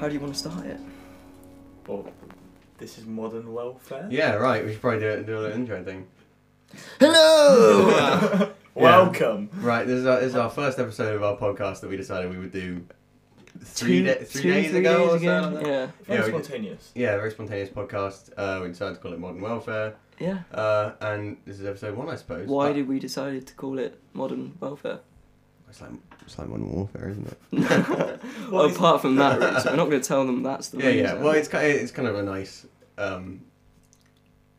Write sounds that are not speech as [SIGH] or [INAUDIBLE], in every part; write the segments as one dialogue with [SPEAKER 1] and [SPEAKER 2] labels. [SPEAKER 1] do you want to start it?
[SPEAKER 2] Well, this is modern welfare.
[SPEAKER 3] Yeah, right. We should probably do it. Do an intro thing.
[SPEAKER 1] Hello!
[SPEAKER 2] Welcome.
[SPEAKER 3] Right. This is our, this is our first episode of our podcast that we decided we would do three
[SPEAKER 1] Two-
[SPEAKER 3] da- [LAUGHS] three
[SPEAKER 1] two,
[SPEAKER 3] days
[SPEAKER 1] three
[SPEAKER 3] ago. or
[SPEAKER 1] days
[SPEAKER 3] something
[SPEAKER 1] ago,
[SPEAKER 3] like that.
[SPEAKER 1] Yeah.
[SPEAKER 2] Very
[SPEAKER 3] Yeah, we did.
[SPEAKER 2] spontaneous.
[SPEAKER 3] Yeah, very spontaneous podcast. Uh, we decided to call it Modern Welfare,
[SPEAKER 1] Yeah.
[SPEAKER 3] uh, and this is episode one, I suppose.
[SPEAKER 1] Why
[SPEAKER 3] But
[SPEAKER 1] did we decide to call it modern
[SPEAKER 3] [LAUGHS]
[SPEAKER 1] welfare? [LAUGHS]
[SPEAKER 3] it's like it's like Modern Warfare, isn't it?
[SPEAKER 2] What is-
[SPEAKER 1] Apart from that reason, we're not going to tell them that's the
[SPEAKER 3] yeah, yeah.
[SPEAKER 1] reason.
[SPEAKER 3] Well, it's kind of, it's kind of a nice, um,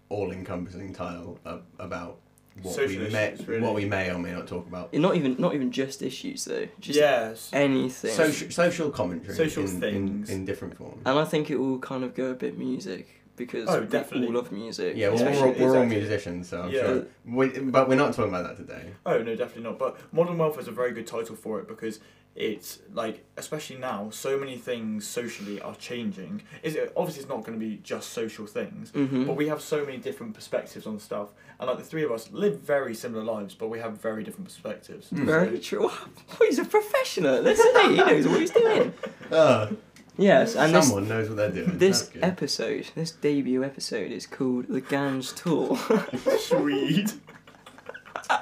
[SPEAKER 3] all-encompassing tile uh, about what
[SPEAKER 2] Social
[SPEAKER 3] we may
[SPEAKER 2] issues, really.
[SPEAKER 3] what we may or may not talk about.
[SPEAKER 1] It's not even not even just issues though, just
[SPEAKER 2] yes.
[SPEAKER 1] anything.
[SPEAKER 3] Social social commentary,
[SPEAKER 2] Social
[SPEAKER 3] in,
[SPEAKER 2] things.
[SPEAKER 3] in, in different forms.
[SPEAKER 1] And I think it will kind of go a bit music because
[SPEAKER 2] Oh,
[SPEAKER 1] we
[SPEAKER 2] definitely.
[SPEAKER 1] all love music.
[SPEAKER 3] Yeah, well,
[SPEAKER 1] especially-
[SPEAKER 3] we're all, we're all
[SPEAKER 2] Exactly.
[SPEAKER 3] musicians, so I'm
[SPEAKER 2] Yeah.
[SPEAKER 3] sure. We, but we're not talking about that today.
[SPEAKER 2] Oh no, definitely not. But modern welfare is a very good title for it because it's like, especially now, so many things socially are changing. Is it obviously it's not going to be just social things,
[SPEAKER 3] Mm-hmm.
[SPEAKER 1] Mhm.
[SPEAKER 2] but we have so many different perspectives on stuff. And like the three of us live very similar lives, but we have very different perspectives.
[SPEAKER 3] Mm-hmm. [LAUGHS]
[SPEAKER 1] Very true. [LAUGHS] Well, he's a professional. at this, isn't he? He knows what he's
[SPEAKER 3] [LAUGHS]
[SPEAKER 1] doing.
[SPEAKER 3] Uh,
[SPEAKER 1] Yes, and this,
[SPEAKER 3] someone knows what they're doing.
[SPEAKER 1] this
[SPEAKER 3] That's good.
[SPEAKER 1] episode, this debut episode, is called The Gange Tour. [LAUGHS]
[SPEAKER 2] Sweet. [LAUGHS]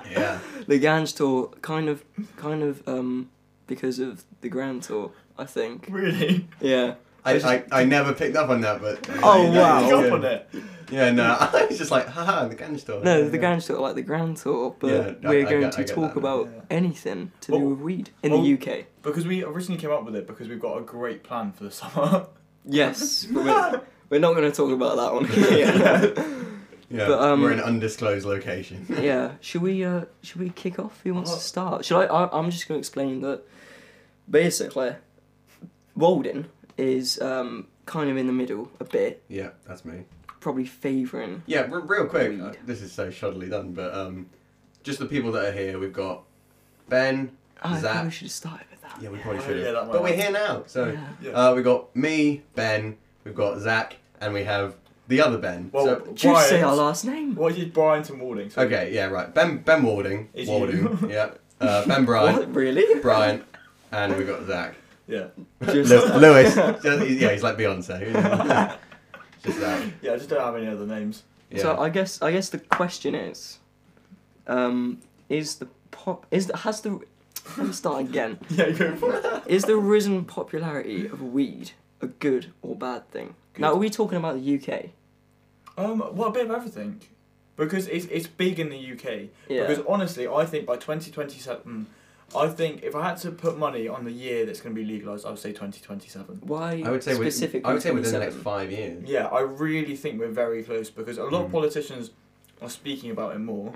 [SPEAKER 3] yeah.
[SPEAKER 1] the Gange Tour, kind of, kind of, um, because of the Grand Tour, I think.
[SPEAKER 2] Really?
[SPEAKER 1] Yeah.
[SPEAKER 3] I, I, I never picked up on that, but
[SPEAKER 1] Oh, wow.
[SPEAKER 3] that- that's
[SPEAKER 2] Pick
[SPEAKER 3] good.
[SPEAKER 2] up on it.
[SPEAKER 3] Yeah, no, [LAUGHS] I was just like, haha, the gang store.
[SPEAKER 1] No,
[SPEAKER 3] Yeah,
[SPEAKER 1] the
[SPEAKER 3] yeah.
[SPEAKER 1] Grand Tour, like the Grand Tour, but
[SPEAKER 3] Yeah, I-
[SPEAKER 1] we're
[SPEAKER 3] I
[SPEAKER 1] going
[SPEAKER 3] get- I
[SPEAKER 1] to
[SPEAKER 3] get
[SPEAKER 1] talk
[SPEAKER 3] that now.
[SPEAKER 1] about
[SPEAKER 2] Yeah.
[SPEAKER 1] anything to do
[SPEAKER 2] Well-
[SPEAKER 1] with weed in
[SPEAKER 2] well-
[SPEAKER 1] the UK.
[SPEAKER 2] Because we originally came up with it because we've got a great plan for the summer. [LAUGHS]
[SPEAKER 1] Yes, but we're, we're not going to talk about that one [LAUGHS] here.
[SPEAKER 3] Yeah,
[SPEAKER 1] but, um,
[SPEAKER 3] we're in an undisclosed location. [LAUGHS]
[SPEAKER 1] yeah, should we? Uh, should we kick off? Who wants to start? Should I? I I'm just going to explain that. Basically, Walden is um, kind of in the middle a bit,
[SPEAKER 3] yeah, that's me.
[SPEAKER 1] probably favouring.
[SPEAKER 3] Yeah, r- real quick,
[SPEAKER 1] Weed.
[SPEAKER 3] uh, this is so shoddily done, but um, just the people that are here, we've got Ben,
[SPEAKER 1] Ah, I think we
[SPEAKER 3] Zach.
[SPEAKER 1] should have started with that.
[SPEAKER 3] Yeah, we
[SPEAKER 2] Oh,
[SPEAKER 3] probably should have.
[SPEAKER 2] yeah, that might
[SPEAKER 3] but we're
[SPEAKER 2] help.
[SPEAKER 3] here now, so
[SPEAKER 2] Yeah.
[SPEAKER 3] uh, we've got me, Ben, we've got Zach, and we have the other Ben.
[SPEAKER 2] Well,
[SPEAKER 3] so,
[SPEAKER 1] Just say
[SPEAKER 2] Wyatt.
[SPEAKER 1] our last name.
[SPEAKER 2] What is Brian to Warding? So
[SPEAKER 3] Okay, yeah, right. Ben Ben Warding.
[SPEAKER 2] Is you.
[SPEAKER 3] Warding.
[SPEAKER 2] [LAUGHS]
[SPEAKER 3] Yeah. Uh, ben Bryan.
[SPEAKER 1] What, really?
[SPEAKER 3] [LAUGHS] Brian. And we got
[SPEAKER 2] [LAUGHS]
[SPEAKER 3] Zach.
[SPEAKER 2] Yeah.
[SPEAKER 1] [LAUGHS] Just-
[SPEAKER 3] Lew- Lewis. Just- yeah, he's
[SPEAKER 2] [LAUGHS]
[SPEAKER 3] like Beyonce. Just that.
[SPEAKER 2] Yeah, I just don't have any other names. [LAUGHS]
[SPEAKER 3] Yeah.
[SPEAKER 1] So I guess I guess the question is, um, is the pop is the, has the let me start again.
[SPEAKER 2] Yeah, go
[SPEAKER 1] [LAUGHS]
[SPEAKER 2] for it.
[SPEAKER 1] Is the risen popularity of weed a good or bad thing? Now,
[SPEAKER 2] Good.
[SPEAKER 1] are we talking about the UK?
[SPEAKER 2] Um, well, a bit of everything. Because it's, it's big in the UK.
[SPEAKER 1] Yeah.
[SPEAKER 2] Because honestly, I think by 2027, I think if I had to put money on the year that's going to be legalised, I would say 2027.
[SPEAKER 1] Why
[SPEAKER 3] I would say with,
[SPEAKER 1] specifically?
[SPEAKER 3] I would say within the next
[SPEAKER 1] 27?
[SPEAKER 3] five years.
[SPEAKER 2] Yeah, I really think we're very close because a
[SPEAKER 1] Hmm.
[SPEAKER 2] lot of politicians are speaking about it more.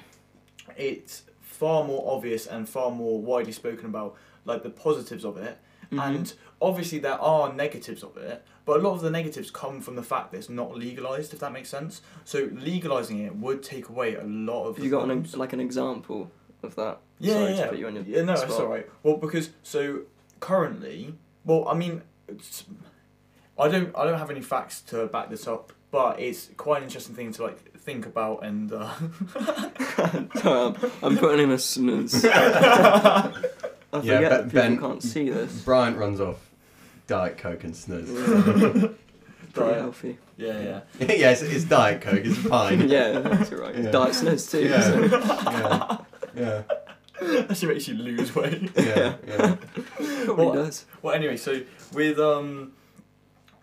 [SPEAKER 2] It's far more obvious and far more widely spoken about, like the positives of it.
[SPEAKER 1] Mm-hmm.
[SPEAKER 2] And obviously, there are negatives of it, but a lot of the negatives come from the fact that it's not legalized, if that makes sense. So, legalizing it would take away a lot of.
[SPEAKER 1] Have
[SPEAKER 2] the
[SPEAKER 1] you got an,
[SPEAKER 2] problems.
[SPEAKER 1] like an example of that? [LAUGHS]
[SPEAKER 2] Yeah,
[SPEAKER 1] Sorry
[SPEAKER 2] yeah, yeah.
[SPEAKER 1] to put you on your
[SPEAKER 2] yeah, no,
[SPEAKER 1] spot.
[SPEAKER 2] it's alright. Well, because so currently, well, I mean, it's, I don't, I don't have any facts to back this up, but it's quite an interesting thing to like think about and.
[SPEAKER 1] [LAUGHS]
[SPEAKER 2] Uh, [LAUGHS]
[SPEAKER 1] Um, I'm putting in a
[SPEAKER 2] [LAUGHS]
[SPEAKER 1] sentence. I forget
[SPEAKER 3] Ben-
[SPEAKER 1] that people
[SPEAKER 3] Ben-
[SPEAKER 1] can't see this.
[SPEAKER 3] Bryant runs off Diet Coke and Snus.
[SPEAKER 1] Pretty
[SPEAKER 2] Diet.
[SPEAKER 3] [LAUGHS]
[SPEAKER 1] healthy.
[SPEAKER 2] yeah, yeah.
[SPEAKER 3] yes, it's Diet Coke. It's fine.
[SPEAKER 1] [LAUGHS] Yeah, that's alright.
[SPEAKER 3] Yeah.
[SPEAKER 1] Diet snus too. so-
[SPEAKER 3] Yeah. yeah. Yeah.
[SPEAKER 2] Actually, makes you lose [LAUGHS] weight.
[SPEAKER 1] [LAUGHS]
[SPEAKER 3] Yeah. yeah.
[SPEAKER 1] Probably
[SPEAKER 2] Well,
[SPEAKER 1] does.
[SPEAKER 2] Well, anyway, so with um,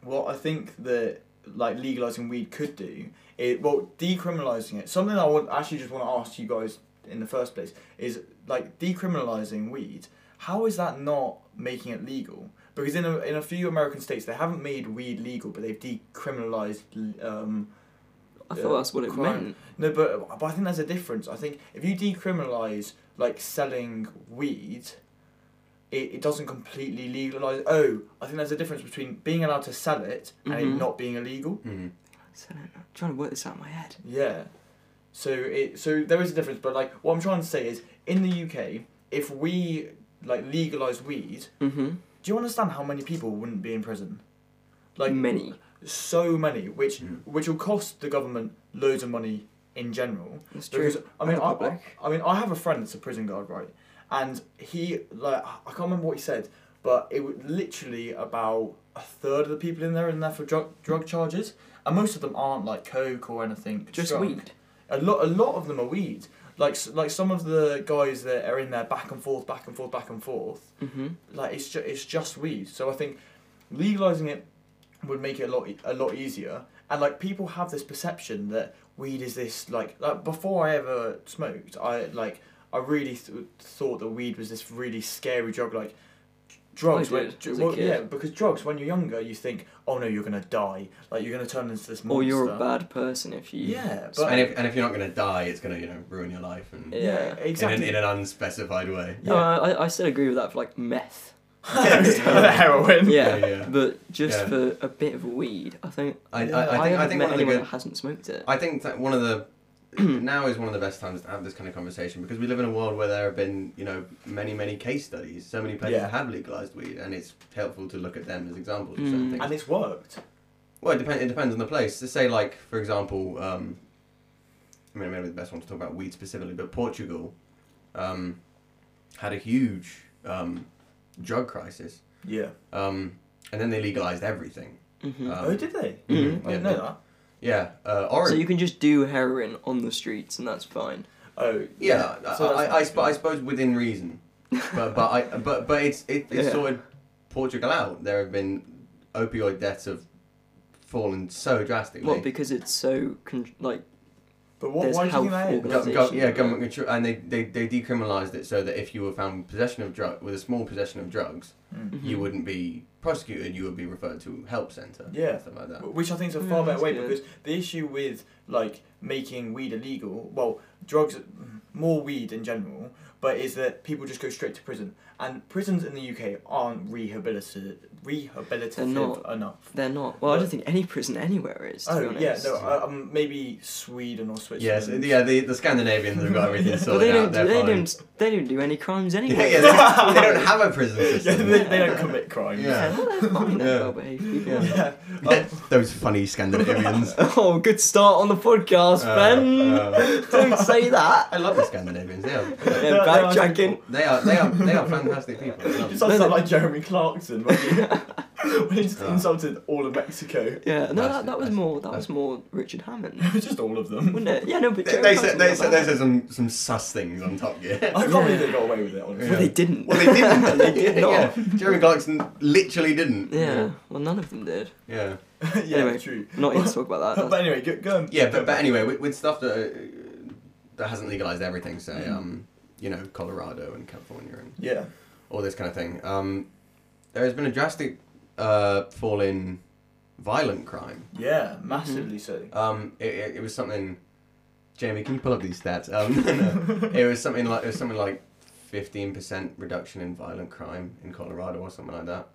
[SPEAKER 2] what I think that like legalizing weed could do, it well decriminalizing it. Something I would actually just want to ask you guys in the first place is like decriminalizing weed. How is that not making it legal? Because in a, in a few American states, they haven't made weed legal, but they've decriminalized. Um,
[SPEAKER 1] I
[SPEAKER 2] yeah,
[SPEAKER 1] thought that's what it
[SPEAKER 2] crime.
[SPEAKER 1] meant.
[SPEAKER 2] no, but but I think there's a difference. I think if you decriminalize like selling weed, it, it doesn't completely legalize. Oh, I think there's a difference between being allowed to sell it and
[SPEAKER 1] Mhm.
[SPEAKER 2] it not being illegal.
[SPEAKER 3] Mm.
[SPEAKER 1] So, I'm trying to work this out in my head.
[SPEAKER 2] Yeah. So it so there is a difference, but like what I'm trying to say is in the UK, if we like legalize weed,
[SPEAKER 1] Mm-hmm.
[SPEAKER 2] do you understand how many people wouldn't be in prison? Like
[SPEAKER 1] Many.
[SPEAKER 2] so many, which which will cost the government loads of money in general.
[SPEAKER 1] That's true.
[SPEAKER 2] Because I mean,
[SPEAKER 1] And the
[SPEAKER 2] I, I,
[SPEAKER 1] public.
[SPEAKER 2] I mean, I have a friend that's a prison guard, right? And he like I can't remember what he said, but it was literally about a third of the people in there are in there for drug drug charges, and most of them aren't like coke or anything.
[SPEAKER 1] Just
[SPEAKER 2] strong.
[SPEAKER 1] weed.
[SPEAKER 2] A lot, a lot of them are weed. Like, s- like some of the guys that are in there back and forth, back and forth, back and forth.
[SPEAKER 1] Mm-hmm.
[SPEAKER 2] Like it's just, it's just weed. So I think legalizing it would make it a lot, e- a lot easier. And like people have this perception that weed is this like, like before I ever smoked, I like I really th- thought that weed was this really scary drug. Like drugs,
[SPEAKER 1] I did,
[SPEAKER 2] like,
[SPEAKER 1] as a
[SPEAKER 2] well,
[SPEAKER 1] kid.
[SPEAKER 2] yeah, because drugs when you're younger, you think, oh no, you're gonna die. Like you're gonna turn into this monster.
[SPEAKER 1] Or you're a bad person if you.
[SPEAKER 2] Yeah, but
[SPEAKER 3] and if and if you're not gonna die, it's gonna you know ruin your life and
[SPEAKER 1] Yeah.
[SPEAKER 2] exactly. [LAUGHS]
[SPEAKER 3] [LAUGHS] in, an, in an unspecified way.
[SPEAKER 1] No, I, I still agree with that for like meth.
[SPEAKER 2] heroin.
[SPEAKER 1] Yeah,
[SPEAKER 3] Yeah, yeah.
[SPEAKER 1] but just
[SPEAKER 3] Yeah.
[SPEAKER 1] for a bit of weed, I think
[SPEAKER 3] I,
[SPEAKER 2] Yeah.
[SPEAKER 3] I, I, think,
[SPEAKER 1] haven't
[SPEAKER 3] I think
[SPEAKER 1] met
[SPEAKER 3] one of the
[SPEAKER 1] anyone
[SPEAKER 3] good
[SPEAKER 1] that hasn't smoked it.
[SPEAKER 3] I think that one of the [CLEARS THROAT] now is one of the best times to have this kind of conversation because we live in a world where there have been you know many many case studies, so many places
[SPEAKER 2] Yeah.
[SPEAKER 3] have legalized weed, and it's helpful to look at them as examples of
[SPEAKER 1] Mm.
[SPEAKER 3] certain things.
[SPEAKER 2] And it's worked.
[SPEAKER 3] Well, it, depend, it depends on the place. To say like for example, um, I mean maybe the best one to talk about weed specifically, but Portugal um, had a huge um, drug crisis,
[SPEAKER 2] Yeah.
[SPEAKER 3] um, and then they legalized everything.
[SPEAKER 1] Mhm.
[SPEAKER 3] Um,
[SPEAKER 2] oh, did they?
[SPEAKER 3] Mhm.
[SPEAKER 2] I didn't
[SPEAKER 3] Yeah.
[SPEAKER 2] know that.
[SPEAKER 3] Yeah, uh, Orange.
[SPEAKER 1] so you can just do heroin on the streets and that's fine.
[SPEAKER 2] Oh,
[SPEAKER 3] Yeah,
[SPEAKER 2] So
[SPEAKER 3] I,
[SPEAKER 2] that's
[SPEAKER 3] I, I,
[SPEAKER 2] not
[SPEAKER 3] sp- I suppose within reason, but but I but but it's it, it's
[SPEAKER 1] Yeah.
[SPEAKER 3] sorted Portugal out. There have been opioid deaths have fallen so drastically.
[SPEAKER 1] What? Because it's so con- like
[SPEAKER 2] But what,
[SPEAKER 1] There's
[SPEAKER 2] why do you
[SPEAKER 1] health
[SPEAKER 2] think that is?
[SPEAKER 1] organ-
[SPEAKER 3] Go- go- yeah,
[SPEAKER 1] Organisation.
[SPEAKER 3] government control, and they, they they decriminalized it so that if you were found with possession of drug with a small possession of drugs,
[SPEAKER 2] Mm.
[SPEAKER 1] Mm-hmm.
[SPEAKER 3] you wouldn't be prosecuted. You would be referred to help center.
[SPEAKER 2] Yeah.
[SPEAKER 3] and stuff like that.
[SPEAKER 2] Which I think is a
[SPEAKER 1] Yeah,
[SPEAKER 2] far better
[SPEAKER 1] Mm, that's
[SPEAKER 2] way
[SPEAKER 1] good.
[SPEAKER 2] because the issue with like making weed illegal, well, drugs, more weed in general, but is that people just go straight to prison, and prisons in the UK aren't rehabilitative,
[SPEAKER 1] They're
[SPEAKER 2] rehabilitative
[SPEAKER 1] not.
[SPEAKER 2] enough.
[SPEAKER 1] they're not. Well, I
[SPEAKER 2] But-
[SPEAKER 1] don't think any prison anywhere is. To be
[SPEAKER 2] Oh
[SPEAKER 1] honest.
[SPEAKER 2] yeah, no, uh, um, maybe Sweden or Switzerland.
[SPEAKER 3] Yes,
[SPEAKER 2] [LAUGHS]
[SPEAKER 3] yeah, the, the Scandinavians have got everything
[SPEAKER 1] But
[SPEAKER 3] sorted
[SPEAKER 1] they
[SPEAKER 3] out.
[SPEAKER 1] don't.
[SPEAKER 3] They're
[SPEAKER 1] Do, they
[SPEAKER 3] fine.
[SPEAKER 1] don't. They don't do any crimes
[SPEAKER 3] Yeah,
[SPEAKER 1] anyway. [LAUGHS]
[SPEAKER 2] [LAUGHS]
[SPEAKER 3] yeah, [LAUGHS] they, don't, they don't have a prison
[SPEAKER 2] Yeah,
[SPEAKER 3] system.
[SPEAKER 2] they, they don't commit crimes.
[SPEAKER 3] Yeah.
[SPEAKER 1] Well, they're fine. They're
[SPEAKER 3] Yeah.
[SPEAKER 1] well-behaved people.
[SPEAKER 3] Yeah.
[SPEAKER 2] [LAUGHS]
[SPEAKER 1] [LAUGHS]
[SPEAKER 2] Yeah.
[SPEAKER 3] Yeah, Oh, Those
[SPEAKER 2] [LAUGHS]
[SPEAKER 3] funny Scandinavians.
[SPEAKER 1] Oh, good start on the podcast,
[SPEAKER 3] Uh,
[SPEAKER 1] Ben.
[SPEAKER 3] uh,
[SPEAKER 1] [LAUGHS] Don't say that.
[SPEAKER 3] I love the Scandinavians. They are,
[SPEAKER 1] Yeah,
[SPEAKER 2] No, no, I think-
[SPEAKER 1] backtracking.
[SPEAKER 3] they are, they are, they are fantastic
[SPEAKER 2] [LAUGHS]
[SPEAKER 3] people. I love
[SPEAKER 2] You
[SPEAKER 3] them.
[SPEAKER 2] sound
[SPEAKER 1] No, no.
[SPEAKER 2] like Jeremy Clarkson when he, [LAUGHS] when he just insulted all of Mexico.
[SPEAKER 1] Yeah, no,
[SPEAKER 3] That's-
[SPEAKER 1] that, that was
[SPEAKER 3] that's-
[SPEAKER 1] more that was
[SPEAKER 3] that's-
[SPEAKER 1] more Richard Hammond,
[SPEAKER 2] [LAUGHS] just all of them.
[SPEAKER 1] wasn't it? Yeah, no, but
[SPEAKER 3] They,
[SPEAKER 1] Jerry
[SPEAKER 3] they,
[SPEAKER 1] Clarkson
[SPEAKER 3] said, they,
[SPEAKER 1] got
[SPEAKER 3] said,
[SPEAKER 1] that.
[SPEAKER 3] they said some, some sus things on Top
[SPEAKER 2] [LAUGHS]
[SPEAKER 3] Gear.
[SPEAKER 2] [LAUGHS] I can't believe they got away with it, honestly.
[SPEAKER 1] Well,
[SPEAKER 2] [LAUGHS]
[SPEAKER 3] Yeah.
[SPEAKER 1] they didn't.
[SPEAKER 3] Well, they
[SPEAKER 1] [LAUGHS]
[SPEAKER 3] didn't.
[SPEAKER 1] they did not.
[SPEAKER 3] Yeah. Jeremy Clarkson literally didn't.
[SPEAKER 1] Yeah, well, none of them did.
[SPEAKER 3] Yeah.
[SPEAKER 2] yeah,
[SPEAKER 1] Anyway.
[SPEAKER 2] true.
[SPEAKER 1] I'm not here to talk about that.
[SPEAKER 2] But anyway, go, go on.
[SPEAKER 3] Yeah, but, but anyway, with, with stuff that, uh, that hasn't legalized everything, say, um, you know, Colorado and California and
[SPEAKER 2] Yeah.
[SPEAKER 3] all this kind of thing, um, there has been a drastic uh, fall in violent crime.
[SPEAKER 2] Yeah, massively so.
[SPEAKER 1] Mm-hmm.
[SPEAKER 3] Um, it, it, it was something. Jamie, can you pull up these stats? Um, [LAUGHS] no. it was something like it was something like fifteen percent reduction in violent crime in Colorado or something like that.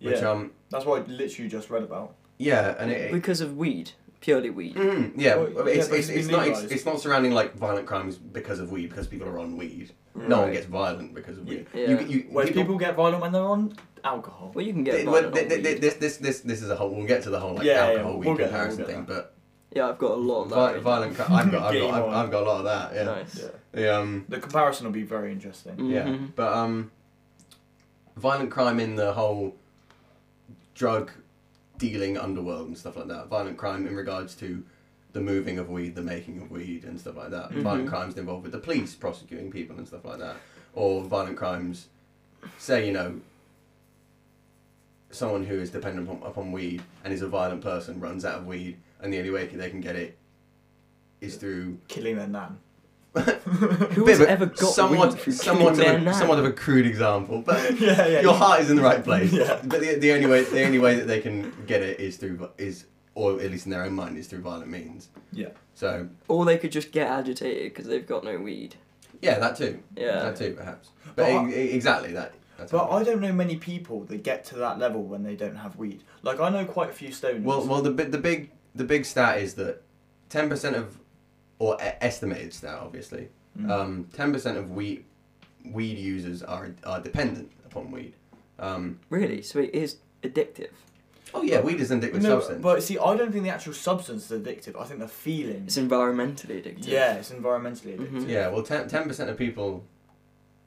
[SPEAKER 3] Which
[SPEAKER 2] Yeah.
[SPEAKER 3] um
[SPEAKER 2] That's what I literally just read about.
[SPEAKER 3] yeah, and it, it
[SPEAKER 1] Because of weed, purely weed.
[SPEAKER 3] mm, yeah,
[SPEAKER 2] Well, yeah,
[SPEAKER 3] it's,
[SPEAKER 2] but it's
[SPEAKER 3] it's, it's not it's,
[SPEAKER 2] legalised.
[SPEAKER 3] it's not surrounding like violent crimes because of weed because people are on weed. No one
[SPEAKER 1] Right.
[SPEAKER 3] gets violent because of weed.
[SPEAKER 1] Yeah.
[SPEAKER 3] You, you,
[SPEAKER 2] Whereas people, get violent when they're on alcohol.
[SPEAKER 1] Well, you can get
[SPEAKER 3] Th- well,
[SPEAKER 1] violent
[SPEAKER 3] th-
[SPEAKER 1] on
[SPEAKER 3] th-
[SPEAKER 1] weed.
[SPEAKER 3] th- this this this this is a whole. We'll get to the whole like
[SPEAKER 2] Yeah, yeah,
[SPEAKER 3] alcohol weed
[SPEAKER 2] we'll get there,
[SPEAKER 3] comparison
[SPEAKER 2] we'll get
[SPEAKER 3] thing, but
[SPEAKER 1] yeah, I've got a lot of that.
[SPEAKER 3] vi-
[SPEAKER 1] right
[SPEAKER 3] violent. Cri- I've got
[SPEAKER 2] [LAUGHS]
[SPEAKER 3] I've
[SPEAKER 2] Game
[SPEAKER 3] got I've,
[SPEAKER 2] on.
[SPEAKER 3] I've got a lot of that.
[SPEAKER 1] now.
[SPEAKER 3] Yeah.
[SPEAKER 1] Nice.
[SPEAKER 2] Yeah.
[SPEAKER 3] The, um.
[SPEAKER 2] The comparison will be very interesting.
[SPEAKER 3] Yeah,
[SPEAKER 1] Mhm.
[SPEAKER 3] but um, violent crime in the whole drug dealing underworld and stuff like that. Violent crime in regards to the moving of weed, the making of weed, and stuff like that.
[SPEAKER 1] Mm-hmm.
[SPEAKER 3] Violent crimes involved with the police prosecuting people and stuff like that, or violent crimes, say you know. Someone who is dependent upon, upon weed and is a violent person runs out of weed, and the only way they can get it is through
[SPEAKER 1] Mm.
[SPEAKER 2] Killing their nan. [LAUGHS]
[SPEAKER 1] Who
[SPEAKER 3] Bit
[SPEAKER 1] has
[SPEAKER 3] of a-
[SPEAKER 1] ever got
[SPEAKER 3] somewhat,
[SPEAKER 1] weed through
[SPEAKER 3] somewhat,
[SPEAKER 1] killing
[SPEAKER 3] of
[SPEAKER 1] their
[SPEAKER 3] a,
[SPEAKER 1] nan?
[SPEAKER 3] somewhat of a crude example, but
[SPEAKER 2] Yeah, yeah.
[SPEAKER 3] your heart is in the right place.
[SPEAKER 2] [LAUGHS] Yeah.
[SPEAKER 3] But the, the only way the only way that they can get it is through vi- is or at least in their own mind is through violent means.
[SPEAKER 2] Yeah.
[SPEAKER 3] So
[SPEAKER 1] Or they could just get agitated because they've got no weed.
[SPEAKER 3] yeah, that too.
[SPEAKER 1] Yeah.
[SPEAKER 3] That too perhaps. But,
[SPEAKER 2] But
[SPEAKER 3] e-
[SPEAKER 2] I-
[SPEAKER 3] e- exactly that. That's
[SPEAKER 2] But
[SPEAKER 3] what
[SPEAKER 2] I don't know many people that get to that level when they don't have weed. Like, I know quite a few stoners.
[SPEAKER 3] well well the bi- the big the big stat is that ten percent of or e- estimated stat obviously um, ten
[SPEAKER 2] Mm.
[SPEAKER 3] percent of weed weed users are are dependent upon weed. Um,
[SPEAKER 1] Really? So it is addictive.
[SPEAKER 3] oh yeah, weed is an addictive
[SPEAKER 2] no,
[SPEAKER 3] substance.
[SPEAKER 2] but see, I don't think the actual substance is addictive. I think the feeling.
[SPEAKER 1] It's environmentally addictive.
[SPEAKER 2] Yeah, it's environmentally addictive.
[SPEAKER 1] Mhm.
[SPEAKER 3] Yeah, well, 10 percent of people.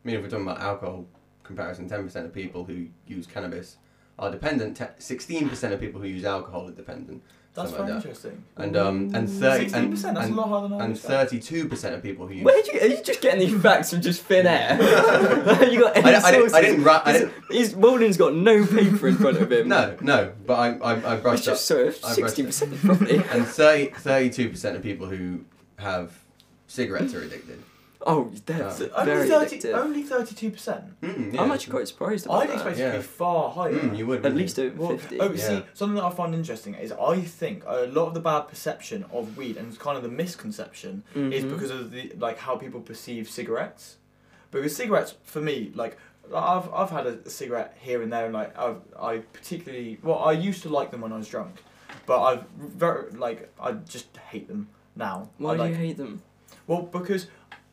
[SPEAKER 3] I mean, if we're talking about alcohol comparison, ten percent of people who use cannabis are dependent. Sixteen percent of people who use alcohol are dependent.
[SPEAKER 2] That's
[SPEAKER 3] something
[SPEAKER 2] very
[SPEAKER 3] like that.
[SPEAKER 2] interesting.
[SPEAKER 3] And um and thirty
[SPEAKER 2] Sixteen
[SPEAKER 3] and,
[SPEAKER 2] percent. That's
[SPEAKER 3] and,
[SPEAKER 2] a lot higher than I
[SPEAKER 3] and
[SPEAKER 2] was.
[SPEAKER 3] thirty-two percent of people who use.
[SPEAKER 1] Where did you get? Are you just getting these facts from just thin
[SPEAKER 3] [LAUGHS]
[SPEAKER 1] air? [LAUGHS] you got any
[SPEAKER 3] I, I, didn't-
[SPEAKER 1] sources?
[SPEAKER 3] I didn't. Ra- I didn't
[SPEAKER 1] He's, Walden's got no paper in front of him.
[SPEAKER 3] no, no. But I I, I
[SPEAKER 1] it's
[SPEAKER 3] brushed up.
[SPEAKER 1] just sort of
[SPEAKER 3] I brushed
[SPEAKER 1] sixty percent
[SPEAKER 3] [LAUGHS]
[SPEAKER 1] probably.
[SPEAKER 3] And 30, 32 percent of people who have cigarettes are addicted.
[SPEAKER 1] Oh, that's
[SPEAKER 3] Um,
[SPEAKER 2] only
[SPEAKER 1] very
[SPEAKER 2] thirty.
[SPEAKER 1] addictive.
[SPEAKER 2] Only thirty-two percent.
[SPEAKER 3] Mm,
[SPEAKER 1] I'm actually quite surprised about
[SPEAKER 2] I'd
[SPEAKER 1] that.
[SPEAKER 2] expect it to
[SPEAKER 3] Yeah.
[SPEAKER 2] be far higher.
[SPEAKER 3] Mm, you would.
[SPEAKER 1] At
[SPEAKER 3] wouldn't
[SPEAKER 1] least
[SPEAKER 3] you?
[SPEAKER 1] over
[SPEAKER 2] Well,
[SPEAKER 1] fifty.
[SPEAKER 2] oh,
[SPEAKER 3] Yeah.
[SPEAKER 2] see, something that I find interesting is I think a lot of the bad perception of weed and kind of the misconception is
[SPEAKER 3] Mm-hmm.
[SPEAKER 1] Mhm.
[SPEAKER 2] because of the like how people perceive cigarettes. Because cigarettes, for me, like I've I've had a cigarette here and there, and like I've, I particularly well I used to like them when I was drunk, but I've very like I just hate them now.
[SPEAKER 1] Why
[SPEAKER 2] I
[SPEAKER 1] do
[SPEAKER 2] like,
[SPEAKER 1] you hate them?
[SPEAKER 2] well, because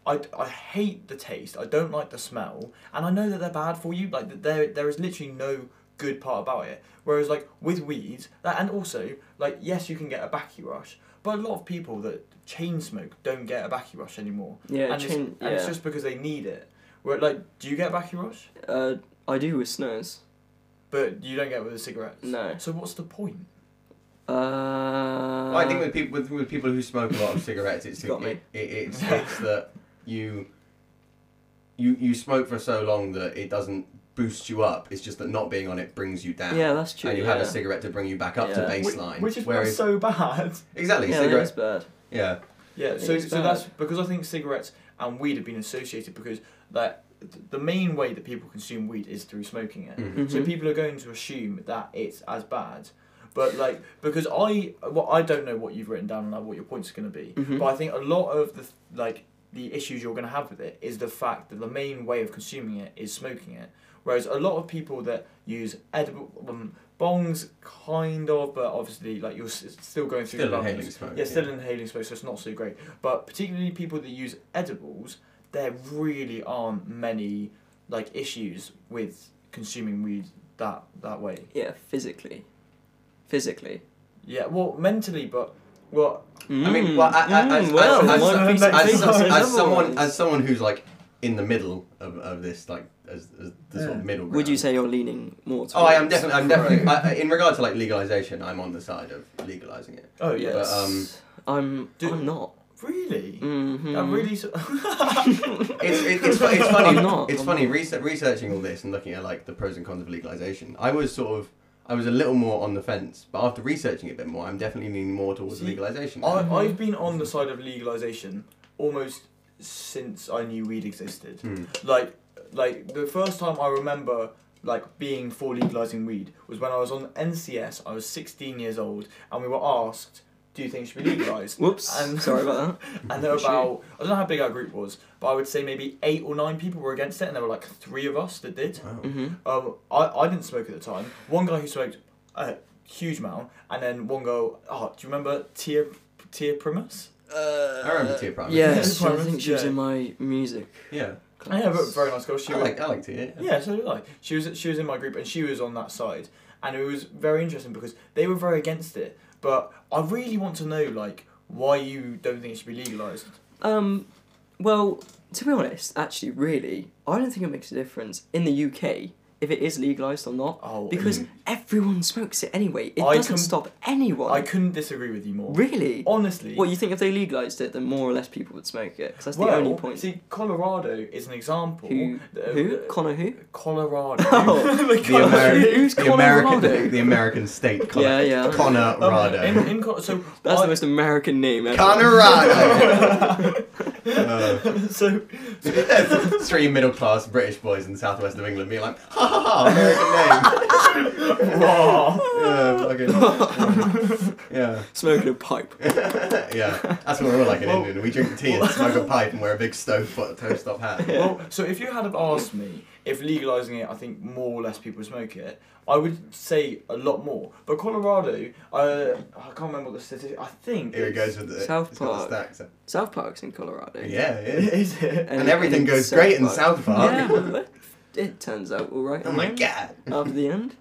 [SPEAKER 2] I, I hate the taste. I don't like the smell, and I know that they're bad for you. Like that there there is literally no good part about it. Whereas like with weeds, that and also like yes, you can get a backy rush, but a lot of people that chain smoke don't get a backy rush anymore.
[SPEAKER 1] Yeah,
[SPEAKER 2] and,
[SPEAKER 1] chain,
[SPEAKER 2] it's, and it's
[SPEAKER 1] yeah.
[SPEAKER 2] just because they need it. Where like, do you get a backy rush?
[SPEAKER 1] Uh, I do with snurs.
[SPEAKER 2] But you don't get it with the cigarettes.
[SPEAKER 1] No.
[SPEAKER 2] So what's the point?
[SPEAKER 1] Uh,
[SPEAKER 3] Well, I think with people with, with people who smoke a lot of cigarettes,
[SPEAKER 1] [LAUGHS]
[SPEAKER 3] it's
[SPEAKER 1] Um, Got me.
[SPEAKER 3] it, it, it's it's that you you you smoke for so long that it doesn't boost you up. It's just that not being on it brings you down.
[SPEAKER 1] yeah, that's true.
[SPEAKER 3] and you
[SPEAKER 1] yeah.
[SPEAKER 3] have a cigarette to bring you back up to
[SPEAKER 1] Yeah. Whi-
[SPEAKER 3] baseline.
[SPEAKER 2] Which is
[SPEAKER 3] whereas
[SPEAKER 2] so bad. [LAUGHS]
[SPEAKER 3] exactly
[SPEAKER 1] Yeah, that is
[SPEAKER 3] cigarette.
[SPEAKER 1] bad.
[SPEAKER 3] Yeah,
[SPEAKER 2] Yeah,
[SPEAKER 1] It
[SPEAKER 2] so,
[SPEAKER 1] is
[SPEAKER 2] so
[SPEAKER 1] bad.
[SPEAKER 2] that's because I think cigarettes and weed have been associated because that th- the main way that people consume weed is through smoking it.
[SPEAKER 3] Mhm.
[SPEAKER 2] So
[SPEAKER 1] Mhm.
[SPEAKER 2] people are going to assume that it's as bad. But like because I well I don't know what you've written down and like what your points are going to be,
[SPEAKER 1] Mhm.
[SPEAKER 2] but I think a lot of the th- like the issues you're going to have with it is the fact that the main way of consuming it is smoking it. Whereas a lot of people that use edible um, bongs kind of, but obviously like you're s- still going through
[SPEAKER 3] still
[SPEAKER 2] the
[SPEAKER 3] inhaling
[SPEAKER 2] lungs.
[SPEAKER 3] smoke.
[SPEAKER 2] Yeah, still inhaling smoke, so it's not so great. But particularly people that use edibles, there really aren't many like issues with consuming weed that that way.
[SPEAKER 1] Yeah, physically. Physically.
[SPEAKER 2] Yeah, well, mentally, but well,
[SPEAKER 3] I mean, well, I- I- as-
[SPEAKER 1] Mm, well,
[SPEAKER 3] as-
[SPEAKER 1] one
[SPEAKER 2] as-
[SPEAKER 1] piece of
[SPEAKER 2] as-
[SPEAKER 1] paper
[SPEAKER 2] as-
[SPEAKER 1] says
[SPEAKER 2] as
[SPEAKER 1] otherwise.
[SPEAKER 3] someone as someone who's like in the middle of, of this like as, as the sort of
[SPEAKER 2] Yeah.
[SPEAKER 3] middle.
[SPEAKER 1] Would you
[SPEAKER 3] ground.
[SPEAKER 1] say you're leaning more? Towards
[SPEAKER 3] Oh, I am definitely. I'm definitely.
[SPEAKER 2] Right.
[SPEAKER 3] I, I- in regard to like legalization, I'm on the side of legalizing
[SPEAKER 1] [LAUGHS]
[SPEAKER 3] it.
[SPEAKER 2] oh yeah,
[SPEAKER 1] Yes.
[SPEAKER 3] But, um,
[SPEAKER 1] I'm.
[SPEAKER 2] Do-
[SPEAKER 1] I'm not.
[SPEAKER 2] really,
[SPEAKER 1] Mm-hmm.
[SPEAKER 2] I'm really. So-
[SPEAKER 3] It's, it, it's, fu- it's funny.
[SPEAKER 1] I'm not,
[SPEAKER 3] it's
[SPEAKER 1] I'm
[SPEAKER 3] funny research, researching all this and looking at like the pros and cons of legalization. I was sort of. I was a little more on the fence, but after researching it a bit more, I'm definitely leaning more towards
[SPEAKER 2] See,
[SPEAKER 3] legalization.
[SPEAKER 2] I, I've been on the side of legalization almost since I knew weed existed.
[SPEAKER 3] Hmm.
[SPEAKER 2] like like the first time I remember like being for legalizing weed was when I was on NCS. I was 16 years old, and we were asked, "Do you think it should be
[SPEAKER 1] [LAUGHS]
[SPEAKER 2] legalized?"
[SPEAKER 1] Whoops.
[SPEAKER 2] And- [LAUGHS]
[SPEAKER 1] Sorry about that.
[SPEAKER 2] And there were
[SPEAKER 1] Sure.
[SPEAKER 2] about I don't know how big our group was, but I would say maybe eight or nine people were against it, and there were like three of us that did.
[SPEAKER 3] Wow.
[SPEAKER 1] Mm-hmm.
[SPEAKER 2] Um, I, I didn't smoke at the time. One guy who smoked a huge amount, and then one go, "Oh, do you remember Tia Tia Primus?"
[SPEAKER 1] Uh,
[SPEAKER 3] I remember Tia
[SPEAKER 2] [LAUGHS]
[SPEAKER 3] Primus.
[SPEAKER 1] Yes,
[SPEAKER 2] Tia
[SPEAKER 1] I
[SPEAKER 2] Primus,
[SPEAKER 1] think she was
[SPEAKER 2] yeah.
[SPEAKER 1] in my music
[SPEAKER 3] Yeah,
[SPEAKER 1] class.
[SPEAKER 2] Yeah, but very nice girl. She
[SPEAKER 3] I
[SPEAKER 2] was-
[SPEAKER 3] like. I
[SPEAKER 1] [LAUGHS]
[SPEAKER 3] like it.
[SPEAKER 2] Yeah, so did I. She was she was in my group and she was on that side, and it was very interesting because they were very against it. But I really want to know like why you don't think it should be legalized.
[SPEAKER 1] Um, well, to be honest, actually, really, I don't think it makes a difference in the UK if it is legalised or not
[SPEAKER 2] Oh,
[SPEAKER 1] because everyone smokes it anyway. It
[SPEAKER 2] I
[SPEAKER 1] doesn't
[SPEAKER 2] com-
[SPEAKER 1] stop anyone.
[SPEAKER 2] I couldn't disagree with you more.
[SPEAKER 1] really?
[SPEAKER 2] Honestly,
[SPEAKER 1] What you think if they legalised it, then more or less people would smoke it? Because that's the
[SPEAKER 2] well,
[SPEAKER 1] only point.
[SPEAKER 2] See, Colorado is an example.
[SPEAKER 1] who?
[SPEAKER 2] Uh,
[SPEAKER 1] who?
[SPEAKER 2] uh,
[SPEAKER 1] Connor? Who?
[SPEAKER 2] Colorado.
[SPEAKER 1] [LAUGHS] Oh,
[SPEAKER 2] [LAUGHS] The
[SPEAKER 3] The,
[SPEAKER 2] Colorado-
[SPEAKER 3] Ameri-
[SPEAKER 1] Who's
[SPEAKER 3] the
[SPEAKER 1] Conor
[SPEAKER 3] American,
[SPEAKER 1] Rado?
[SPEAKER 3] the American state, Conor,
[SPEAKER 1] Yeah, yeah.
[SPEAKER 3] Conor
[SPEAKER 2] Um,
[SPEAKER 3] Rado.
[SPEAKER 2] in, in, Col- so
[SPEAKER 1] That's
[SPEAKER 2] I-
[SPEAKER 1] the most American name ever. Ah,
[SPEAKER 3] Colorado.
[SPEAKER 2] [LAUGHS] so
[SPEAKER 3] Uh, [LAUGHS] Three middle class British boys in the southwest of England being like, ha ha ha,
[SPEAKER 1] [LAUGHS]
[SPEAKER 3] American
[SPEAKER 2] [LAUGHS]
[SPEAKER 3] name. [LAUGHS] yeah,
[SPEAKER 1] [LAUGHS] Smoking a
[SPEAKER 2] [LAUGHS]
[SPEAKER 1] pipe.
[SPEAKER 3] okay. yeah. yeah, that's what we're all like in England. We drink tea and smoke [LAUGHS] a pipe and wear a big stove foot toast top hat.
[SPEAKER 2] Well, so if you had have asked me if legalizing it, I think more or less people smoke it. I would say a lot more. But Colorado, uh, I can't remember what the statistic. I think
[SPEAKER 3] Here it
[SPEAKER 2] it's-
[SPEAKER 3] goes with the
[SPEAKER 1] South
[SPEAKER 3] it's got
[SPEAKER 1] Park.
[SPEAKER 3] the stack, so-
[SPEAKER 1] South Park's in Colorado.
[SPEAKER 3] Yeah, yeah.
[SPEAKER 2] Is [LAUGHS] it?
[SPEAKER 3] And, everything
[SPEAKER 1] and
[SPEAKER 3] goes
[SPEAKER 1] South
[SPEAKER 3] great in
[SPEAKER 1] Park.
[SPEAKER 3] South Park.
[SPEAKER 1] Yeah, well, it- [LAUGHS] it turns out all right.
[SPEAKER 3] Oh my god.
[SPEAKER 1] After the end,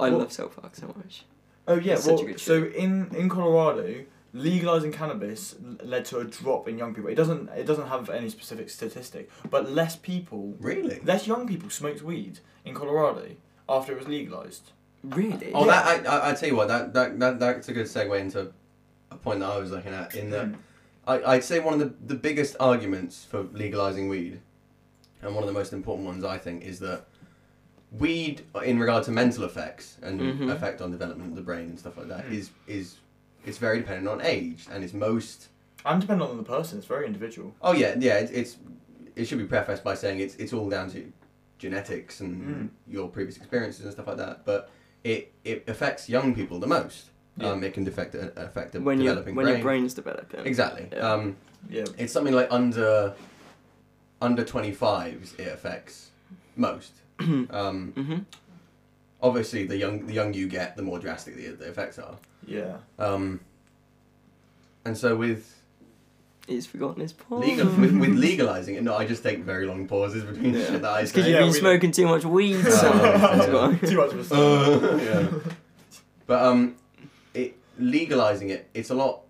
[SPEAKER 1] I
[SPEAKER 2] Well-
[SPEAKER 1] love South Park so much.
[SPEAKER 2] Oh yeah.
[SPEAKER 1] That's such
[SPEAKER 2] well,
[SPEAKER 1] a good
[SPEAKER 2] so in in Colorado, legalizing cannabis l- led to a drop in young people. It doesn't it doesn't have any specific statistic, but less people,
[SPEAKER 3] [LAUGHS] Really?
[SPEAKER 2] less young people smoked weed in Colorado after it was legalized.
[SPEAKER 1] Really?
[SPEAKER 3] Oh,
[SPEAKER 2] Yeah.
[SPEAKER 3] that I, I I tell you what, that, that that that's a good segue into a point that I was looking at. In that, I I'd say one of the the biggest arguments for legalizing weed, and one of the most important ones I think is that weed, in regard to mental effects and
[SPEAKER 1] Mhm.
[SPEAKER 3] effect on development of the brain and stuff like that,
[SPEAKER 2] Mm.
[SPEAKER 3] is is it's very dependent on age and it's most.
[SPEAKER 2] I'm dependent on the person. It's very individual.
[SPEAKER 3] Oh yeah, yeah. It, it's it should be prefaced by saying it's it's all down to genetics and
[SPEAKER 2] Mm.
[SPEAKER 3] your previous experiences and stuff like that. But it it affects young people the most.
[SPEAKER 2] Yeah.
[SPEAKER 3] Um, it can affect affect a
[SPEAKER 1] when you
[SPEAKER 3] developing
[SPEAKER 1] when
[SPEAKER 3] brain.
[SPEAKER 1] your brain's developing. [CLEARS THROAT]
[SPEAKER 3] Exactly.
[SPEAKER 1] Yeah.
[SPEAKER 3] Um,
[SPEAKER 2] Yeah.
[SPEAKER 3] it's something like under under twenty fives. It affects most. um,
[SPEAKER 1] hmm
[SPEAKER 3] obviously, the young the younger you get, the more drastic the, the effects are.
[SPEAKER 2] Yeah.
[SPEAKER 3] Um, and so with
[SPEAKER 1] He's forgotten his point.
[SPEAKER 3] legal with,
[SPEAKER 1] [LAUGHS]
[SPEAKER 3] with legalizing it, no, I just take very long pauses between
[SPEAKER 1] Yeah.
[SPEAKER 3] shit that I
[SPEAKER 1] It's because
[SPEAKER 3] say.
[SPEAKER 2] Yeah,
[SPEAKER 1] you've been
[SPEAKER 2] we-
[SPEAKER 1] smoking too much weed,
[SPEAKER 3] eh? Oh,
[SPEAKER 1] son. That's [LAUGHS]
[SPEAKER 3] yeah. [LAUGHS]
[SPEAKER 1] why.
[SPEAKER 2] Too [LAUGHS] much of a story.
[SPEAKER 3] Uh, [LAUGHS] yeah. But um, it legalizing it, it's a lot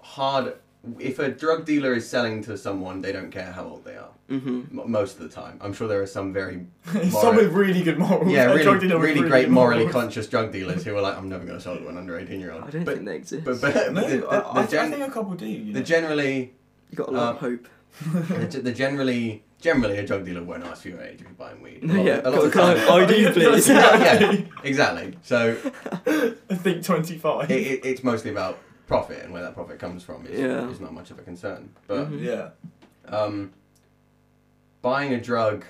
[SPEAKER 3] harder. If a drug dealer is selling to someone, they don't care how old they are.
[SPEAKER 1] Mhm.
[SPEAKER 3] M- most of the time, I'm sure there are
[SPEAKER 1] [LAUGHS]
[SPEAKER 3] some very
[SPEAKER 2] Some with really good morals.
[SPEAKER 3] yeah,
[SPEAKER 2] I don't
[SPEAKER 3] really,
[SPEAKER 2] think they're
[SPEAKER 3] really great
[SPEAKER 2] good [LAUGHS]
[SPEAKER 3] morally
[SPEAKER 2] morals.
[SPEAKER 3] conscious drug dealers who are like, I'm never going to sell to an under 18 year old.
[SPEAKER 1] I don't
[SPEAKER 3] but,
[SPEAKER 1] think they exist.
[SPEAKER 3] but but
[SPEAKER 2] No,
[SPEAKER 3] the, the, uh,
[SPEAKER 2] I, I,
[SPEAKER 3] the, gen-
[SPEAKER 2] I think a couple do. You know?
[SPEAKER 3] the generally
[SPEAKER 1] you got a lot of
[SPEAKER 3] uh,
[SPEAKER 1] hope.
[SPEAKER 3] the, g- the generally generally a drug dealer won't ask for your age if you're buying weed.
[SPEAKER 1] No,
[SPEAKER 3] A lot-
[SPEAKER 1] [LAUGHS] yeah.
[SPEAKER 3] a lot of
[SPEAKER 1] Can I-
[SPEAKER 3] the time-
[SPEAKER 1] I- ID, please.
[SPEAKER 3] [LAUGHS] Yeah, yeah, exactly. So
[SPEAKER 2] I think 25.
[SPEAKER 3] it, it, it's mostly about profit and where that profit comes from is,
[SPEAKER 1] Yeah.
[SPEAKER 3] is not much of a concern. But
[SPEAKER 1] Mhm.
[SPEAKER 2] yeah.
[SPEAKER 3] um, buying a drug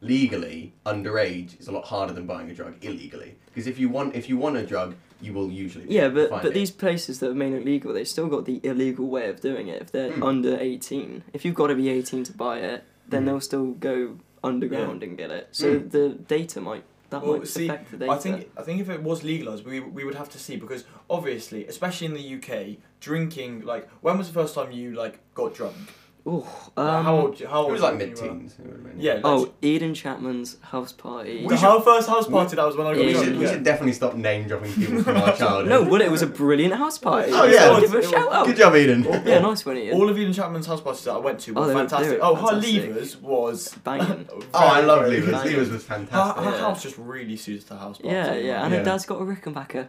[SPEAKER 3] legally underage is a lot harder than buying a drug illegally because if you want if you want a drug, you will usually
[SPEAKER 1] Yeah, but
[SPEAKER 3] find
[SPEAKER 1] but
[SPEAKER 3] it.
[SPEAKER 1] these places that have made it legal, they've still got the illegal way of doing it. If they're
[SPEAKER 3] Hmm.
[SPEAKER 1] under eighteen, if you've got to be eighteen to buy it, then
[SPEAKER 3] Hmm.
[SPEAKER 1] they'll still go underground and get it. So
[SPEAKER 3] Hmm.
[SPEAKER 1] the data might that
[SPEAKER 2] Well,
[SPEAKER 1] might
[SPEAKER 2] see,
[SPEAKER 1] affect the data.
[SPEAKER 2] I think I think if it was legalized, we we would have to see because obviously, especially in the UK, drinking like when was the first time you like got drunk?
[SPEAKER 1] Ooh,
[SPEAKER 2] Like,
[SPEAKER 1] um,
[SPEAKER 2] how old? How old?
[SPEAKER 3] it was like
[SPEAKER 2] you uh?
[SPEAKER 3] mid
[SPEAKER 2] were?
[SPEAKER 3] teens. it would've been.
[SPEAKER 2] Yeah. Like,
[SPEAKER 1] Oh, Eden Chapman's house party.
[SPEAKER 2] the
[SPEAKER 3] We should-
[SPEAKER 2] whole first house
[SPEAKER 3] we-
[SPEAKER 2] party that was when I got
[SPEAKER 1] Yeah.
[SPEAKER 3] We
[SPEAKER 2] drunk.
[SPEAKER 3] should, we
[SPEAKER 2] yeah.
[SPEAKER 3] should definitely stop name dropping people from our
[SPEAKER 1] [LAUGHS]
[SPEAKER 3] childhood.
[SPEAKER 1] No, well, it was a brilliant house party.
[SPEAKER 2] Oh,
[SPEAKER 1] So
[SPEAKER 2] yeah.
[SPEAKER 1] I'll give it a
[SPEAKER 2] It was-
[SPEAKER 1] shout out.
[SPEAKER 3] Good job, Eden.
[SPEAKER 1] Yeah, nice one, Ian.
[SPEAKER 2] All of Ian Chapman's house parties that I went to were
[SPEAKER 1] Oh, they were- they
[SPEAKER 2] fantastic.
[SPEAKER 1] were
[SPEAKER 2] oh,
[SPEAKER 1] fantastic.
[SPEAKER 2] her levers was [LAUGHS]
[SPEAKER 1] Banging.
[SPEAKER 2] very,
[SPEAKER 3] [LAUGHS] Oh, I love
[SPEAKER 2] very
[SPEAKER 3] Levers.
[SPEAKER 2] good.
[SPEAKER 1] Thank you.
[SPEAKER 3] Levers was
[SPEAKER 2] Her,
[SPEAKER 3] fantastic.
[SPEAKER 2] her
[SPEAKER 1] Yeah.
[SPEAKER 2] house just really suited the house party.
[SPEAKER 1] yeah, yeah, and
[SPEAKER 3] Yeah.
[SPEAKER 1] her dad's got a Rickenbacker.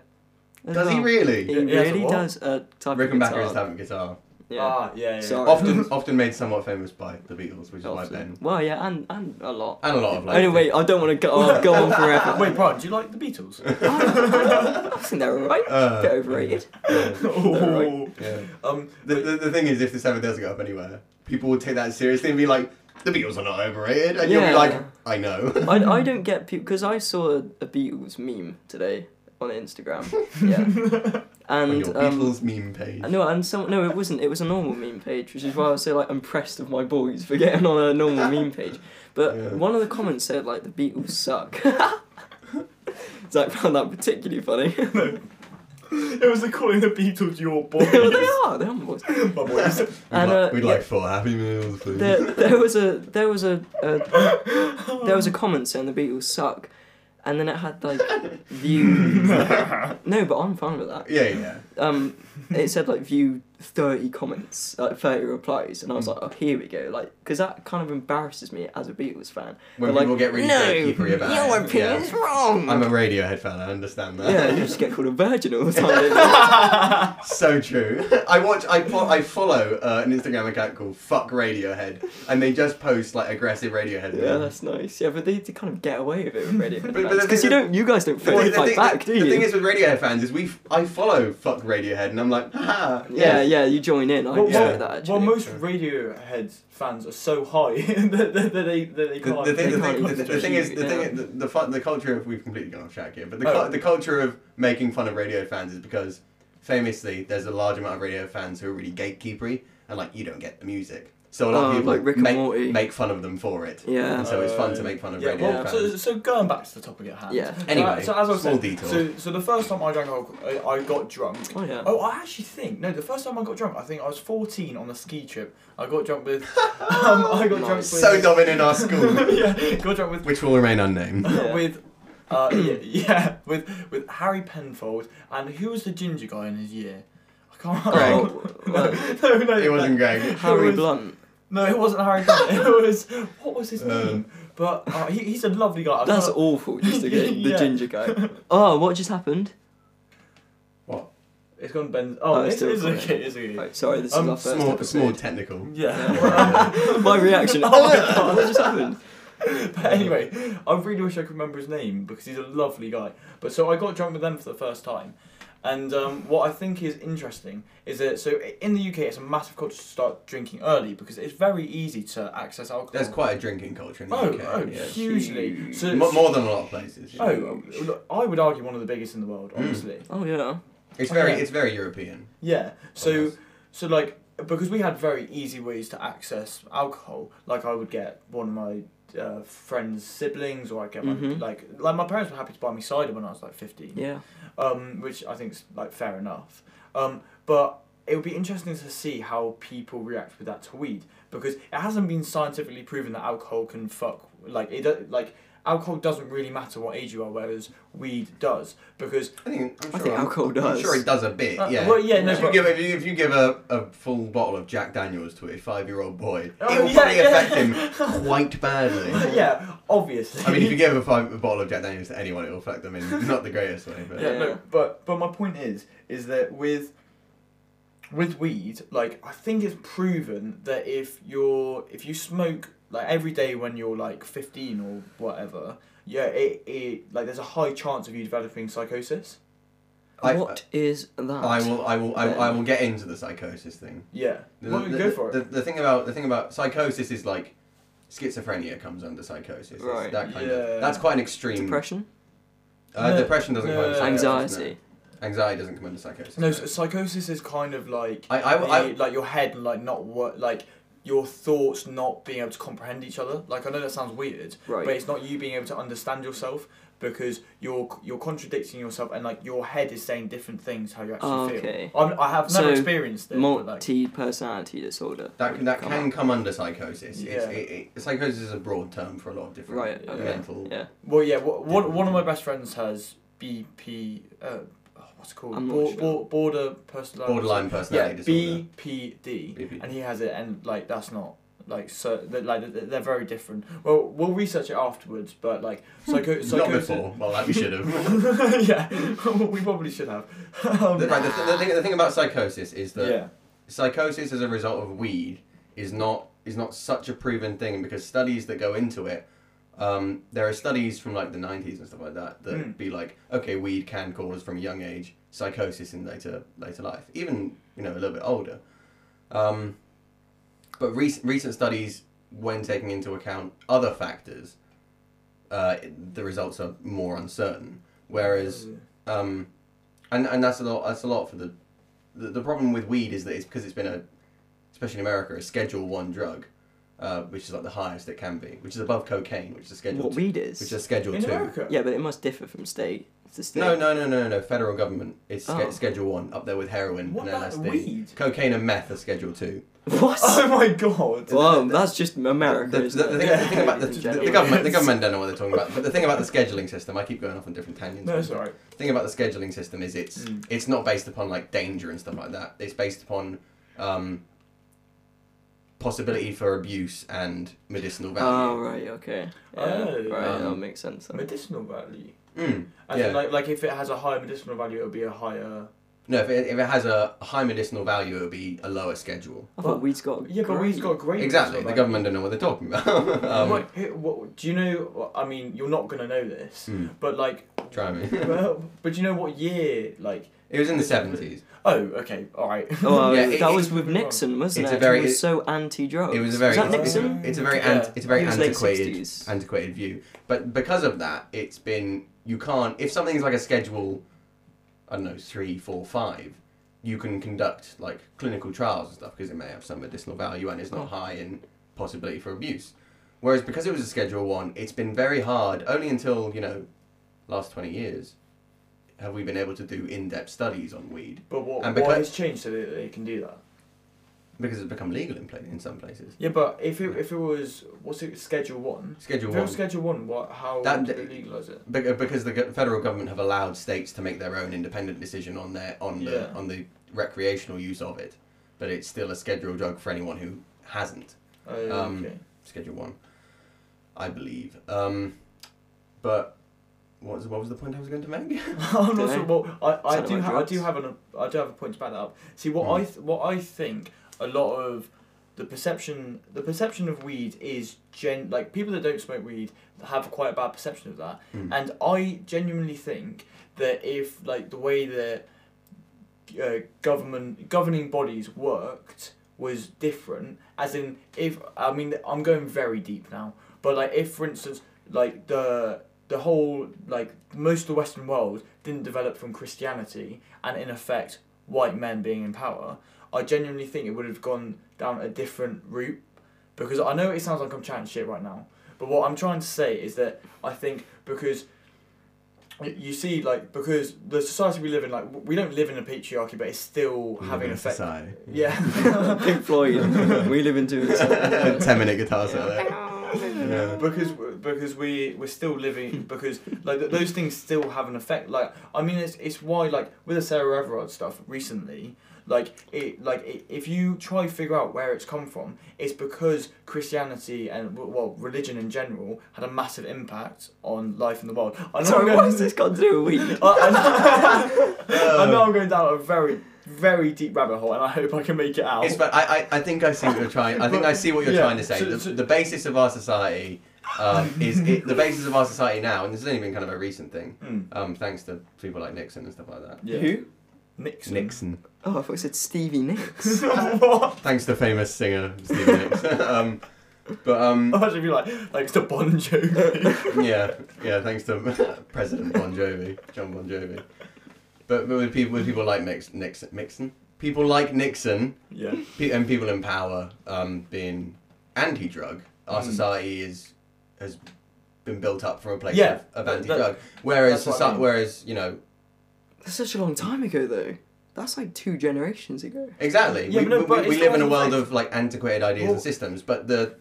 [SPEAKER 1] as
[SPEAKER 3] Does he
[SPEAKER 1] well.
[SPEAKER 3] really?
[SPEAKER 1] He
[SPEAKER 2] Yeah, he has a
[SPEAKER 1] really
[SPEAKER 2] what?
[SPEAKER 1] does a type of
[SPEAKER 3] Rickenbacker
[SPEAKER 1] guitar. Oh,
[SPEAKER 3] is having guitar.
[SPEAKER 1] Yeah.
[SPEAKER 2] Ah, yeah, yeah.
[SPEAKER 1] Sorry. [LAUGHS]
[SPEAKER 3] Often, often made somewhat famous by the Beatles, which is why Ben.
[SPEAKER 1] Well, yeah, and and a lot.
[SPEAKER 3] And a lot of like.
[SPEAKER 1] Anyway, I don't want to go, oh, go
[SPEAKER 3] [LAUGHS]
[SPEAKER 1] on
[SPEAKER 2] [LAUGHS]
[SPEAKER 1] forever. Oh.
[SPEAKER 2] Wait, Brian, do you like the
[SPEAKER 1] [LAUGHS]
[SPEAKER 2] Beatles?
[SPEAKER 1] I [LAUGHS] think they're alright.
[SPEAKER 3] Uh,
[SPEAKER 1] Bit overrated. [LAUGHS]
[SPEAKER 2] Oh.
[SPEAKER 3] Yeah.
[SPEAKER 2] Um,
[SPEAKER 3] The, the, the thing is, if this ever does go up anywhere, people will take that seriously and be like, the Beatles are not overrated. And you'll be
[SPEAKER 1] Yeah.
[SPEAKER 3] like, I know.
[SPEAKER 1] I, I don't get people because I saw a, a Beatles meme today on
[SPEAKER 3] [LAUGHS]
[SPEAKER 1] Instagram. Yeah,
[SPEAKER 3] [LAUGHS] On
[SPEAKER 1] and
[SPEAKER 3] your
[SPEAKER 1] um,
[SPEAKER 3] Beatles meme page.
[SPEAKER 1] no, and some no, it wasn't. It was a normal meme page, which is why I was so like impressed with my boys for getting on a normal
[SPEAKER 3] [LAUGHS]
[SPEAKER 1] meme page. But
[SPEAKER 3] Yeah.
[SPEAKER 1] one of the comments said like the Beatles suck. [LAUGHS] Zach found that particularly funny.
[SPEAKER 2] [LAUGHS]
[SPEAKER 3] [LAUGHS]
[SPEAKER 1] [LAUGHS]
[SPEAKER 2] it was the calling the Beatles your boys.
[SPEAKER 1] they are. They are my boys.
[SPEAKER 2] [LAUGHS] My
[SPEAKER 1] [LAUGHS]
[SPEAKER 2] boys.
[SPEAKER 3] We'd,
[SPEAKER 1] and, uh,
[SPEAKER 3] like, we'd
[SPEAKER 1] yeah.
[SPEAKER 3] like four Happy Meals, please.
[SPEAKER 1] there, there was a there was a, a there was a comment saying the Beatles suck, and then it had
[SPEAKER 3] [LAUGHS]
[SPEAKER 1] like view. no, but I'm fine with that.
[SPEAKER 3] [LAUGHS] yeah, yeah.
[SPEAKER 1] Um, it said like view thirty comments, like thirty replies, and I was like, oh, here we go, like because that kind of embarrasses me as a Beatles fan.
[SPEAKER 3] When
[SPEAKER 1] But, like,
[SPEAKER 3] people get really
[SPEAKER 1] no,
[SPEAKER 3] gatekeepery about it.
[SPEAKER 1] your opinion's
[SPEAKER 3] yeah.
[SPEAKER 1] wrong.
[SPEAKER 3] I'm a Radiohead fan, I understand that.
[SPEAKER 1] yeah, you just get called a virgin all the time. don't
[SPEAKER 3] [LAUGHS] So true. I watch. I fo- I follow uh, an Instagram account called Fuck Radiohead, and they just post like aggressive Radiohead.
[SPEAKER 1] you? yeah, that's nice. Yeah, but they, they kind of get away with it already
[SPEAKER 3] But- but the
[SPEAKER 1] because you
[SPEAKER 3] thing-
[SPEAKER 1] don't, you guys don't
[SPEAKER 3] Well,
[SPEAKER 1] fully fight
[SPEAKER 3] thing,
[SPEAKER 1] back,
[SPEAKER 3] the,
[SPEAKER 1] do you?
[SPEAKER 3] the thing is with Radiohead fans is we. f- I follow Fuck Radiohead, and I'm like, [LAUGHS] ha.
[SPEAKER 1] yeah,
[SPEAKER 3] yes.
[SPEAKER 1] yeah, you join in. I
[SPEAKER 2] Well,
[SPEAKER 1] respect
[SPEAKER 3] yeah.
[SPEAKER 1] that.
[SPEAKER 2] well,
[SPEAKER 1] Actually.
[SPEAKER 2] well, most Radiohead fans are so high [LAUGHS] that, that, that they that they
[SPEAKER 3] The,
[SPEAKER 2] can't.
[SPEAKER 3] the thing, the,
[SPEAKER 2] they
[SPEAKER 3] thing,
[SPEAKER 2] can't
[SPEAKER 3] the, the thing is, the
[SPEAKER 1] Yeah.
[SPEAKER 3] thing, is- the, the, fu- the culture of we've completely gone off track here, but the, cu-
[SPEAKER 2] Oh.
[SPEAKER 3] the culture of making fun of Radiohead fans is because famously there's a large amount of Radiohead fans who are really gatekeepery and like you don't get the music, so a lot
[SPEAKER 1] Oh,
[SPEAKER 3] of people
[SPEAKER 1] like Rick and Morty.
[SPEAKER 3] make, make fun of them for it.
[SPEAKER 1] Yeah.
[SPEAKER 3] And so it's fun to make fun of
[SPEAKER 2] Uh, yeah,
[SPEAKER 3] Radiohead
[SPEAKER 2] well,
[SPEAKER 3] fans. [LAUGHS]
[SPEAKER 2] so, so going back to the topic at hand.
[SPEAKER 1] Yeah.
[SPEAKER 3] Anyway,
[SPEAKER 2] so as I was
[SPEAKER 3] small
[SPEAKER 2] saying,
[SPEAKER 3] detour.
[SPEAKER 2] So, so the first time I drank alcohol, I, I got drunk.
[SPEAKER 1] Oh yeah.
[SPEAKER 2] Oh, I actually think no. The first time I got drunk, I think I was fourteen on a ski trip. I got drunk with. [LAUGHS] um, I got drunk with.
[SPEAKER 1] Nice.
[SPEAKER 3] so dominant in our
[SPEAKER 2] [LAUGHS]
[SPEAKER 3] school,
[SPEAKER 2] yeah, got drunk with
[SPEAKER 3] which will remain unnamed.
[SPEAKER 1] [LAUGHS] Yeah.
[SPEAKER 2] with. Uh, yeah, yeah, with with Harry Penfold and who was the ginger guy in his year? I can't.
[SPEAKER 1] Oh,
[SPEAKER 2] [LAUGHS] no, no, no,
[SPEAKER 3] It
[SPEAKER 2] no.
[SPEAKER 3] wasn't Greg.
[SPEAKER 1] Harry
[SPEAKER 2] was-
[SPEAKER 1] Blunt.
[SPEAKER 2] No, it wasn't Harry
[SPEAKER 1] [LAUGHS]
[SPEAKER 2] Gunn. it was what was his name? But uh, he, he's a lovely guy.
[SPEAKER 3] Uh-huh.
[SPEAKER 2] I've
[SPEAKER 1] That's
[SPEAKER 2] heard-
[SPEAKER 1] awful, just to
[SPEAKER 3] [LAUGHS]
[SPEAKER 1] get the
[SPEAKER 2] Yeah.
[SPEAKER 1] ginger guy. Oh, what just happened?
[SPEAKER 3] What?
[SPEAKER 2] It's gone Ben. Oh,
[SPEAKER 1] Oh, it's
[SPEAKER 2] it's,
[SPEAKER 1] still
[SPEAKER 2] it's
[SPEAKER 1] recording.
[SPEAKER 2] okay. It's okay.
[SPEAKER 1] Right, sorry, this
[SPEAKER 2] Um,
[SPEAKER 1] is our first
[SPEAKER 3] Small,
[SPEAKER 1] episode.
[SPEAKER 3] small technical.
[SPEAKER 2] Yeah.
[SPEAKER 1] My reaction. Oh, my God, [LAUGHS] what just happened?
[SPEAKER 2] but anyway, I really wish I could remember his name because he's a lovely guy. But so I got drunk with them for the first time. And um, what I think is interesting is that so in the UK it's a massive culture to start drinking early because it's very easy to access alcohol.
[SPEAKER 3] There's quite a drinking culture in the
[SPEAKER 2] oh,
[SPEAKER 3] UK.
[SPEAKER 2] oh,
[SPEAKER 3] yeah.
[SPEAKER 2] hugely. So,
[SPEAKER 3] Mo- more than a lot of places. yeah.
[SPEAKER 2] oh, look, I would argue one of the biggest in the world,
[SPEAKER 3] Mm.
[SPEAKER 2] honestly.
[SPEAKER 1] Oh, yeah.
[SPEAKER 3] it's very
[SPEAKER 2] yeah.
[SPEAKER 3] it's very European.
[SPEAKER 2] Yeah. So
[SPEAKER 3] almost.
[SPEAKER 2] so like because we had very easy ways to access alcohol. Like I would get one of my uh, friends' siblings, or I get my,
[SPEAKER 3] Mm-hmm.
[SPEAKER 1] Mhm.
[SPEAKER 2] like like my parents were happy to buy me cider when I was like fifteen.
[SPEAKER 1] Yeah.
[SPEAKER 2] Um, which I think is like fair enough. Um, but it would be interesting to see how people react with that to weed because it hasn't been scientifically proven that alcohol can fuck like it do- like alcohol doesn't really matter what age you are whereas weed does because [LAUGHS]
[SPEAKER 3] I think I'm
[SPEAKER 1] I
[SPEAKER 3] sure
[SPEAKER 1] think
[SPEAKER 3] I'm-
[SPEAKER 1] alcohol
[SPEAKER 3] I'm
[SPEAKER 1] does.
[SPEAKER 3] sure it does a bit.
[SPEAKER 2] Uh,
[SPEAKER 3] yeah.
[SPEAKER 2] well, yeah, no,
[SPEAKER 3] if you
[SPEAKER 2] but-
[SPEAKER 3] give if you, if you give a, a full bottle of Jack Daniels to a five year old boy,
[SPEAKER 2] Oh,
[SPEAKER 3] it will
[SPEAKER 2] yeah,
[SPEAKER 3] probably
[SPEAKER 2] yeah.
[SPEAKER 3] affect
[SPEAKER 2] [LAUGHS]
[SPEAKER 3] him quite badly.
[SPEAKER 2] yeah obviously
[SPEAKER 3] I mean, if you give a, five, a bottle of Jack Daniels to anyone, it will affect them in not the greatest way. But
[SPEAKER 1] [LAUGHS]
[SPEAKER 2] yeah,
[SPEAKER 1] Yeah.
[SPEAKER 2] no, but but my point is is that with with weed, like I think it's proven that if you're if you smoke like every day when you're like fifteen or whatever, yeah, it, it like there's a high chance of you developing psychosis.
[SPEAKER 1] What
[SPEAKER 3] I- uh,
[SPEAKER 1] is that?
[SPEAKER 3] I will, I will, I, I will get into the psychosis thing.
[SPEAKER 2] Yeah,
[SPEAKER 3] The,
[SPEAKER 2] well,
[SPEAKER 3] the-
[SPEAKER 2] go for
[SPEAKER 3] the-
[SPEAKER 2] it.
[SPEAKER 3] the thing about the thing about psychosis is like schizophrenia comes under psychosis. It's
[SPEAKER 1] Right.
[SPEAKER 3] That kind
[SPEAKER 2] Yeah.
[SPEAKER 3] of that's quite an extreme.
[SPEAKER 1] Depression,
[SPEAKER 3] Uh,
[SPEAKER 2] No.
[SPEAKER 3] Depression doesn't come
[SPEAKER 2] No.
[SPEAKER 3] under psychosis, does
[SPEAKER 1] anxiety.
[SPEAKER 3] it? Anxiety doesn't come under psychosis.
[SPEAKER 2] No, so psychosis is kind of like
[SPEAKER 3] I- I-
[SPEAKER 2] the-
[SPEAKER 3] I-
[SPEAKER 2] like your head like not what like your thoughts not being able to comprehend each other. Like I know that sounds weird,
[SPEAKER 1] Right.
[SPEAKER 2] but it's not you being able to understand yourself because you're you're contradicting yourself and like your head is saying different things how you actually
[SPEAKER 1] Oh, Okay.
[SPEAKER 2] feel. I'm, I have never
[SPEAKER 1] So,
[SPEAKER 2] experienced it. but, like,
[SPEAKER 1] Multi-personality disorder.
[SPEAKER 3] That can, that
[SPEAKER 1] Come
[SPEAKER 3] can
[SPEAKER 1] on.
[SPEAKER 3] come under psychosis. It's,
[SPEAKER 2] Yeah.
[SPEAKER 3] it, it, psychosis is a broad term for a lot of different
[SPEAKER 1] Right. Okay.
[SPEAKER 3] mental.
[SPEAKER 1] Yeah.
[SPEAKER 2] well, yeah. What, one one of my best friends has BP. Uh, oh, what's it called?
[SPEAKER 1] I'm not
[SPEAKER 2] Bor-
[SPEAKER 1] sure.
[SPEAKER 2] bor- border personality.
[SPEAKER 3] Borderline
[SPEAKER 2] Yeah,
[SPEAKER 3] personality disorder.
[SPEAKER 2] BPD.
[SPEAKER 3] BPD.
[SPEAKER 2] and he has it, and like that's not like so that like th- th- they're very different. Well, we'll research it afterwards, but like psycho-
[SPEAKER 3] Not
[SPEAKER 2] psychosis.
[SPEAKER 3] before. Well, that we should have.
[SPEAKER 2] [LAUGHS]
[SPEAKER 3] [LAUGHS]
[SPEAKER 2] yeah, [LAUGHS] we probably should have. [LAUGHS] Um,
[SPEAKER 3] The- right, the, th- the, thing, the thing about psychosis is that
[SPEAKER 2] yeah,
[SPEAKER 3] psychosis as a result of weed is not is not such a proven thing because studies that go into it um, there are studies from like the 90s and stuff like that that
[SPEAKER 2] Mm.
[SPEAKER 3] be like okay weed can cause from a young age psychosis in later later life even you know a little bit older um, but rec- recent studies when taking into account other factors uh, the results are more uncertain whereas um, and and that's a lot. That's a lot for the, the the problem with weed is that it's because it's been a, especially in America, a Schedule One drug, uh, which is like the highest it can be, which is above cocaine, which is a Schedule
[SPEAKER 1] What
[SPEAKER 3] two,
[SPEAKER 1] weed is?
[SPEAKER 3] which is a Schedule
[SPEAKER 2] in
[SPEAKER 3] Two.
[SPEAKER 2] America.
[SPEAKER 1] Yeah, but it must differ from state to state.
[SPEAKER 3] No, no, no, no, no. Federal government. It's sch-
[SPEAKER 1] Oh.
[SPEAKER 3] Schedule One up there with heroin
[SPEAKER 2] What
[SPEAKER 3] and
[SPEAKER 2] about
[SPEAKER 3] LSD.
[SPEAKER 2] weed?
[SPEAKER 3] Cocaine and meth are Schedule Two.
[SPEAKER 1] [LAUGHS] What?
[SPEAKER 2] [LAUGHS]
[SPEAKER 3] [LAUGHS]
[SPEAKER 2] Oh my god.
[SPEAKER 1] Wow, that's just America.
[SPEAKER 3] The, the,
[SPEAKER 1] isn't
[SPEAKER 3] the
[SPEAKER 1] it?
[SPEAKER 3] thing, the thing about the,
[SPEAKER 1] In
[SPEAKER 3] the,
[SPEAKER 1] general.
[SPEAKER 3] the government, the government don't know what they're talking about. But the thing about the scheduling system, I keep going off on different tangents.
[SPEAKER 2] No, it's alright.
[SPEAKER 3] The thing about the scheduling system is it's
[SPEAKER 2] Mm.
[SPEAKER 3] it's not based upon like danger and stuff like that. It's based upon um, possibility for abuse and medicinal
[SPEAKER 1] Oh
[SPEAKER 3] value.
[SPEAKER 1] right, okay. Yeah,
[SPEAKER 2] Oh.
[SPEAKER 1] right, that
[SPEAKER 3] Um,
[SPEAKER 1] makes sense. Then.
[SPEAKER 2] Medicinal value.
[SPEAKER 3] Mm.
[SPEAKER 2] I
[SPEAKER 3] Yeah.
[SPEAKER 2] think like like if it has a higher medicinal value, it'll be a higher.
[SPEAKER 3] No, if it, if it has a high medicinal value, it would be a lower schedule.
[SPEAKER 1] I thought weed's got.
[SPEAKER 2] Yeah, but weed's
[SPEAKER 1] great-
[SPEAKER 2] got great. medicinal
[SPEAKER 3] Exactly. The
[SPEAKER 2] value.
[SPEAKER 3] government don't know what they're talking about. [LAUGHS] um,
[SPEAKER 2] What- who- what- do you know? I mean, you're not gonna know this,
[SPEAKER 3] mm,
[SPEAKER 2] but like,
[SPEAKER 3] try me.
[SPEAKER 2] well, but do you know what year? Like,
[SPEAKER 3] [LAUGHS] it was in the seventies.
[SPEAKER 2] oh, okay, all right.
[SPEAKER 1] Oh,
[SPEAKER 3] Yeah, it-
[SPEAKER 1] that
[SPEAKER 3] it-
[SPEAKER 1] was with Nixon, wasn't
[SPEAKER 3] it's
[SPEAKER 1] it?
[SPEAKER 3] a very-
[SPEAKER 1] he was so anti-drug.
[SPEAKER 3] It was a very.
[SPEAKER 1] Was that
[SPEAKER 2] it's-
[SPEAKER 1] Nixon?
[SPEAKER 3] It's a very.
[SPEAKER 2] Yeah.
[SPEAKER 3] Anti, it's a very
[SPEAKER 1] He was late
[SPEAKER 3] antiquated.
[SPEAKER 1] 60s.
[SPEAKER 3] antiquated view. But because of that, it's been you can't if something's like a schedule, I don't know three, four, five, you can conduct like clinical trials and stuff because it may have some medicinal value and it's not high in possibility for abuse. Whereas because it was a schedule one, it's been very hard. Only until you know, last twenty years, have we been able to do in-depth studies on weed
[SPEAKER 2] [LAUGHS] But what, what
[SPEAKER 3] And because-
[SPEAKER 2] has changed so that they can do that?
[SPEAKER 3] because it's become legal in pla in some places.
[SPEAKER 2] Yeah, but if it, if it was what's it Schedule One?
[SPEAKER 3] Schedule
[SPEAKER 2] If it was
[SPEAKER 3] one.
[SPEAKER 2] Schedule One, what? How
[SPEAKER 3] That-
[SPEAKER 2] did they legalise it?
[SPEAKER 3] Be- because the go- federal government have allowed states to make their own independent decision on their on the
[SPEAKER 2] Yeah.
[SPEAKER 3] on the recreational use of it, but it's still a scheduled drug for anyone who hasn't.
[SPEAKER 2] Oh,
[SPEAKER 3] Um,
[SPEAKER 2] okay. [LAUGHS]
[SPEAKER 3] Schedule One, I believe. Um, but what was, what was the point I was going to make?
[SPEAKER 2] I'm not
[SPEAKER 1] Dunno.
[SPEAKER 2] sure. Well, I, I
[SPEAKER 1] Sounded
[SPEAKER 2] do
[SPEAKER 1] like
[SPEAKER 2] ha- I do
[SPEAKER 1] drugs.
[SPEAKER 2] have an I do have a point to back that up. See what
[SPEAKER 3] Mm.
[SPEAKER 2] I th- what I think a lot of the perception the perception of weed is gen like people that don't smoke weed have quite a bad perception of that,
[SPEAKER 3] Mm.
[SPEAKER 2] and I genuinely think that if like the way that uh, government governing bodies worked was different, as in if I mean I'm going very deep now, but like if for instance like the the whole like most of the Western world didn't develop from Christianity and in effect white men being in power, I genuinely think it would have gone down a different route because I know it sounds like I'm chatting shit right now, but what I'm trying to say is that I think because y- you see like because the society we live in like w- we don't live in a patriarchy but it's still having an effect
[SPEAKER 3] Sigh. [LAUGHS]
[SPEAKER 1] [LAUGHS]
[SPEAKER 2] yeah
[SPEAKER 1] [LAUGHS] Pink
[SPEAKER 2] [LAUGHS]
[SPEAKER 1] Floyd. we live in two.
[SPEAKER 3] Ten minute guitar solo.
[SPEAKER 2] Yeah. because because we we're still
[SPEAKER 1] [LAUGHS]
[SPEAKER 2] living because like th- those things still have an effect like i mean it's it's why like with the sarah everard stuff recently like it like it, if you try to figure out where it's come from it's because christianity and w- well religion in general had a massive impact on life in the world i know
[SPEAKER 1] Sorry,
[SPEAKER 2] I'm
[SPEAKER 1] what
[SPEAKER 2] going,
[SPEAKER 1] has this Uh. got to do with weed?
[SPEAKER 2] I,
[SPEAKER 1] [LAUGHS]
[SPEAKER 2] I know, [LAUGHS] I know i'm going down a very very deep rabbit hole and i hope i can make it out
[SPEAKER 3] It's, but I, I, I think I see what you're trying. I think I see what you're
[SPEAKER 2] Yeah.
[SPEAKER 3] trying to say.
[SPEAKER 2] So-
[SPEAKER 3] the,
[SPEAKER 2] so-
[SPEAKER 3] the basis of our society um, is it, the basis of our society now, and this has only been kind of a recent thing,
[SPEAKER 2] Mm.
[SPEAKER 3] um, thanks to people like Nixon and stuff like that.
[SPEAKER 2] yeah.
[SPEAKER 1] Who?
[SPEAKER 2] nixon
[SPEAKER 3] Nixon.
[SPEAKER 1] Oh, I thought it said Stevie Nicks. [LAUGHS]
[SPEAKER 2] [LAUGHS] what?
[SPEAKER 3] Thanks to famous singer Steve Nicks.
[SPEAKER 2] [LAUGHS]
[SPEAKER 3] um, but um,
[SPEAKER 2] Imagine if you like, like it's a Bon [LAUGHS] Jovi.
[SPEAKER 3] yeah, yeah. Thanks to [LAUGHS] President Bon Jovi, John Bon Jovi. But, but with people with people like Mix, Nixon, Nixon, people like Nixon,
[SPEAKER 2] yeah.
[SPEAKER 3] Pe- and people in power um, being anti-drug, our
[SPEAKER 2] Mm.
[SPEAKER 3] society is has been built up from a place
[SPEAKER 2] Yeah,
[SPEAKER 3] of, of
[SPEAKER 2] that-
[SPEAKER 3] anti-drug.
[SPEAKER 2] that-
[SPEAKER 3] whereas,
[SPEAKER 2] that's what I
[SPEAKER 3] soci-
[SPEAKER 2] mean.
[SPEAKER 3] whereas you know
[SPEAKER 1] That's such a long time ago, though. That's like two generations ago.
[SPEAKER 3] exactly,
[SPEAKER 2] Yeah,
[SPEAKER 3] we,
[SPEAKER 2] but no,
[SPEAKER 3] we-
[SPEAKER 2] but
[SPEAKER 3] we,
[SPEAKER 2] it's
[SPEAKER 3] live in a
[SPEAKER 2] not
[SPEAKER 3] world
[SPEAKER 2] like-
[SPEAKER 3] of like antiquated ideas
[SPEAKER 2] Well-
[SPEAKER 3] and systems. But the,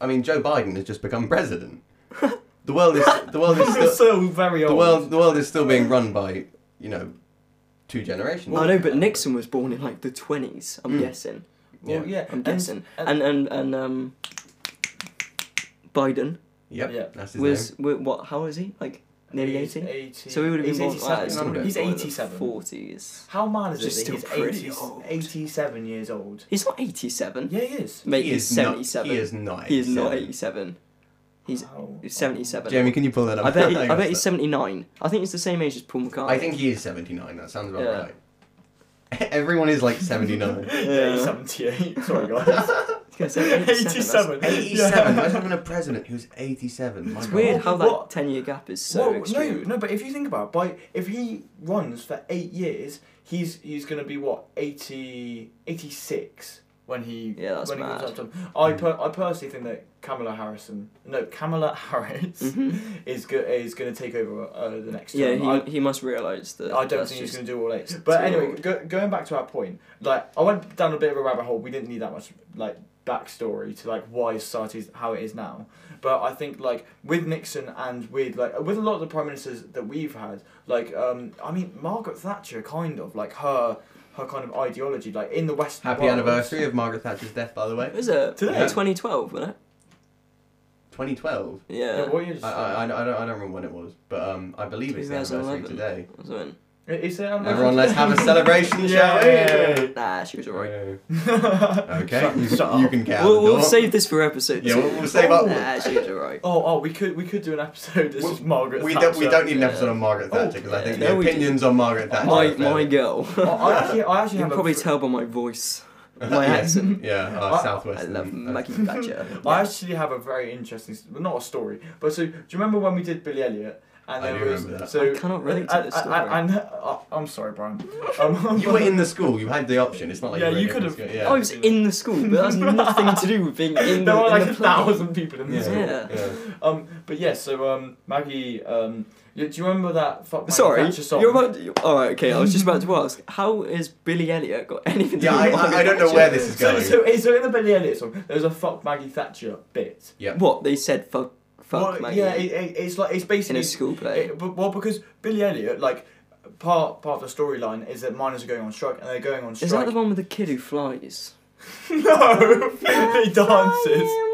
[SPEAKER 3] I mean, Joe Biden has just become
[SPEAKER 2] [LAUGHS]
[SPEAKER 3] president. the world is the world is
[SPEAKER 2] It's
[SPEAKER 3] still,
[SPEAKER 2] so very old.
[SPEAKER 3] the world the world is still being run by you know two generations.
[SPEAKER 1] I know, but Nixon was born in like the 20s, I'm
[SPEAKER 3] Mm.
[SPEAKER 1] guessing.
[SPEAKER 2] Well, yeah.
[SPEAKER 1] I'm guessing.
[SPEAKER 2] Hmm. and-
[SPEAKER 1] And, and, and, um, Biden
[SPEAKER 3] Yep,
[SPEAKER 2] Yeah.
[SPEAKER 3] that's his
[SPEAKER 1] was, wa- what, how old is he? Like, nearly 80? So he would have been
[SPEAKER 2] He's
[SPEAKER 1] born
[SPEAKER 2] 87.
[SPEAKER 1] like,
[SPEAKER 2] He's
[SPEAKER 1] like, the
[SPEAKER 2] 87.
[SPEAKER 1] 40s.
[SPEAKER 2] How mad is
[SPEAKER 1] Just
[SPEAKER 2] it
[SPEAKER 1] still
[SPEAKER 2] that he's
[SPEAKER 1] pretty
[SPEAKER 2] 80,
[SPEAKER 1] old.
[SPEAKER 2] 87 years old?
[SPEAKER 1] He's not 87.
[SPEAKER 2] Yeah,
[SPEAKER 1] [LAUGHS]
[SPEAKER 2] he is.
[SPEAKER 3] name.
[SPEAKER 1] Mate,
[SPEAKER 3] He
[SPEAKER 1] he's
[SPEAKER 3] is not-
[SPEAKER 1] 77.
[SPEAKER 3] He is not.
[SPEAKER 1] He is not
[SPEAKER 3] 87.
[SPEAKER 1] 87. He's
[SPEAKER 2] Wow.
[SPEAKER 1] 77.
[SPEAKER 3] Jamie, can you pull that up?
[SPEAKER 1] I bet,
[SPEAKER 2] [LAUGHS]
[SPEAKER 3] [LAUGHS]
[SPEAKER 1] he, I
[SPEAKER 3] messed
[SPEAKER 1] bet he's
[SPEAKER 3] up.
[SPEAKER 1] 79. I think he's the same age as Paul McCartney.
[SPEAKER 3] I think he is 79. That sounds about
[SPEAKER 1] Yeah.
[SPEAKER 3] right. [LAUGHS] Everyone is
[SPEAKER 1] [LAUGHS]
[SPEAKER 3] like 79.
[SPEAKER 2] Yeah, he's 78. Sorry, guys.
[SPEAKER 1] He's gonna say 87. That's-
[SPEAKER 3] 87. Imagine having a president who's 87. My
[SPEAKER 1] It's
[SPEAKER 3] God.
[SPEAKER 1] weird how that
[SPEAKER 2] What?
[SPEAKER 1] 10 year gap is so
[SPEAKER 2] Well, no,
[SPEAKER 1] extreme.
[SPEAKER 2] no, but if you think about it, by, if he runs for eight years, he's he's going to be, what, 80, 86 when he
[SPEAKER 1] Yeah, that's
[SPEAKER 2] when he
[SPEAKER 1] mad.
[SPEAKER 2] comes up to I, per- I personally think that Kamala Harrison, no, Kamala [LAUGHS] Harris is, go- is going to take over uh, the next
[SPEAKER 1] Mm-hmm. Yeah,
[SPEAKER 2] term. I-
[SPEAKER 1] he, he must realise that.
[SPEAKER 2] I don't
[SPEAKER 1] that's
[SPEAKER 2] think he's
[SPEAKER 1] just-
[SPEAKER 2] going to do all eight. [LAUGHS] But
[SPEAKER 1] too
[SPEAKER 2] anyway,
[SPEAKER 1] old.
[SPEAKER 2] go, going back to our point, like I went down a bit of a rabbit hole. We didn't need that much like backstory to like why society is how it is now. But I think like with Nixon and with like with a lot of the prime ministers that we've had, like um, I mean Margaret Thatcher, kind of like her her kind of ideology, like in the West.
[SPEAKER 3] Happy
[SPEAKER 2] world-
[SPEAKER 3] anniversary
[SPEAKER 1] [LAUGHS]
[SPEAKER 3] of Margaret Thatcher's death, by the way.
[SPEAKER 1] It was a
[SPEAKER 2] Today?
[SPEAKER 1] 2012, wasn't it?
[SPEAKER 3] 2012.
[SPEAKER 1] Yeah.
[SPEAKER 2] Yeah, what you just
[SPEAKER 3] I, I, I, don't, I don't remember when it was, but um, I believe it's the anniversary
[SPEAKER 1] 2011. [LAUGHS]
[SPEAKER 3] today.
[SPEAKER 1] That's what I mean.
[SPEAKER 2] Is it anniversary
[SPEAKER 3] Everyone,
[SPEAKER 2] [LAUGHS]
[SPEAKER 3] let's have
[SPEAKER 1] [LAUGHS]
[SPEAKER 3] a celebration, shall we?
[SPEAKER 2] Yeah.
[SPEAKER 1] Nah, she was alright.
[SPEAKER 3] Okay,
[SPEAKER 2] Shut-
[SPEAKER 3] you,
[SPEAKER 2] shut
[SPEAKER 3] you
[SPEAKER 2] up.
[SPEAKER 3] can count.
[SPEAKER 1] We'll, we'll save this for episode
[SPEAKER 3] Yeah,
[SPEAKER 1] two.
[SPEAKER 3] we'll, we'll save up.
[SPEAKER 1] Nah, she was alright.
[SPEAKER 3] [LAUGHS]
[SPEAKER 2] Oh, oh, we could we could do an episode. It's
[SPEAKER 3] We-
[SPEAKER 2] just Margaret.
[SPEAKER 3] We
[SPEAKER 2] Thatcher.
[SPEAKER 3] don't, we don't need an
[SPEAKER 1] Yeah.
[SPEAKER 3] episode on Margaret
[SPEAKER 2] Oh,
[SPEAKER 3] Thatcher because I think
[SPEAKER 1] yeah,
[SPEAKER 3] the
[SPEAKER 1] we do.
[SPEAKER 3] opinions on Margaret Thatcher.
[SPEAKER 1] My,
[SPEAKER 3] are fair.
[SPEAKER 1] my girl.
[SPEAKER 2] Oh, [LAUGHS] I actually, I
[SPEAKER 1] [LAUGHS] you
[SPEAKER 2] actually
[SPEAKER 1] can
[SPEAKER 2] have a
[SPEAKER 1] probably
[SPEAKER 2] fr-
[SPEAKER 1] tell by my
[SPEAKER 3] [LAUGHS]
[SPEAKER 1] voice, my accent.
[SPEAKER 3] Yeah,
[SPEAKER 2] I-
[SPEAKER 3] uh, Southwest.
[SPEAKER 1] I love
[SPEAKER 3] and- uh, [LAUGHS]
[SPEAKER 1] Maggie Thatcher.
[SPEAKER 2] I actually have a very interesting, well, not a story, but so do you remember when we did Billy Elliot? And
[SPEAKER 3] I
[SPEAKER 2] there
[SPEAKER 3] do
[SPEAKER 2] was,
[SPEAKER 3] remember that.
[SPEAKER 2] So,
[SPEAKER 1] I cannot relate to
[SPEAKER 2] and-
[SPEAKER 1] this
[SPEAKER 2] and-
[SPEAKER 1] story.
[SPEAKER 2] And, and- uh, I'm sorry, Brian.
[SPEAKER 1] [LAUGHS]
[SPEAKER 2] Um,
[SPEAKER 3] You were
[SPEAKER 2] [LAUGHS]
[SPEAKER 3] in the school. You had the option. It's not like
[SPEAKER 2] Yeah,
[SPEAKER 3] you, were
[SPEAKER 2] you
[SPEAKER 3] in
[SPEAKER 2] could
[SPEAKER 3] the
[SPEAKER 2] have-
[SPEAKER 3] school,
[SPEAKER 1] I was in the school, but
[SPEAKER 2] [LAUGHS]
[SPEAKER 1] that's nothing to do with being in the,
[SPEAKER 2] there were
[SPEAKER 1] in
[SPEAKER 2] like
[SPEAKER 1] the
[SPEAKER 2] a
[SPEAKER 1] play.
[SPEAKER 2] thousand people in
[SPEAKER 3] Yeah.
[SPEAKER 2] this.
[SPEAKER 1] Yeah.
[SPEAKER 2] Um, but yeah, so um, Maggie, um, y- do you remember that? Fuck Maggie
[SPEAKER 1] Sorry,
[SPEAKER 2] Thatcher song?
[SPEAKER 1] you're about. To, all right, okay. I was just about to ask, how is Billy Elliot got anything to
[SPEAKER 3] Yeah,
[SPEAKER 1] do
[SPEAKER 3] I,
[SPEAKER 1] with Margaret
[SPEAKER 3] I, I don't know
[SPEAKER 1] Thatcher?
[SPEAKER 3] where this is
[SPEAKER 2] so,
[SPEAKER 3] going.
[SPEAKER 2] so, so in the Billy Elliot song, there's a fuck Maggie Thatcher bit.
[SPEAKER 1] What they said, fuck, fuck,
[SPEAKER 2] Well,
[SPEAKER 1] Maggie,
[SPEAKER 2] Yeah, it, it, it's like it's
[SPEAKER 1] in
[SPEAKER 2] basically
[SPEAKER 1] a school play.
[SPEAKER 2] It- but, well, because Billy Elliot, like [LAUGHS] part part of the storyline is that miners are going on strike, and they're going on strike.
[SPEAKER 1] is that the one with the kid who flies?
[SPEAKER 2] no, [LAUGHS] he dances. [LAUGHS]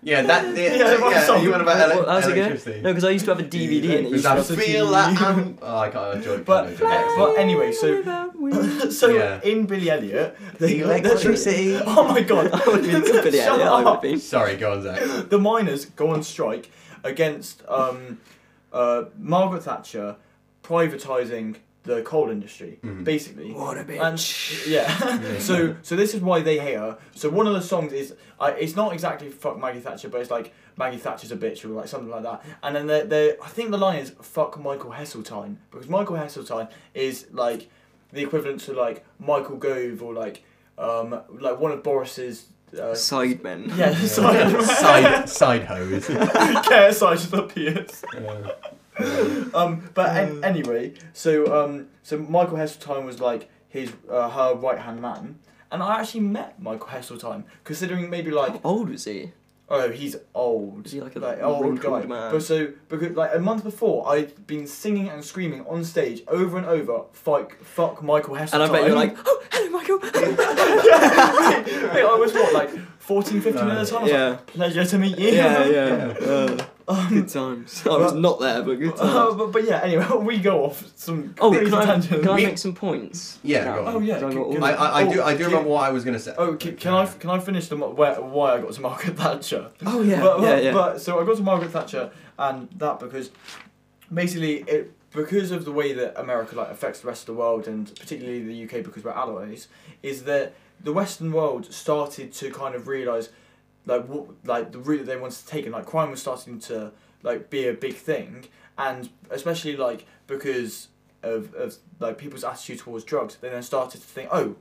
[SPEAKER 3] Yeah,
[SPEAKER 1] [LAUGHS]
[SPEAKER 3] that. The,
[SPEAKER 2] Yeah,
[SPEAKER 3] yeah,
[SPEAKER 2] what song?
[SPEAKER 3] you want about
[SPEAKER 1] What-
[SPEAKER 3] ele-
[SPEAKER 1] what- how's it go?
[SPEAKER 3] electricity?
[SPEAKER 1] No, because I used to have a DVD in it.
[SPEAKER 3] Was
[SPEAKER 1] used
[SPEAKER 3] that
[SPEAKER 1] to
[SPEAKER 2] Exactly.
[SPEAKER 1] have-
[SPEAKER 3] feel like I'm? Oh, I can't enjoy.
[SPEAKER 2] But- Well, anyway, so- [LAUGHS] so
[SPEAKER 3] Yeah.
[SPEAKER 2] in Billy Elliot, they
[SPEAKER 3] Electricity.
[SPEAKER 2] [LAUGHS] Oh my
[SPEAKER 1] [LAUGHS]
[SPEAKER 2] god!
[SPEAKER 1] I would have been good for the
[SPEAKER 2] [LAUGHS] Shut
[SPEAKER 1] idea, I would have
[SPEAKER 2] up.
[SPEAKER 1] been.
[SPEAKER 3] sorry, go on, Zach.
[SPEAKER 2] The miners go on strike against um, uh, Margaret Thatcher privatizing the coal industry,
[SPEAKER 3] Mhm.
[SPEAKER 2] basically.
[SPEAKER 1] What a
[SPEAKER 2] And
[SPEAKER 1] bitch.
[SPEAKER 2] yeah, [LAUGHS] so so this is why they hate her. So one of the songs is uh, it's not exactly fuck Maggie Thatcher, but it's like Maggie Thatcher's a bitch or like something like that. And then they they I think the line is fuck Michael Heseltine because Michael Heseltine is like the equivalent to like Michael Gove or like um like one of Boris's uh,
[SPEAKER 1] Sidemen. [LAUGHS]
[SPEAKER 2] yeah side
[SPEAKER 3] side side hose.
[SPEAKER 2] care side of the peers.
[SPEAKER 3] Uh,
[SPEAKER 2] Um, but an- anyway, so um, so Michael Heseltine was like his uh, her right hand man, and I actually met Michael Heseltine, considering maybe like
[SPEAKER 1] How old was he?
[SPEAKER 2] oh he's old,
[SPEAKER 1] Is he like a
[SPEAKER 2] old guy.
[SPEAKER 1] wrinkled man?
[SPEAKER 2] But so because like a month before, I'd been singing and screaming on stage over and over, fuck fuck Michael Heseltine.
[SPEAKER 1] And I bet you're like, oh, hello,
[SPEAKER 2] [LAUGHS]
[SPEAKER 1] Michael.
[SPEAKER 2] Wait, I was what like 14, 15 at the time. I was
[SPEAKER 1] Yeah.
[SPEAKER 2] like, pleasure to meet you.
[SPEAKER 1] yeah, yeah. Uh, good times. I was not there, but good
[SPEAKER 2] [LAUGHS] Um, Uh,
[SPEAKER 1] times.
[SPEAKER 2] but, but yeah, anyway, [LAUGHS] we go off some
[SPEAKER 1] Oh,
[SPEAKER 2] crazy
[SPEAKER 1] can I,
[SPEAKER 2] tangents.
[SPEAKER 1] can I
[SPEAKER 3] We-
[SPEAKER 1] make some points?
[SPEAKER 3] Yeah, go on.
[SPEAKER 2] Oh yeah,
[SPEAKER 1] Can I
[SPEAKER 2] c-
[SPEAKER 1] go
[SPEAKER 2] can
[SPEAKER 1] all-
[SPEAKER 3] I, I, I do
[SPEAKER 2] oh,
[SPEAKER 3] I do
[SPEAKER 2] you-
[SPEAKER 3] remember what I was gonna say.
[SPEAKER 2] Oh, can, can I can I finish the mo- where, why I got to Margaret Thatcher?
[SPEAKER 1] Oh, [LAUGHS] yeah,
[SPEAKER 2] but,
[SPEAKER 1] yeah,
[SPEAKER 2] but,
[SPEAKER 1] yeah.
[SPEAKER 2] but- so I got to Margaret Thatcher and that because basically it because of the way that America like affects the rest of the world and particularly the UK because we're allies is that the Western world started to kind of realise like what like the route that they wanted to take and like crime was starting to like be a big thing and especially like because of, of like people's attitude towards drugs they then started to think oh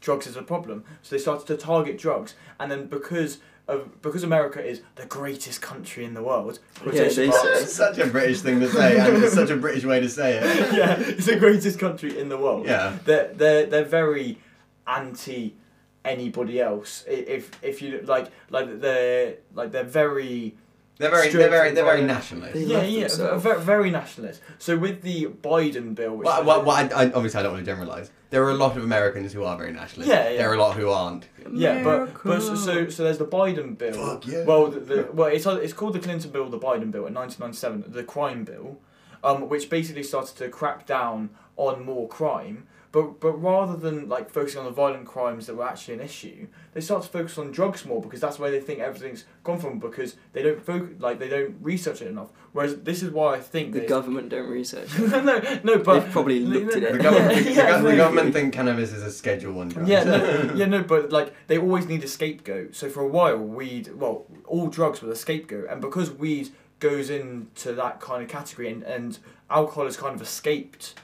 [SPEAKER 2] drugs is a problem so they started to target drugs and then because of because America is the greatest country in the world quotation
[SPEAKER 1] they
[SPEAKER 2] marks,
[SPEAKER 1] say-
[SPEAKER 3] It's such a British thing to say, and it's such a British way to say
[SPEAKER 2] [LAUGHS]
[SPEAKER 3] it.
[SPEAKER 2] yeah, it's the greatest country in the world.
[SPEAKER 3] Yeah.
[SPEAKER 2] they're they're, they're very anti anybody else. I- If if you like like they're like they're very
[SPEAKER 3] They're very,
[SPEAKER 2] Strict
[SPEAKER 3] they're very, they're very
[SPEAKER 2] environment.
[SPEAKER 3] nationalist.
[SPEAKER 1] They
[SPEAKER 2] yeah
[SPEAKER 1] love
[SPEAKER 2] yeah
[SPEAKER 1] themselves.
[SPEAKER 2] very, very nationalist. So with the Biden bill, which
[SPEAKER 3] Well, well, well I, I, obviously, I don't want to generalize. There are a lot of Americans who are very nationalist.
[SPEAKER 2] Yeah, yeah.
[SPEAKER 3] There are a lot
[SPEAKER 2] [LAUGHS]
[SPEAKER 3] who aren't.
[SPEAKER 2] yeah, but but so, so so there's the Biden bill.
[SPEAKER 3] Fuck yeah.
[SPEAKER 2] Well, the, the well it's it's called the Clinton bill, the Biden bill in 1997, the crime bill, um, which basically started to crack down on more crime. But but rather than like focusing on the violent crimes that were actually an issue, they start to focus on drugs more because that's where they think everything's gone from because they don't focus like they don't research it enough. Whereas this is why I think
[SPEAKER 1] The
[SPEAKER 2] that-
[SPEAKER 1] government don't research.
[SPEAKER 2] no no no but
[SPEAKER 1] They've probably looked at it.
[SPEAKER 3] The government, the,
[SPEAKER 2] [LAUGHS] Yeah,
[SPEAKER 3] gov-
[SPEAKER 2] no.
[SPEAKER 3] the government think cannabis is a Schedule One drug.
[SPEAKER 2] Yeah, no, [LAUGHS] yeah, no, but like they always need a scapegoat. So for a while, weed, well, all drugs were the scapegoat, and because weed goes into that kind of category, and, and alcohol has kind of escaped,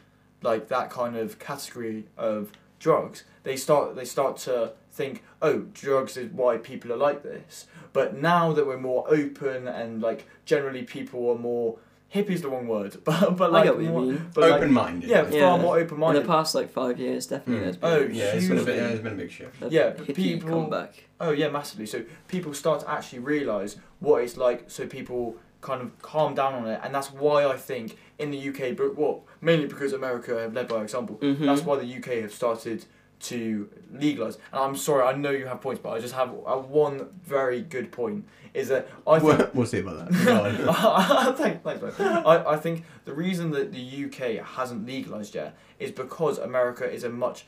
[SPEAKER 2] like that kind of category of drugs, they start they start to think, oh, drugs is why people are like this. But now that we're more open and like generally people are more hippie's the wrong word, [LAUGHS] but but
[SPEAKER 1] I
[SPEAKER 2] like
[SPEAKER 1] get what you
[SPEAKER 2] more-
[SPEAKER 1] mean.
[SPEAKER 2] but, like,
[SPEAKER 3] Open-minded.
[SPEAKER 2] yeah,
[SPEAKER 1] Yeah.
[SPEAKER 2] far more open
[SPEAKER 1] In the
[SPEAKER 2] minded.
[SPEAKER 1] past, like five years, definitely.
[SPEAKER 3] Mm.
[SPEAKER 1] There's
[SPEAKER 2] Oh,
[SPEAKER 1] been
[SPEAKER 3] yeah. It's been a bit.
[SPEAKER 2] Usually-
[SPEAKER 3] yeah, It's been a big shift.
[SPEAKER 1] a
[SPEAKER 2] yeah, but
[SPEAKER 1] hippie
[SPEAKER 2] people-
[SPEAKER 1] comeback.
[SPEAKER 2] Oh yeah, massively. So people start to actually realise what it's like. So people kind of calm down on it, and that's why I think in the UK, but well, mainly because America have led by example.
[SPEAKER 1] Mhm.
[SPEAKER 2] That's why the UK have started to legalise. And I'm sorry, I know you have points, but I just have uh, one very good point. Is that I think
[SPEAKER 3] [LAUGHS] We'll, we'll see about that. Go
[SPEAKER 1] [LAUGHS]
[SPEAKER 2] [LAUGHS]
[SPEAKER 3] on.
[SPEAKER 2] Thank- thanks, mate. I, I think the reason that the UK hasn't legalised yet is because America is a much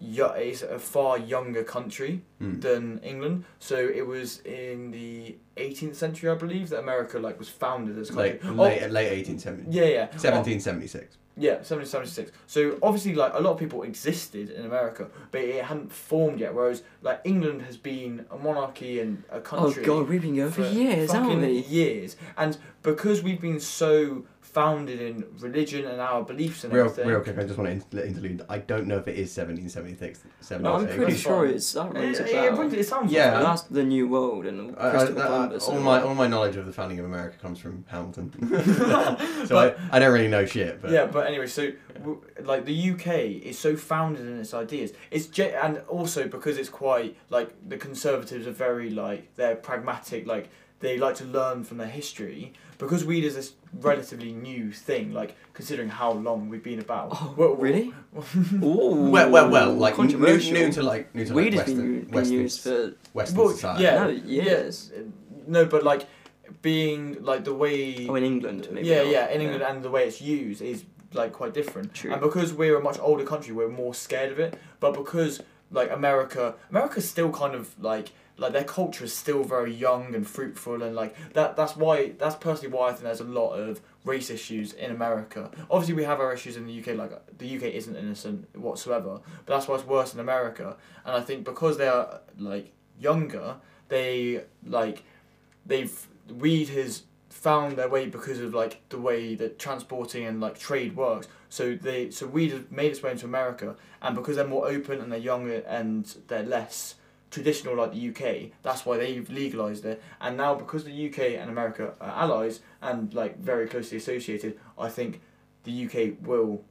[SPEAKER 2] yo- is a far younger country
[SPEAKER 3] Hmm.
[SPEAKER 2] than England. So it was in the 18th century, I believe, that America like was founded as a country.
[SPEAKER 3] Late,
[SPEAKER 2] Oh,
[SPEAKER 3] late, late 1870s.
[SPEAKER 2] yeah, yeah. Oh,
[SPEAKER 3] 1776.
[SPEAKER 2] yeah, 1776. So obviously, like a lot of people existed in America, but it hadn't formed yet. Whereas like England has been a monarchy and a
[SPEAKER 1] Oh
[SPEAKER 2] country
[SPEAKER 1] god, we've been going for years,
[SPEAKER 2] fucking
[SPEAKER 1] haven't we?
[SPEAKER 2] Years, and because we've been so founded in religion and our beliefs and
[SPEAKER 3] Real,
[SPEAKER 2] everything.
[SPEAKER 3] real quick, I just want to inter- interlude. I don't know if it is 1776.
[SPEAKER 1] No, I'm
[SPEAKER 3] 76.
[SPEAKER 1] pretty
[SPEAKER 2] That's
[SPEAKER 1] sure
[SPEAKER 2] fine.
[SPEAKER 1] it's that
[SPEAKER 2] It,
[SPEAKER 1] rings a
[SPEAKER 2] it- it
[SPEAKER 1] bell.
[SPEAKER 2] brings- it sounds
[SPEAKER 3] Yeah.
[SPEAKER 2] like
[SPEAKER 1] That's the New World and
[SPEAKER 3] I- I-
[SPEAKER 1] Christopher
[SPEAKER 3] I-
[SPEAKER 1] Columbus.
[SPEAKER 3] all
[SPEAKER 1] and-
[SPEAKER 3] my all my knowledge of the founding of America comes from
[SPEAKER 1] [LAUGHS]
[SPEAKER 3] Hamilton, [LAUGHS] so I, I don't really know shit. But
[SPEAKER 2] yeah, but anyway, so w- like the UK is so founded in its ideas. It's ge- and also because it's quite like the conservatives are very like they're pragmatic, like they like to learn from their history because weed is this relatively new thing. Like considering how long we've been about.
[SPEAKER 1] Oh,
[SPEAKER 2] Well,
[SPEAKER 1] really? [LAUGHS]
[SPEAKER 2] well,
[SPEAKER 1] Ooh,
[SPEAKER 3] Well, well, well, like new,
[SPEAKER 1] controversial.
[SPEAKER 3] new to like new to like
[SPEAKER 1] Weed has
[SPEAKER 3] Western,
[SPEAKER 1] been, u- been
[SPEAKER 3] Western,
[SPEAKER 1] used for
[SPEAKER 3] Western
[SPEAKER 2] Well,
[SPEAKER 3] society.
[SPEAKER 2] yeah.
[SPEAKER 1] no years.
[SPEAKER 2] No, but like being like the way.
[SPEAKER 1] Oh, in England, maybe.
[SPEAKER 2] yeah,
[SPEAKER 1] not.
[SPEAKER 2] yeah, in England and the way it's used is like quite different.
[SPEAKER 1] True.
[SPEAKER 2] And because we're a much older country, we're more scared of it. But because like America, America's still kind of like like their culture is still very young and fruitful and like that. That's why that's personally why I think there's a lot of race issues in America. Obviously, we have our issues in the UK. Like the UK isn't innocent whatsoever, but that's why it's worse in America. And I think because they are like younger, they like they've weed has found their way because of like the way that transporting and like trade works. So they so weed has made its way into America, and because they're more open and they're younger and they're less traditional like the UK, that's why they've legalized it. And now because the UK and America are allies and like very closely associated, I think the UK will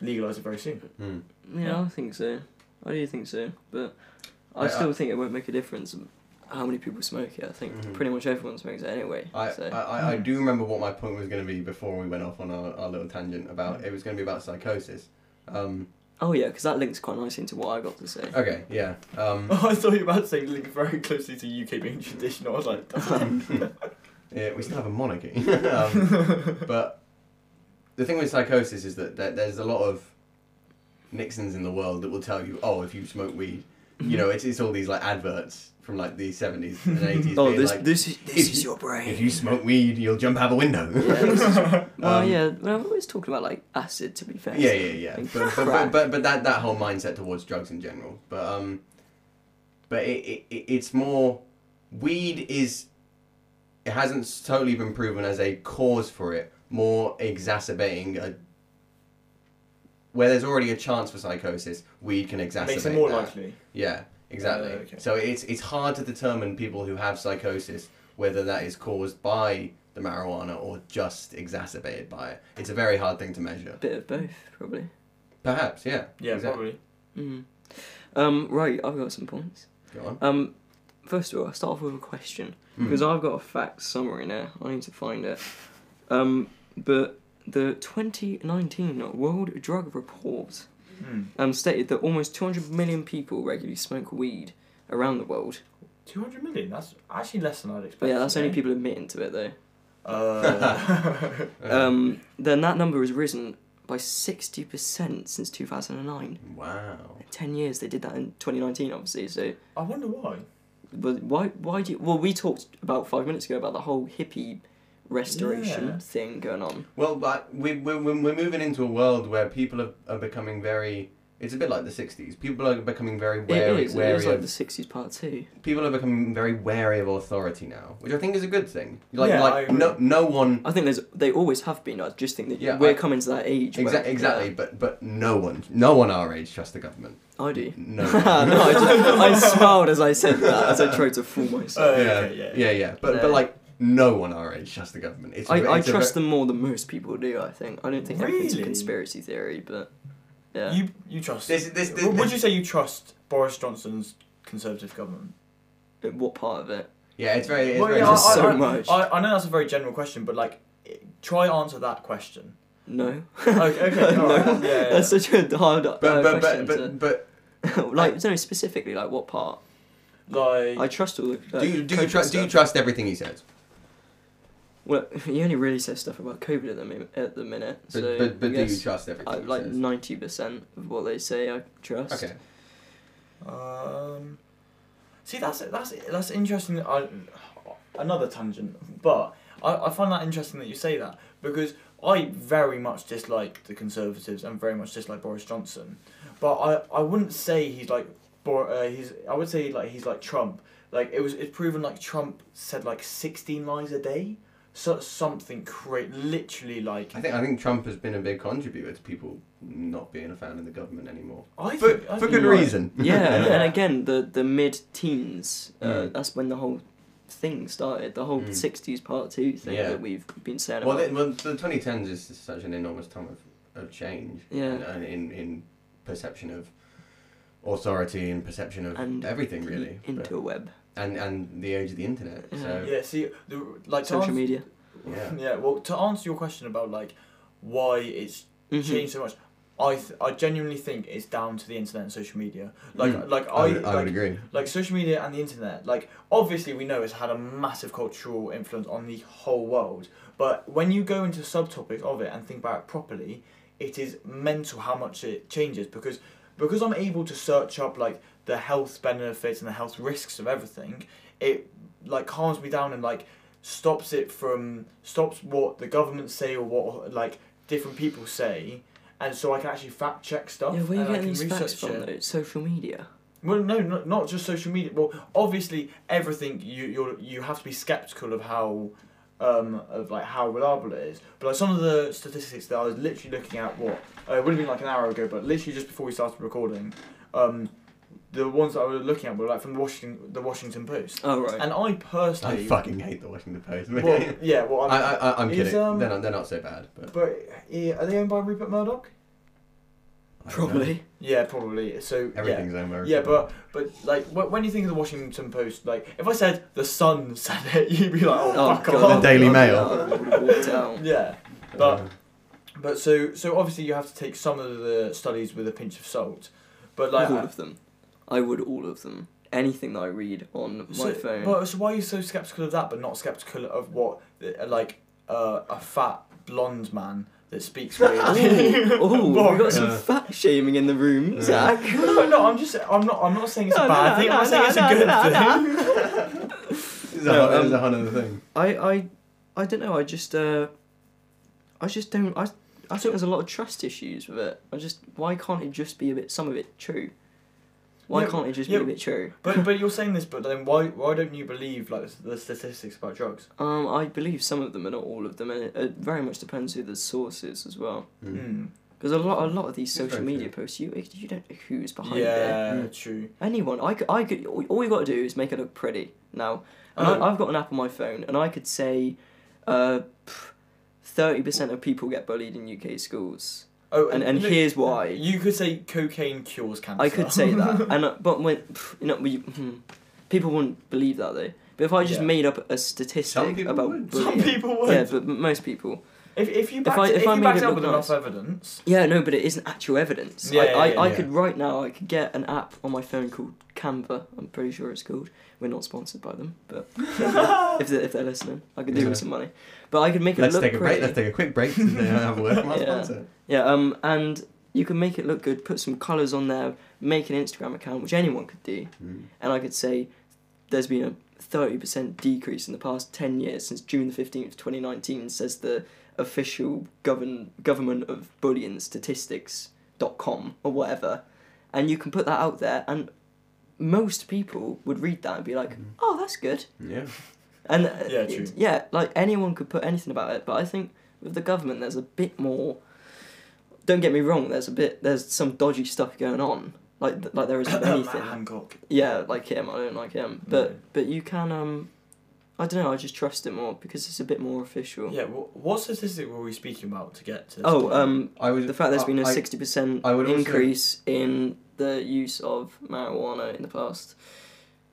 [SPEAKER 2] legalize it very soon. [LAUGHS]
[SPEAKER 3] Mm.
[SPEAKER 1] Yeah, I think so. I do think so, but I
[SPEAKER 3] Yeah,
[SPEAKER 1] still
[SPEAKER 3] I-
[SPEAKER 1] think it won't make a difference how many people smoke it. I think
[SPEAKER 3] Mhm.
[SPEAKER 1] pretty much everyone smokes it anyway.
[SPEAKER 3] I,
[SPEAKER 1] so.
[SPEAKER 3] I, I, I do remember what my point was going to be before we went off on our, our little tangent
[SPEAKER 1] Hmm.
[SPEAKER 3] about it was going to be about psychosis. Um,
[SPEAKER 1] oh yeah, because that links quite nicely into what I got to say.
[SPEAKER 3] okay, yeah. Um,
[SPEAKER 2] I thought you were about to say link very closely to UK being traditional. I was like,
[SPEAKER 3] [LAUGHS] yeah, we still have a monarchy. [LAUGHS] um,
[SPEAKER 2] [LAUGHS]
[SPEAKER 3] but the thing with psychosis is that there, there's a lot of Nixons in the world that will tell you, oh, if you smoke weed, you know, it's, it's all these like adverts from like the 70s and 80s.
[SPEAKER 1] oh,
[SPEAKER 3] being
[SPEAKER 1] this
[SPEAKER 3] like,
[SPEAKER 1] this is, this
[SPEAKER 3] if
[SPEAKER 1] is
[SPEAKER 3] you-
[SPEAKER 1] your brain.
[SPEAKER 3] If you smoke weed, you'll jump out a window. [LAUGHS]
[SPEAKER 1] Yeah, this is- well,
[SPEAKER 3] Um,
[SPEAKER 1] Oh, yeah, well, I've always talked about like acid. To be fair.
[SPEAKER 3] Yeah, yeah, yeah.
[SPEAKER 1] Like,
[SPEAKER 3] But, but,
[SPEAKER 1] crack.
[SPEAKER 3] but, but, but that, that whole mindset towards drugs in general. But um, but it, it, it it's more weed is it hasn't s- totally been proven as a cause for it, more exacerbating a where there's already a chance for psychosis, weed can
[SPEAKER 2] [LAUGHS]
[SPEAKER 3] exacerbate
[SPEAKER 2] makes it more
[SPEAKER 3] that.
[SPEAKER 2] likely.
[SPEAKER 3] Yeah, exactly.
[SPEAKER 2] Uh, okay.
[SPEAKER 3] So it's it's hard to determine people who have psychosis whether that is caused by the marijuana or just exacerbated by it. It's a very hard thing to measure.
[SPEAKER 1] bit of both, probably.
[SPEAKER 3] Perhaps, yeah.
[SPEAKER 2] Yeah,
[SPEAKER 3] Exactly.
[SPEAKER 1] Mm.
[SPEAKER 2] probably.
[SPEAKER 1] Um, right, I've got some points.
[SPEAKER 3] Go on. Hmm.
[SPEAKER 1] Um, first of all, I'll start off with a question. because I've got a fact summary now. I need to find it. Um, but the 2019 World Drug Report
[SPEAKER 2] Hmm.
[SPEAKER 1] um, stated that almost 200 million people regularly smoke weed around the world.
[SPEAKER 2] 200 million? That's actually less than I'd expect.
[SPEAKER 1] But yeah, that's only
[SPEAKER 2] today.
[SPEAKER 1] people admitting to it though.
[SPEAKER 2] Uh, [LAUGHS]
[SPEAKER 1] Um, then that number has risen by 60% since 2009.
[SPEAKER 3] wow.
[SPEAKER 1] In 10 years, they did that in 2019, obviously. So,
[SPEAKER 2] I wonder why.
[SPEAKER 1] but why? Why do you? Well, we talked about five minutes ago about the whole hippie restoration
[SPEAKER 2] Yeah.
[SPEAKER 1] thing going on.
[SPEAKER 3] Well, but we, we, we- we're moving into a world where people are, are becoming very. It's a bit like the 60s. People are becoming very
[SPEAKER 1] it
[SPEAKER 3] wary,
[SPEAKER 1] is. It
[SPEAKER 3] wary
[SPEAKER 1] is like
[SPEAKER 3] of,
[SPEAKER 1] the 60s part two.
[SPEAKER 3] People are becoming very wary of authority now, which I think is a good thing. Like,
[SPEAKER 2] Yeah, I
[SPEAKER 3] like
[SPEAKER 2] agree.
[SPEAKER 3] no, no one.
[SPEAKER 1] I think there's they always have been. I just think that
[SPEAKER 3] Yeah,
[SPEAKER 1] we're
[SPEAKER 3] I-
[SPEAKER 1] coming to that age. where-
[SPEAKER 3] Exa- exactly, but, but no one, no one our age trusts the government.
[SPEAKER 1] Yeah, I do.
[SPEAKER 3] No.
[SPEAKER 1] [LAUGHS] no,
[SPEAKER 3] [LAUGHS]
[SPEAKER 1] I, just, I smiled as I said that as I tried to fool [LAUGHS]
[SPEAKER 2] Oh,
[SPEAKER 1] myself.
[SPEAKER 2] okay,
[SPEAKER 3] yeah,
[SPEAKER 2] yeah.
[SPEAKER 3] yeah, yeah, But,
[SPEAKER 1] No.
[SPEAKER 3] but like, no one our age trusts the government. It's a
[SPEAKER 1] I,
[SPEAKER 3] ve-
[SPEAKER 1] I
[SPEAKER 3] it's a
[SPEAKER 1] trust
[SPEAKER 3] ve-
[SPEAKER 1] them more than most people do. I think. I don't think everything's a
[SPEAKER 2] Really?
[SPEAKER 1] conspiracy theory, but yeah.
[SPEAKER 2] You you trust.
[SPEAKER 3] This, this, this,
[SPEAKER 2] would you say you trust Boris Johnson's Conservative government?
[SPEAKER 1] what part of it?
[SPEAKER 3] Yeah, it's very. It's
[SPEAKER 2] Well,
[SPEAKER 3] very
[SPEAKER 2] yeah,
[SPEAKER 1] There's
[SPEAKER 2] I-
[SPEAKER 1] so
[SPEAKER 2] I-
[SPEAKER 1] much.
[SPEAKER 2] I, I know that's a very general question, but like, i- try answer
[SPEAKER 1] [LAUGHS]
[SPEAKER 2] that question.
[SPEAKER 1] No.
[SPEAKER 2] Okay, okay,
[SPEAKER 1] no.
[SPEAKER 2] alright, yeah, yeah.
[SPEAKER 1] [LAUGHS] That's such a hard uh,
[SPEAKER 3] but, but,
[SPEAKER 1] question.
[SPEAKER 3] but, but, but
[SPEAKER 1] to- [LAUGHS] like no, specifically like what part?
[SPEAKER 2] Like,
[SPEAKER 1] I trust all the. Uh,
[SPEAKER 3] do you, do you
[SPEAKER 1] COVID
[SPEAKER 3] trust do you
[SPEAKER 1] stuff.
[SPEAKER 3] trust everything he says?
[SPEAKER 1] Well, [LAUGHS] he only really says stuff about COVID at the mi- at the minute.
[SPEAKER 3] But,
[SPEAKER 1] so
[SPEAKER 3] but,
[SPEAKER 1] I
[SPEAKER 3] but do you
[SPEAKER 1] guess-
[SPEAKER 3] trust everything
[SPEAKER 1] I,
[SPEAKER 3] he
[SPEAKER 1] like
[SPEAKER 3] says?
[SPEAKER 1] ninety percent of what they say, I trust.
[SPEAKER 3] Okay.
[SPEAKER 2] um, see, that's that's that's interesting. that I, another tangent, but I, I find that interesting that you say that because I very much dislike the Conservatives and very much dislike Boris Johnson, but I, I wouldn't say he's like Bor- uh, he's I would say like he's like Trump. Like it was it's proven like Trump said like sixteen lies a day, so something cra- literally like
[SPEAKER 3] I think I think Trump has been a big contributor to people not being a fan of the government anymore.
[SPEAKER 2] I
[SPEAKER 3] For,
[SPEAKER 2] think, I
[SPEAKER 3] for
[SPEAKER 2] think
[SPEAKER 3] good
[SPEAKER 2] you're right.
[SPEAKER 3] reason.
[SPEAKER 1] [LAUGHS] Yeah,
[SPEAKER 3] [LAUGHS]
[SPEAKER 2] Yeah.
[SPEAKER 1] and again, the the mid teens. Uh,
[SPEAKER 3] Mm.
[SPEAKER 1] That's when the whole thing started. The whole
[SPEAKER 3] Mm.
[SPEAKER 1] '60s part two thing
[SPEAKER 3] Yeah.
[SPEAKER 1] that we've been saying
[SPEAKER 3] well,
[SPEAKER 1] about.
[SPEAKER 3] the, well, the 2010s is such an enormous time of, of change.
[SPEAKER 1] Yeah.
[SPEAKER 3] And, and in, in perception of authority and perception of
[SPEAKER 1] And
[SPEAKER 3] everything really.
[SPEAKER 1] Interweb.
[SPEAKER 3] and and the age of the internet. So
[SPEAKER 2] [LAUGHS] Yeah, see, the, like to
[SPEAKER 1] social
[SPEAKER 2] ans-
[SPEAKER 1] media.
[SPEAKER 3] yeah.
[SPEAKER 2] Yeah, well, to answer your question about like why it's
[SPEAKER 1] Mhm.
[SPEAKER 2] changed so much, I th- I genuinely think it's down to the internet and social media. Like
[SPEAKER 3] Mm.
[SPEAKER 2] like I,
[SPEAKER 3] I would,
[SPEAKER 2] like,
[SPEAKER 3] I would agree.
[SPEAKER 2] like social media and the internet. Like obviously we know it's had a massive cultural influence on the whole world, but when you go into subtopics of it and think about it properly, it is mental how much it changes because because I'm able to search up like the health benefits and the health risks of everything. It like calms me down and like stops it from stops what the government say or what like different people say, and so I can actually fact check stuff.
[SPEAKER 1] Yeah, where are
[SPEAKER 2] and
[SPEAKER 1] you
[SPEAKER 2] I
[SPEAKER 1] getting
[SPEAKER 2] can
[SPEAKER 1] these facts
[SPEAKER 2] research
[SPEAKER 1] from
[SPEAKER 2] it.
[SPEAKER 1] though? It's social media.
[SPEAKER 2] Well, no, not, not just social media. Well, obviously, everything you you you have to be skeptical of how, um, of like how reliable it is. But like some of the statistics that I was literally looking at, what uh, it would have been like an hour ago, but literally just before we started recording, um, the ones that I was looking at were like from the Washington the Washington Post,
[SPEAKER 1] Oh right.
[SPEAKER 2] and I
[SPEAKER 3] I
[SPEAKER 2] personally,
[SPEAKER 3] fucking hate the Washington Post.
[SPEAKER 2] well, yeah, well,
[SPEAKER 3] Oh, [LAUGHS] I,
[SPEAKER 2] I'm,
[SPEAKER 3] I, I, I'm
[SPEAKER 2] Is,
[SPEAKER 3] kidding.
[SPEAKER 2] um,
[SPEAKER 3] they're, not, they're not so bad, but
[SPEAKER 2] but yeah, are they owned by Rupert Murdoch?
[SPEAKER 3] I don't know.
[SPEAKER 1] Probably.
[SPEAKER 2] Yeah, probably. So yeah.
[SPEAKER 3] everything's owned by
[SPEAKER 2] Yeah,
[SPEAKER 3] Rupert.
[SPEAKER 2] but but like wh- when you think of the Washington Post, like if I said the Sun [LAUGHS] said it, you'd be like, oh,
[SPEAKER 1] Oh,
[SPEAKER 2] fuck
[SPEAKER 1] God.
[SPEAKER 2] off.
[SPEAKER 3] The Daily Mail.
[SPEAKER 1] No, I would've walked [LAUGHS] out.
[SPEAKER 2] Yeah,
[SPEAKER 3] Uh,
[SPEAKER 2] but- but so so obviously you have to take some of the studies with a pinch of salt, but like.
[SPEAKER 1] all of them. I would all of them. Anything that I read on
[SPEAKER 2] so,
[SPEAKER 1] my phone. [LAUGHS]
[SPEAKER 2] But, so why are you so skeptical of that, but not skeptical of what uh, like uh, a fat blonde man
[SPEAKER 1] [LAUGHS]
[SPEAKER 2] that speaks weird?
[SPEAKER 1] oh, we've got some
[SPEAKER 3] Yeah.
[SPEAKER 1] fat shaming in the room,
[SPEAKER 3] Yeah.
[SPEAKER 1] Zach.
[SPEAKER 2] [LAUGHS]
[SPEAKER 1] [LAUGHS]
[SPEAKER 2] no, no, I'm just I'm not I'm not saying it's
[SPEAKER 1] No,
[SPEAKER 2] a
[SPEAKER 1] no,
[SPEAKER 2] bad
[SPEAKER 1] no,
[SPEAKER 2] thing. I'm not
[SPEAKER 1] no,
[SPEAKER 2] saying it's
[SPEAKER 1] no,
[SPEAKER 2] a good
[SPEAKER 1] no, no.
[SPEAKER 2] thing.
[SPEAKER 3] There's
[SPEAKER 1] No,
[SPEAKER 3] a, there's
[SPEAKER 1] um,
[SPEAKER 3] a hundred thing.
[SPEAKER 1] I, I, I don't know. I just, uh, I just don't. I, I think there's a lot of trust issues with it. I just, why can't it just be a bit, some of it true? Why
[SPEAKER 2] Yeah,
[SPEAKER 1] can't it just
[SPEAKER 2] yeah.
[SPEAKER 1] be a bit true?
[SPEAKER 2] But but you're saying this, but then why why don't you believe like the statistics about drugs?
[SPEAKER 1] Um, I believe some of them, and not all of them, and it, it very much depends who the source is as well.
[SPEAKER 3] Mm.
[SPEAKER 2] Mm.
[SPEAKER 1] Because a lot, a lot of these
[SPEAKER 3] It's very
[SPEAKER 1] social media
[SPEAKER 3] true.
[SPEAKER 1] posts, you, you don't know who's behind it.
[SPEAKER 2] yeah,
[SPEAKER 3] Mm.
[SPEAKER 2] true.
[SPEAKER 1] Anyone, I could, I could, all all you got to do is make it look pretty now. And
[SPEAKER 2] Oh.
[SPEAKER 1] I, I've got an app on my phone, and I could say, uh, thirty percent of people get bullied in UK schools.
[SPEAKER 2] Oh,
[SPEAKER 1] and, and
[SPEAKER 2] no,
[SPEAKER 1] here's why.
[SPEAKER 2] You could say cocaine cures cancer.
[SPEAKER 1] I could
[SPEAKER 2] [LAUGHS]
[SPEAKER 1] say that, and uh, but when pff, you know, we, hmm, people wouldn't believe that though. But if I just
[SPEAKER 2] Yeah.
[SPEAKER 1] made up a statistic
[SPEAKER 3] Some people
[SPEAKER 1] about
[SPEAKER 3] would.
[SPEAKER 1] bullying,
[SPEAKER 2] Some people would.
[SPEAKER 1] yeah, but m- most people,
[SPEAKER 2] if if you
[SPEAKER 1] If
[SPEAKER 2] back
[SPEAKER 1] I-
[SPEAKER 2] if,
[SPEAKER 1] if I
[SPEAKER 2] you
[SPEAKER 1] made
[SPEAKER 2] backed
[SPEAKER 1] it
[SPEAKER 2] up
[SPEAKER 1] look
[SPEAKER 2] with
[SPEAKER 1] nice.
[SPEAKER 2] enough evidence.
[SPEAKER 1] yeah, no, but it isn't actual evidence.
[SPEAKER 2] Yeah,
[SPEAKER 1] I, I,
[SPEAKER 2] yeah,
[SPEAKER 1] I
[SPEAKER 3] yeah.
[SPEAKER 1] could right now, I could get an app on my phone called Canva. I'm pretty sure it's called. We're not sponsored by them,
[SPEAKER 2] [LAUGHS]
[SPEAKER 1] but if they're, if they're listening, I could do
[SPEAKER 3] Yeah.
[SPEAKER 1] with some money. But I could make it
[SPEAKER 3] Let's
[SPEAKER 1] look
[SPEAKER 3] take a break.
[SPEAKER 1] pretty.
[SPEAKER 3] Let's take a quick break. [LAUGHS] and then have a word from our
[SPEAKER 1] Yeah.
[SPEAKER 3] sponsor.
[SPEAKER 1] Yeah, um, and you can make it look good. Put some colours on there. Make an Instagram account, which anyone could do.
[SPEAKER 3] Mm.
[SPEAKER 1] and I could say there's been a 30% decrease in the past 10 years since June the 15th, 2019, says the official govern, government of bullying statistics.com or whatever. And you can put that out there, and most people would read that and be like,
[SPEAKER 3] Mhm.
[SPEAKER 1] oh, that's good.
[SPEAKER 3] Yeah.
[SPEAKER 1] And uh,
[SPEAKER 2] Mm-hmm. Yeah, true.
[SPEAKER 1] it- yeah, like anyone could put anything about it, but I think with the government, there's a bit more. Don't get me wrong. There's a bit. There's some dodgy stuff going on. Like th- like there
[SPEAKER 2] uh, [COUGHS]
[SPEAKER 1] is with
[SPEAKER 2] Oh,
[SPEAKER 1] anything.
[SPEAKER 2] Matt Hancock.
[SPEAKER 1] Yeah, like him. I don't like him, but
[SPEAKER 2] No.
[SPEAKER 1] but you can. Um, I don't know. I just trust it more because it's a bit more official.
[SPEAKER 2] Yeah, wh- what statistic were we speaking about to get to? This
[SPEAKER 1] Oh,
[SPEAKER 2] point?
[SPEAKER 1] um,
[SPEAKER 3] I would.
[SPEAKER 1] the fact there's been a
[SPEAKER 3] I-
[SPEAKER 1] sixty percent
[SPEAKER 3] I would also-
[SPEAKER 1] increase in the use of marijuana in the past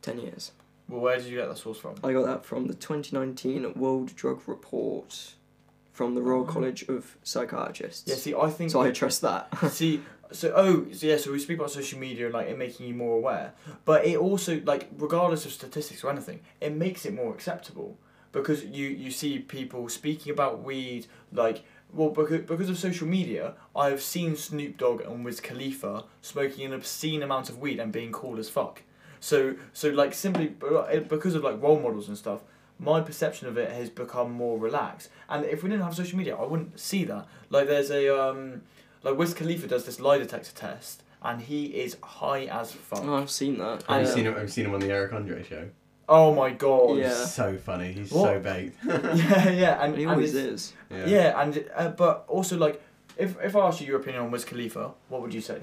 [SPEAKER 1] ten years.
[SPEAKER 2] Well, where did you get that source from?
[SPEAKER 1] I got that from the twenty nineteen World Drug Report from the Royal
[SPEAKER 2] Oh.
[SPEAKER 1] College of Psychiatrists.
[SPEAKER 2] Yeah, see, I think.
[SPEAKER 1] so I trust that.
[SPEAKER 2] see, so oh, so yeah, so we speak about social media and like it making you more aware, but it also like regardless of statistics or anything, it makes it more acceptable because you you see people speaking about weed like. Well, because, because of social media, I have seen Snoop Dogg and Wiz Khalifa smoking an obscene amount of weed and being cool as fuck. So, so like simply because of like role models and stuff, my perception of it has become more relaxed. And if we didn't have social media, I wouldn't see that. Like there's a um, like Wiz Khalifa does this lie detector test, and he is high as fuck.
[SPEAKER 1] Oh, I've seen that.
[SPEAKER 3] Have you
[SPEAKER 1] Yeah.
[SPEAKER 3] seen him? Have you seen him on the Eric Andre show?
[SPEAKER 2] Oh my god.
[SPEAKER 1] Yeah.
[SPEAKER 3] He's so funny. He's so
[SPEAKER 2] What?
[SPEAKER 3] baked.
[SPEAKER 2] [LAUGHS] yeah, yeah, and
[SPEAKER 1] He
[SPEAKER 2] and
[SPEAKER 1] always
[SPEAKER 2] it's-
[SPEAKER 1] is.
[SPEAKER 2] Yeah. and uh, but also like, if if I asked you your opinion on Wiz Khalifa, what would you say?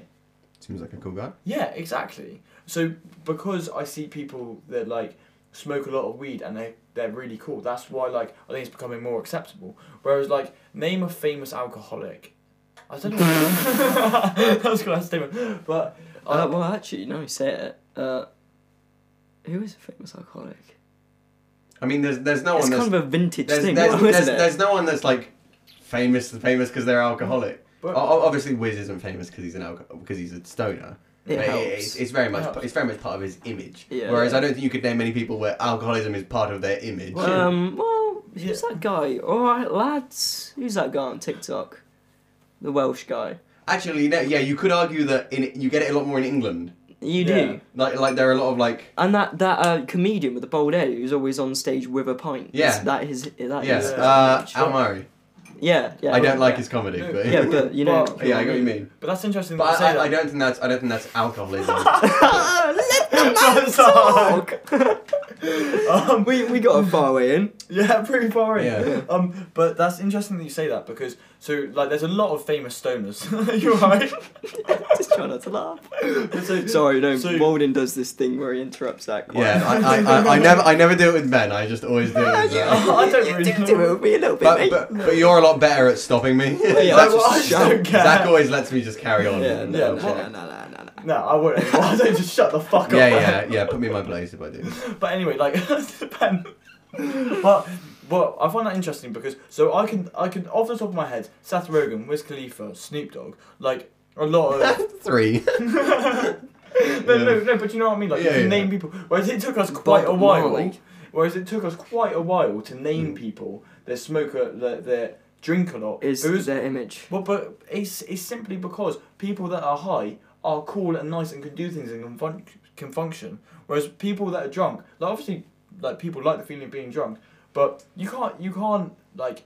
[SPEAKER 3] Seems like a cool guy.
[SPEAKER 2] Yeah, exactly. So because I see people that like smoke a lot of weed and they they're really cool. That's why like I think it's becoming more acceptable. Whereas like name a famous alcoholic. I don't know.
[SPEAKER 1] [LAUGHS]
[SPEAKER 2] [LAUGHS] That's quite a statement, but
[SPEAKER 1] Uh, well, actually, now you say it, uh, Who is a famous alcoholic?
[SPEAKER 3] I mean, there's there's no
[SPEAKER 1] it's
[SPEAKER 3] one that's
[SPEAKER 1] kind of a vintage
[SPEAKER 3] there's,
[SPEAKER 1] thing,
[SPEAKER 3] there's,
[SPEAKER 1] though, [LAUGHS]
[SPEAKER 3] there's,
[SPEAKER 1] isn't it?
[SPEAKER 3] there's no one that's like famous famous because they're alcoholic.
[SPEAKER 2] But-
[SPEAKER 3] O- o- obviously, Wiz isn't famous because he's an alcohol because he's a stoner.
[SPEAKER 1] It
[SPEAKER 3] But
[SPEAKER 1] helps.
[SPEAKER 3] It's, it's very much
[SPEAKER 2] helps.
[SPEAKER 3] it's very much part of his image.
[SPEAKER 1] Yeah.
[SPEAKER 3] Whereas I don't think you could name many people where alcoholism is part of their image.
[SPEAKER 1] Um, well, who's
[SPEAKER 2] Yeah.
[SPEAKER 1] that guy? All right, lads. Who's that guy on TikTok? The Welsh guy.
[SPEAKER 3] Actually, no, yeah, you could argue that in you get it a lot more in England.
[SPEAKER 1] You do.
[SPEAKER 2] Yeah.
[SPEAKER 3] Like like there are a lot of like
[SPEAKER 1] And that that uh, comedian with the bald head who's always on stage with a pint.
[SPEAKER 3] Yeah.
[SPEAKER 1] Is That is that
[SPEAKER 3] yeah,
[SPEAKER 1] is-
[SPEAKER 3] uh,
[SPEAKER 2] Sure.
[SPEAKER 3] Al Murray.
[SPEAKER 1] yeah. Yeah.
[SPEAKER 3] I don't like
[SPEAKER 2] yeah.
[SPEAKER 3] his comedy,
[SPEAKER 2] No.
[SPEAKER 3] but
[SPEAKER 1] Yeah, but you know.
[SPEAKER 2] But-
[SPEAKER 3] yeah, I get what you mean.
[SPEAKER 2] But that's interesting. that you
[SPEAKER 3] But
[SPEAKER 2] say
[SPEAKER 3] I, I,
[SPEAKER 2] that.
[SPEAKER 3] I don't think that's I don't think that's
[SPEAKER 1] [LAUGHS]
[SPEAKER 3] alcoholism.
[SPEAKER 1] [LAUGHS] Let the
[SPEAKER 3] [LAUGHS]
[SPEAKER 1] man
[SPEAKER 2] That's all.
[SPEAKER 1] talk.
[SPEAKER 2] Um,
[SPEAKER 1] we we got a far way in. [LAUGHS]
[SPEAKER 2] [LAUGHS] Yeah, pretty far in.
[SPEAKER 3] Yeah.
[SPEAKER 2] [LAUGHS] Um, but that's interesting that you say that because so like there's a lot of famous stoners. [LAUGHS] You're right.
[SPEAKER 1] Just try not to laugh.
[SPEAKER 2] [LAUGHS] so,
[SPEAKER 1] Sorry, no.
[SPEAKER 2] so-
[SPEAKER 1] Walden does this thing where he interrupts that. Quite
[SPEAKER 3] yeah, I, I,
[SPEAKER 1] [LAUGHS]
[SPEAKER 3] I, I never I never do it with men. I just always do it. With [LAUGHS]
[SPEAKER 1] you, [LAUGHS]
[SPEAKER 3] uh,
[SPEAKER 2] I don't
[SPEAKER 1] you
[SPEAKER 2] really
[SPEAKER 1] do
[SPEAKER 2] know.
[SPEAKER 1] do it with me a little bit,
[SPEAKER 3] but,
[SPEAKER 1] mate.
[SPEAKER 3] but, but you're a lot better at stopping me. [LAUGHS]
[SPEAKER 1] yeah,
[SPEAKER 3] Zach-
[SPEAKER 1] I will- I
[SPEAKER 2] don't
[SPEAKER 3] Zach-
[SPEAKER 2] care.
[SPEAKER 3] Zach always lets me just carry on.
[SPEAKER 1] yeah,
[SPEAKER 3] and-
[SPEAKER 1] no,
[SPEAKER 3] and
[SPEAKER 1] no,
[SPEAKER 3] shit.
[SPEAKER 1] no, no, no, no, no.
[SPEAKER 2] no, [LAUGHS] I wouldn't. Why don't you just shut the fuck
[SPEAKER 3] yeah,
[SPEAKER 2] up?
[SPEAKER 3] yeah, yeah. Put me in my place if I
[SPEAKER 1] [LAUGHS]
[SPEAKER 3] do.
[SPEAKER 2] [LAUGHS] But anyway, like Ben. But well, I find that interesting because so I can I can off the top of my head, Seth Rogen, Wiz Khalifa, Snoop Dogg, like a lot
[SPEAKER 3] [LAUGHS]
[SPEAKER 2] of.
[SPEAKER 3] Three.
[SPEAKER 2] No, no, no, but you know what I mean. Like
[SPEAKER 3] Yeah,
[SPEAKER 2] you can
[SPEAKER 3] yeah.
[SPEAKER 2] name people. Whereas it took us quite a
[SPEAKER 1] Bob
[SPEAKER 2] while.
[SPEAKER 1] Marley. Mm.
[SPEAKER 2] Whereas it took us quite a while to name people that smoke a, that, that drink a lot.
[SPEAKER 1] Is
[SPEAKER 2] It was-
[SPEAKER 1] their image.
[SPEAKER 2] well, but it's it's simply because people that are high are cool and nice and can do things and can, fun- can function. Whereas people that are drunk, like obviously, like people like the feeling of being drunk, but you can't you can't like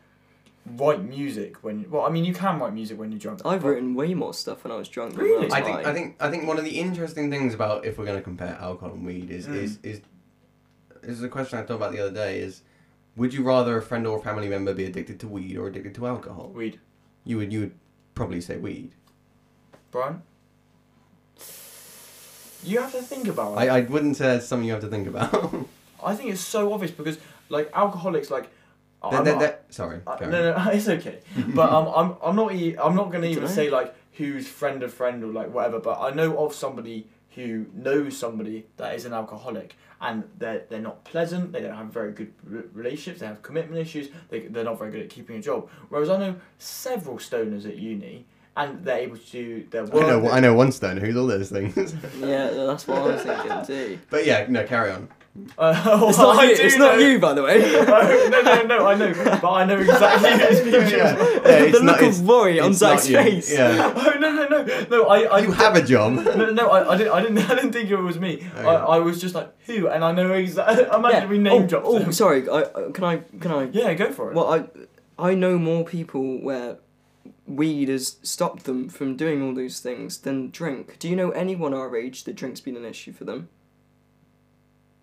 [SPEAKER 2] write music when well I mean you can write music when you're drunk.
[SPEAKER 1] I've
[SPEAKER 2] but-
[SPEAKER 1] written way more stuff when I was drunk. than when
[SPEAKER 2] Really?
[SPEAKER 1] was
[SPEAKER 3] I think
[SPEAKER 1] high.
[SPEAKER 3] I think I think one of the interesting things about if we're going to compare alcohol and weed is
[SPEAKER 2] Mm.
[SPEAKER 3] is is is a question I thought about the other day is would you rather a friend or a family member be addicted to weed or addicted to alcohol?
[SPEAKER 2] weed.
[SPEAKER 3] You would you would probably say weed.
[SPEAKER 2] Brian. You have to think about it.
[SPEAKER 3] I, I wouldn't say that's something you have to think about. [LAUGHS]
[SPEAKER 2] I think it's so obvious because like alcoholics like oh,
[SPEAKER 3] They're-
[SPEAKER 2] I'm
[SPEAKER 3] they're-
[SPEAKER 2] not-
[SPEAKER 3] they're- sorry.
[SPEAKER 2] I-
[SPEAKER 3] carry on.
[SPEAKER 2] no no [LAUGHS] it's okay but um, I'm I'm not e- I'm not gonna even
[SPEAKER 1] Dunno.
[SPEAKER 2] say like who's friend of friend or like whatever but I know of somebody who knows somebody that is an alcoholic and they're, they're not pleasant they don't have very good re- relationships they have commitment issues they, they're not very good at keeping a job whereas I know several stoners at uni and they're able to do their
[SPEAKER 3] I
[SPEAKER 2] work
[SPEAKER 3] know I know one stone who's all those things.
[SPEAKER 1] Yeah, that's what I was thinking too.
[SPEAKER 3] [LAUGHS] but yeah, no, carry on.
[SPEAKER 2] Uh, [LAUGHS]
[SPEAKER 1] It's not,
[SPEAKER 2] I
[SPEAKER 1] you,
[SPEAKER 2] do
[SPEAKER 1] it's not
[SPEAKER 2] know- [LAUGHS]
[SPEAKER 1] you, by the way.
[SPEAKER 2] no, no, no, no, I know, but I
[SPEAKER 1] [LAUGHS]
[SPEAKER 2] know exactly who these people
[SPEAKER 3] Yeah,
[SPEAKER 2] are.
[SPEAKER 3] yeah, it's
[SPEAKER 1] the
[SPEAKER 3] not-
[SPEAKER 1] look
[SPEAKER 3] it's-
[SPEAKER 1] of worry on
[SPEAKER 3] it's not
[SPEAKER 1] Zach's
[SPEAKER 3] you.
[SPEAKER 1] face.
[SPEAKER 3] Yeah.
[SPEAKER 2] Oh no, no, no, no! I, I,
[SPEAKER 3] You have a job.
[SPEAKER 2] [LAUGHS] no, no, I, I didn't, [LAUGHS] I didn't, I didn't think it was me.
[SPEAKER 3] Oh,
[SPEAKER 2] I,
[SPEAKER 3] yeah.
[SPEAKER 2] I was just like who, and [LAUGHS] I know exactly. Imagine
[SPEAKER 1] Yeah.
[SPEAKER 2] we name
[SPEAKER 1] oh,
[SPEAKER 2] dropped
[SPEAKER 1] oh,
[SPEAKER 2] them.
[SPEAKER 1] sorry. I, I- can I? Can I?
[SPEAKER 2] Yeah, go for it.
[SPEAKER 1] Well, I, I know more people where weed has stopped them from doing all those things than drink. Do you know anyone our age that drink's been an issue for them?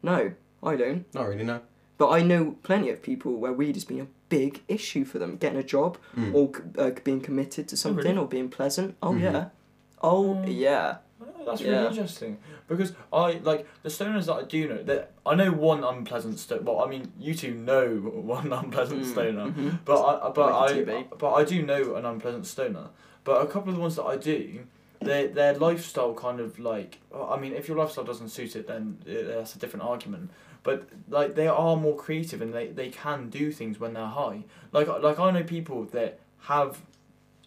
[SPEAKER 1] No, I don't.
[SPEAKER 3] Not really, no.
[SPEAKER 1] But I know plenty of people where weed has been a big issue for them, getting a job
[SPEAKER 3] Mm.
[SPEAKER 1] or c- uh, being committed to something
[SPEAKER 2] Oh, really?
[SPEAKER 1] or being pleasant. Oh
[SPEAKER 3] Mhm.
[SPEAKER 1] yeah, oh
[SPEAKER 2] Mm.
[SPEAKER 1] yeah.
[SPEAKER 2] Oh, that's
[SPEAKER 1] yeah.
[SPEAKER 2] really interesting because I like the stoners that I do know. That I know one unpleasant stoner. Well, I mean, you two know [LAUGHS] one unpleasant
[SPEAKER 1] Mm,
[SPEAKER 2] stoner.
[SPEAKER 1] mhm.
[SPEAKER 2] But I, but
[SPEAKER 1] Like a
[SPEAKER 2] I,
[SPEAKER 1] TV.
[SPEAKER 2] but I do know an unpleasant stoner. But a couple of the ones that I do, their their lifestyle kind of like, uh, I mean, if your lifestyle doesn't suit it, then uh, that's a different argument. But like they are more creative and they, they can do things when they're high. Like uh, like I know people that have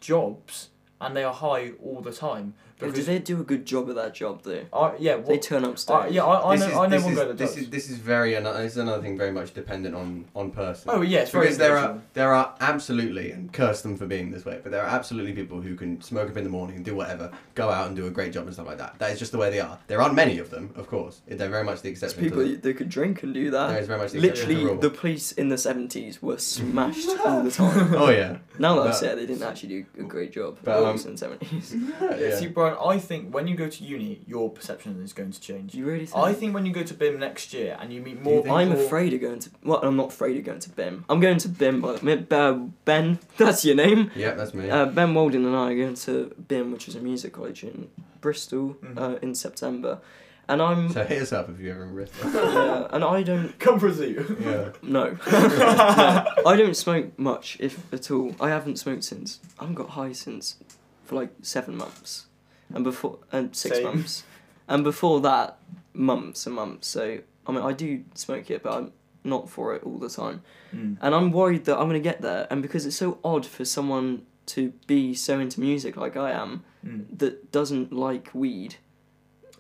[SPEAKER 2] jobs and they are high all the time
[SPEAKER 1] do
[SPEAKER 2] because
[SPEAKER 1] they do a good job at that job though?
[SPEAKER 2] I, yeah what,
[SPEAKER 1] They turn up
[SPEAKER 2] I,
[SPEAKER 1] stage.
[SPEAKER 2] yeah I, I
[SPEAKER 3] This
[SPEAKER 2] know
[SPEAKER 3] is-
[SPEAKER 2] I know
[SPEAKER 3] this
[SPEAKER 2] one
[SPEAKER 3] is-
[SPEAKER 2] guy that
[SPEAKER 3] this
[SPEAKER 2] does.
[SPEAKER 3] is this is very ano- this is another thing very much dependent on on person.
[SPEAKER 2] oh yeah, it's very
[SPEAKER 3] because there are
[SPEAKER 2] individual.
[SPEAKER 3] there are absolutely and curse them for being this way, but there are absolutely people who can smoke up in the morning and do whatever, go out and do a great job and stuff like that. That is just the way they are. There aren't many of them, of course. They're very much the
[SPEAKER 1] There's
[SPEAKER 3] exception.
[SPEAKER 1] people
[SPEAKER 3] to the,
[SPEAKER 1] that could drink and do
[SPEAKER 3] there
[SPEAKER 1] that.
[SPEAKER 3] is very much the exception to
[SPEAKER 1] Literally,
[SPEAKER 3] the
[SPEAKER 1] the police in the seventies were
[SPEAKER 3] [LAUGHS]
[SPEAKER 1] smashed all the time.
[SPEAKER 3] rule. [LAUGHS]
[SPEAKER 1] [LAUGHS]
[SPEAKER 3] oh yeah.
[SPEAKER 1] Now that I
[SPEAKER 3] But-
[SPEAKER 1] say it, they didn't actually do a great job.
[SPEAKER 3] But,
[SPEAKER 1] at least
[SPEAKER 3] um,
[SPEAKER 1] in the
[SPEAKER 3] [LAUGHS]
[SPEAKER 1] seventies.
[SPEAKER 3] yeah.
[SPEAKER 2] Yeah, See, Brian, I think when you go to uni, your perception is going to change.
[SPEAKER 1] Do you really think?
[SPEAKER 2] I think when you go to BIM next year and you meet
[SPEAKER 3] you
[SPEAKER 2] more
[SPEAKER 3] think-
[SPEAKER 2] people,
[SPEAKER 1] I'm afraid of going to. Well, I'm not afraid of going to BIM. I'm going to BIM by the uh, Ben. [LAUGHS] That's your name.
[SPEAKER 3] Yep, that's me.
[SPEAKER 1] Uh, ben Walden and I are going to BIM, which is a music college in Bristol,
[SPEAKER 3] Mm-hmm.
[SPEAKER 2] Mhm.
[SPEAKER 1] uh, in September, and I'm.
[SPEAKER 3] so hit us up if you ever in Bristol.
[SPEAKER 1] yeah, and I don't
[SPEAKER 2] [LAUGHS] Come for a
[SPEAKER 1] [LAUGHS]
[SPEAKER 2] zoo.
[SPEAKER 3] yeah.
[SPEAKER 2] [LAUGHS]
[SPEAKER 1] No. No. I don't smoke much, if at all. I haven't smoked since. I haven't got high since for like seven months. And before, and six
[SPEAKER 2] Same.
[SPEAKER 1] months. And before that, months and months. So I mean, I do smoke it, but I'm not for it all the time.
[SPEAKER 2] Mm.
[SPEAKER 1] And I'm worried that I'm going to get there. And because it's so odd for someone to be so into music like I am
[SPEAKER 2] Mm.
[SPEAKER 1] that doesn't like weed.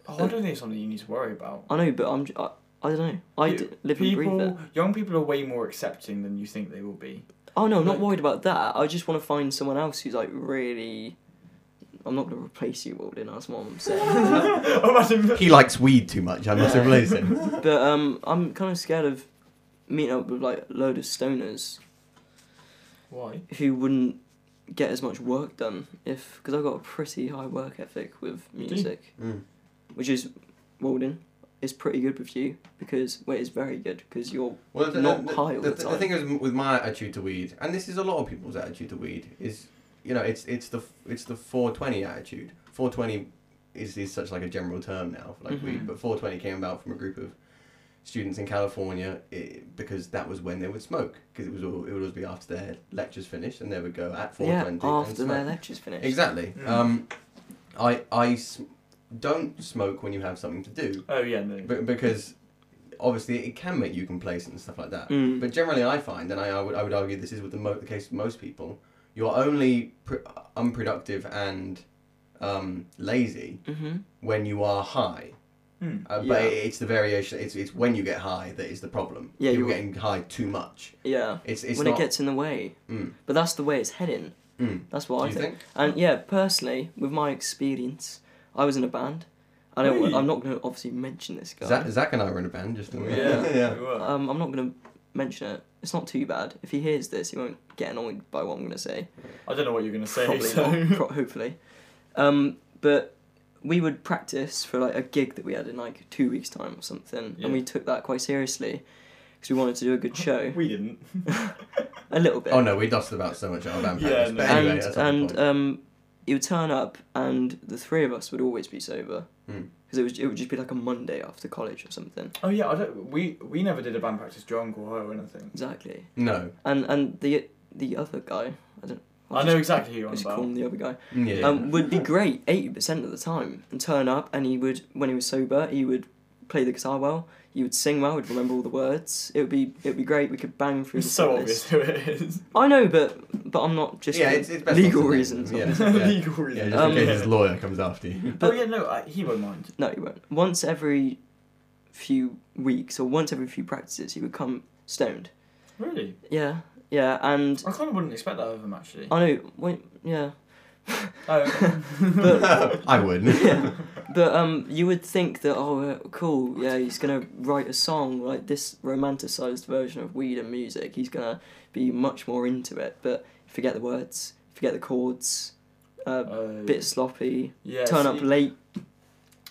[SPEAKER 2] Oh, I don't think it's something you need to worry about.
[SPEAKER 1] I know, but I'm. j- I, I don't know. I
[SPEAKER 2] You-
[SPEAKER 1] d- live and breathe it.
[SPEAKER 2] people, young people are way more accepting than you think they will be. [LAUGHS]
[SPEAKER 1] Oh no, I'm not
[SPEAKER 2] like-
[SPEAKER 1] worried about that. I just want to find someone else who's like really. I'm not going to replace you, Walden. That's what I'm
[SPEAKER 3] [LAUGHS]
[SPEAKER 1] saying.
[SPEAKER 2] Imagine-
[SPEAKER 3] He likes weed too much. I must replace him.
[SPEAKER 1] but um, I'm kind of scared of meeting up with like a load of stoners
[SPEAKER 2] Why?
[SPEAKER 1] who wouldn't get as much work done if because I've got a pretty high work ethic with
[SPEAKER 2] you?
[SPEAKER 1] music,
[SPEAKER 3] Mm.
[SPEAKER 1] which is Walden is pretty good with you because well, it's very good because you're
[SPEAKER 3] Well, the,
[SPEAKER 1] not
[SPEAKER 3] the,
[SPEAKER 1] high all
[SPEAKER 3] the,
[SPEAKER 1] the,
[SPEAKER 3] the,
[SPEAKER 1] time.
[SPEAKER 3] the thing is with my attitude to weed, and this is a lot of people's attitude to weed, is you know it's it's the it's the 420 attitude. 420 is, is such like a general term now for like
[SPEAKER 1] Mhm.
[SPEAKER 3] weed, but 420 came about from a group of students in California i because that was when they would smoke because it was all, it would always be after their lectures finished and they would go at 420
[SPEAKER 1] yeah,
[SPEAKER 3] and
[SPEAKER 1] after
[SPEAKER 3] smoke.
[SPEAKER 1] their lectures finished.
[SPEAKER 3] Exactly.
[SPEAKER 2] Mm.
[SPEAKER 3] Um, I I s- don't smoke when you have something to do,
[SPEAKER 2] Oh yeah, no.
[SPEAKER 3] b- because obviously it can make you complacent and stuff like that.
[SPEAKER 1] Mm.
[SPEAKER 3] But generally, I find, and I, I would I would argue this is with the, mo- the case with most people, you're only pr- unproductive and um, lazy
[SPEAKER 1] hmm
[SPEAKER 3] when you are high.
[SPEAKER 2] Mm.
[SPEAKER 3] Uh,
[SPEAKER 1] Yeah.
[SPEAKER 3] But it, it's the variation. It's it's when you get high that is the problem.
[SPEAKER 1] Yeah,
[SPEAKER 3] you're
[SPEAKER 1] you-
[SPEAKER 3] getting high too much.
[SPEAKER 1] Yeah,
[SPEAKER 3] It's it's
[SPEAKER 1] when
[SPEAKER 3] not.
[SPEAKER 1] it gets in the way,
[SPEAKER 3] Mm,
[SPEAKER 1] but that's the way it's heading.
[SPEAKER 3] mm.
[SPEAKER 1] That's what
[SPEAKER 3] Do
[SPEAKER 1] I
[SPEAKER 3] you
[SPEAKER 1] think.
[SPEAKER 3] think?
[SPEAKER 1] And yeah, personally, with my experience, I was in a band. I don't.
[SPEAKER 2] Really?
[SPEAKER 1] I'm not going to obviously mention this guy.
[SPEAKER 3] Zach, Zach and I were in a band just.
[SPEAKER 2] Yeah,
[SPEAKER 3] Oh, [LAUGHS] yeah.
[SPEAKER 2] we were.
[SPEAKER 1] Um, I'm not going to mention it. It's not too bad. If he hears this, he won't get annoyed by what I'm going to say.
[SPEAKER 2] I don't know what you're gonna say.
[SPEAKER 1] Probably
[SPEAKER 2] so.
[SPEAKER 1] not. Pro- hopefully. Um, but we would practice for like a gig that we had in like two weeks' time or something,
[SPEAKER 2] Yeah.
[SPEAKER 1] and we took that quite seriously because we wanted to do a good show.
[SPEAKER 2] [LAUGHS] We didn't.
[SPEAKER 1] a little bit.
[SPEAKER 3] Oh no, we dusted about so much at our band
[SPEAKER 2] Yeah,
[SPEAKER 3] practice.
[SPEAKER 2] no.
[SPEAKER 3] but anyway,
[SPEAKER 1] and
[SPEAKER 3] that's not the
[SPEAKER 1] and
[SPEAKER 3] point.
[SPEAKER 1] um, you would turn up, and the three of us would always be sober
[SPEAKER 3] Hmm.
[SPEAKER 1] because it was it would just be like a Monday after college or something.
[SPEAKER 2] Oh yeah, I don't. We we never did a band practice, John or her or anything.
[SPEAKER 1] Exactly.
[SPEAKER 3] no,
[SPEAKER 1] And and the the other guy, I don't. I'll
[SPEAKER 2] I
[SPEAKER 1] just-
[SPEAKER 2] know exactly who you're
[SPEAKER 1] I'll
[SPEAKER 2] on
[SPEAKER 1] just call
[SPEAKER 2] about.
[SPEAKER 1] him the other guy.
[SPEAKER 3] Mm, yeah,
[SPEAKER 1] Um, would be great eighty percent of the time and turn up, and he would when he was sober, he would play the guitar well. He would sing well. He'd remember all the words. It would be it would be great. We could bang through.
[SPEAKER 2] It's
[SPEAKER 1] the
[SPEAKER 2] so
[SPEAKER 1] set list.
[SPEAKER 2] obvious who it
[SPEAKER 3] [LAUGHS]
[SPEAKER 2] is.
[SPEAKER 1] I know, but but I'm not just
[SPEAKER 3] yeah,
[SPEAKER 1] for
[SPEAKER 3] it's, it's best
[SPEAKER 1] legal
[SPEAKER 3] not to name
[SPEAKER 1] reasons.
[SPEAKER 3] them,
[SPEAKER 2] [LAUGHS]
[SPEAKER 3] Yeah, yeah.
[SPEAKER 2] Legal
[SPEAKER 3] [LAUGHS] Yeah,
[SPEAKER 2] reason.
[SPEAKER 3] just
[SPEAKER 1] Um,
[SPEAKER 3] in case his lawyer comes after you.
[SPEAKER 2] oh yeah, no, I, he won't mind.
[SPEAKER 1] No, he won't. Once every few weeks or once every few practices, he would come stoned.
[SPEAKER 2] Really,
[SPEAKER 1] Yeah, yeah, and
[SPEAKER 2] I kind of wouldn't expect that of him actually.
[SPEAKER 1] I know. When, yeah, [LAUGHS]
[SPEAKER 2] Oh, okay.
[SPEAKER 3] I would. [LAUGHS]
[SPEAKER 1] yeah, but um, you would think that oh, uh, cool, yeah, he's gonna write a song like this romanticized version of weed and music. He's gonna be much more into it, but forget the words, forget the chords, uh,
[SPEAKER 2] Uh,
[SPEAKER 1] bit sloppy,
[SPEAKER 2] yeah,
[SPEAKER 1] turn
[SPEAKER 2] see,
[SPEAKER 1] up late.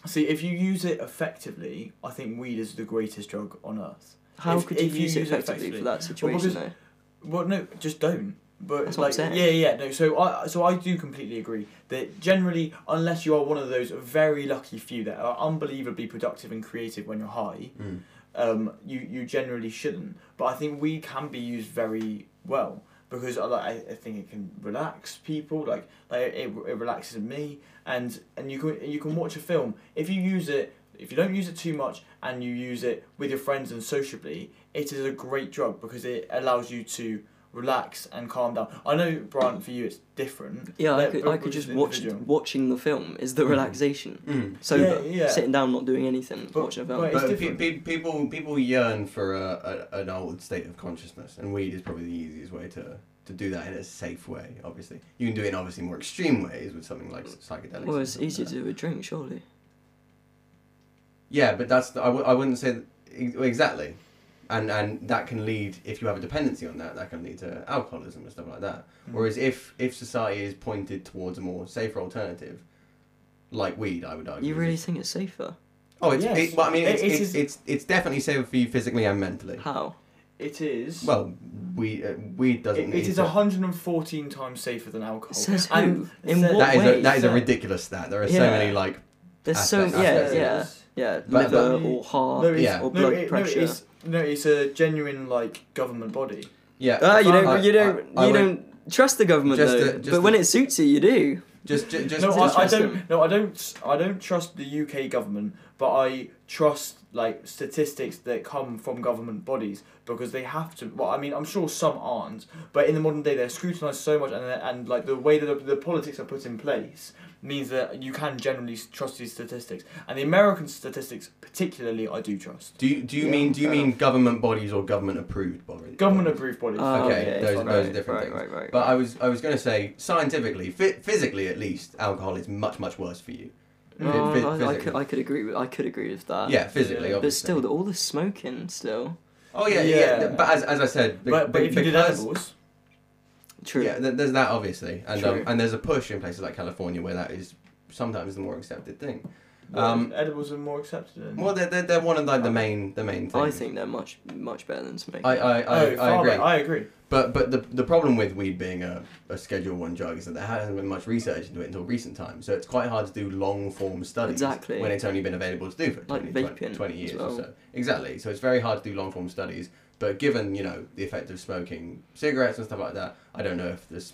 [SPEAKER 2] See, if you use it effectively, I think weed is the greatest drug on earth.
[SPEAKER 1] How
[SPEAKER 2] if-
[SPEAKER 1] could you
[SPEAKER 2] if you
[SPEAKER 1] use it
[SPEAKER 2] use it
[SPEAKER 1] effectively for
[SPEAKER 2] effectively-
[SPEAKER 1] that situation
[SPEAKER 2] because-
[SPEAKER 1] though?
[SPEAKER 2] Well, no, just don't. But
[SPEAKER 1] That's
[SPEAKER 2] like,
[SPEAKER 1] what I'm saying.
[SPEAKER 2] yeah, yeah, no. So I, so I do completely agree that generally, unless you are one of those very lucky few that are unbelievably productive and creative when you're high,
[SPEAKER 3] Mm.
[SPEAKER 2] um, you you generally shouldn't. But I think weed can be used very well because I like I I think it can relax people. Like like it, it relaxes me, and and you can you can watch a film if you use it. If you don't use it too much and you use it with your friends and sociably, it is a great drug because it allows you to relax and calm down. I know, Brian, for you it's different.
[SPEAKER 1] Yeah, I
[SPEAKER 2] Like,
[SPEAKER 1] could,
[SPEAKER 2] but-
[SPEAKER 1] I
[SPEAKER 2] but
[SPEAKER 1] could just
[SPEAKER 2] an
[SPEAKER 1] watch
[SPEAKER 2] individual. Mm-hmm.
[SPEAKER 1] watching the film is the relaxation.
[SPEAKER 3] Mm.
[SPEAKER 1] So
[SPEAKER 2] Yeah, yeah.
[SPEAKER 1] sitting down, not doing anything,
[SPEAKER 2] But-
[SPEAKER 1] watching a film.
[SPEAKER 2] but It's
[SPEAKER 3] But pe-
[SPEAKER 2] different.
[SPEAKER 3] pe- people people yearn for a, a, an old state of consciousness, and weed is probably the easiest way to, to do that in a safe way. Obviously, you can do it in obviously more extreme ways with something like psychedelics.
[SPEAKER 1] well,
[SPEAKER 3] and
[SPEAKER 1] it's
[SPEAKER 3] stuff like
[SPEAKER 1] easier
[SPEAKER 3] that.
[SPEAKER 1] to do with drink, surely.
[SPEAKER 3] Yeah, but that's the, I, w- I wouldn't say that, ex- exactly, and and that can lead if you have a dependency on that, that can lead to alcoholism and stuff like that.
[SPEAKER 2] Mm.
[SPEAKER 3] Whereas if if society is pointed towards a more safer alternative, like weed, I would argue.
[SPEAKER 1] You
[SPEAKER 3] is-
[SPEAKER 1] really think it's safer?
[SPEAKER 3] Oh, it's,
[SPEAKER 2] Yes.
[SPEAKER 3] it, well, I mean,
[SPEAKER 2] It-
[SPEAKER 3] it's,
[SPEAKER 2] it
[SPEAKER 3] it's,
[SPEAKER 2] is-
[SPEAKER 3] it's, it's, definitely safer for you physically and mentally.
[SPEAKER 1] How?
[SPEAKER 2] It is.
[SPEAKER 3] Well, we uh, weed doesn't.
[SPEAKER 2] It-
[SPEAKER 3] need
[SPEAKER 2] it is
[SPEAKER 3] to-
[SPEAKER 2] 114 times safer than alcohol.
[SPEAKER 1] Says
[SPEAKER 2] And
[SPEAKER 1] who? In
[SPEAKER 2] says-
[SPEAKER 1] what
[SPEAKER 3] That is a,
[SPEAKER 1] way?
[SPEAKER 3] that is a ridiculous stat. There are so
[SPEAKER 1] Yeah.
[SPEAKER 3] many like.
[SPEAKER 1] There's so
[SPEAKER 3] Aspect-
[SPEAKER 1] yeah,
[SPEAKER 3] aspect.
[SPEAKER 1] yeah, yeah,
[SPEAKER 3] But-
[SPEAKER 1] liver
[SPEAKER 2] but-
[SPEAKER 1] or heart
[SPEAKER 2] No, it's-
[SPEAKER 3] Yeah.
[SPEAKER 1] or
[SPEAKER 2] No,
[SPEAKER 1] blood
[SPEAKER 2] it- no,
[SPEAKER 1] pressure.
[SPEAKER 2] it's, no, it's a genuine like government body.
[SPEAKER 3] Yeah.
[SPEAKER 1] ah, you don't,
[SPEAKER 3] I-
[SPEAKER 1] you don't,
[SPEAKER 3] I- I
[SPEAKER 1] you
[SPEAKER 3] would-
[SPEAKER 1] don't trust the government
[SPEAKER 3] Just
[SPEAKER 1] though.
[SPEAKER 3] the- just
[SPEAKER 1] but when
[SPEAKER 3] the-
[SPEAKER 1] it suits you, you do.
[SPEAKER 3] Just ju- just.
[SPEAKER 2] no,
[SPEAKER 3] just
[SPEAKER 2] I, I
[SPEAKER 1] trust
[SPEAKER 2] don't.
[SPEAKER 1] them.
[SPEAKER 2] No, I don't. I don't trust the UK government, but I trust like statistics that come from government bodies because they have to. Well, I mean, I'm sure some aren't, but in the modern day, they're scrutinised so much, and and like the way that the, the politics are put in place means that you can generally s- trust these statistics, and the American statistics, particularly, I do trust.
[SPEAKER 3] Do you, do you
[SPEAKER 1] Yeah,
[SPEAKER 3] mean do you
[SPEAKER 1] fair
[SPEAKER 3] mean government bodies or government approved bodies?
[SPEAKER 2] Government approved bodies.
[SPEAKER 1] Ah,
[SPEAKER 3] okay, those-
[SPEAKER 1] fine,
[SPEAKER 3] those are different
[SPEAKER 1] right,
[SPEAKER 3] things.
[SPEAKER 1] Right, right,
[SPEAKER 3] But
[SPEAKER 1] right.
[SPEAKER 3] I was I was going to say scientifically, phy- physically at least, alcohol is much much worse for you.
[SPEAKER 1] No,
[SPEAKER 2] Mm.
[SPEAKER 3] Phy- phy-
[SPEAKER 1] Ah, I, I, could,
[SPEAKER 3] physically.
[SPEAKER 1] I could agree with I could agree with that.
[SPEAKER 3] yeah, physically.
[SPEAKER 2] Yeah.
[SPEAKER 3] Obviously.
[SPEAKER 1] Uh, But still, the- all the smoking still.
[SPEAKER 3] Oh yeah, yeah.
[SPEAKER 2] Yeah.
[SPEAKER 3] th- But as, as I said, be-
[SPEAKER 2] but, but
[SPEAKER 3] be-
[SPEAKER 2] if you did
[SPEAKER 3] because-
[SPEAKER 2] edibles,
[SPEAKER 1] True.
[SPEAKER 3] yeah, th- there's that obviously, and um,
[SPEAKER 1] True.
[SPEAKER 3] and there's a push in places like California where that is sometimes the more accepted thing. Um,
[SPEAKER 2] um, edibles are more accepted. In.
[SPEAKER 3] Well, they're, they're, they're one of like the main the main things.
[SPEAKER 1] Uh, I think they're much much better than smoking.
[SPEAKER 3] I I, I,
[SPEAKER 2] Oh,
[SPEAKER 3] I
[SPEAKER 2] far
[SPEAKER 3] agree.
[SPEAKER 2] better. I agree.
[SPEAKER 3] But but the the problem with weed being a, a Schedule One drug is that there hasn't been much research into it until recent times. So it's quite hard to do long form studies
[SPEAKER 1] Exactly.
[SPEAKER 3] when it's only been available to do for
[SPEAKER 1] Like
[SPEAKER 3] 20, 20,
[SPEAKER 1] vaping
[SPEAKER 3] 20
[SPEAKER 1] as
[SPEAKER 3] years or
[SPEAKER 1] well.
[SPEAKER 3] so. Exactly. So it's very hard to do long form studies. But given you know the effect of smoking cigarettes and stuff like that, I don't know if this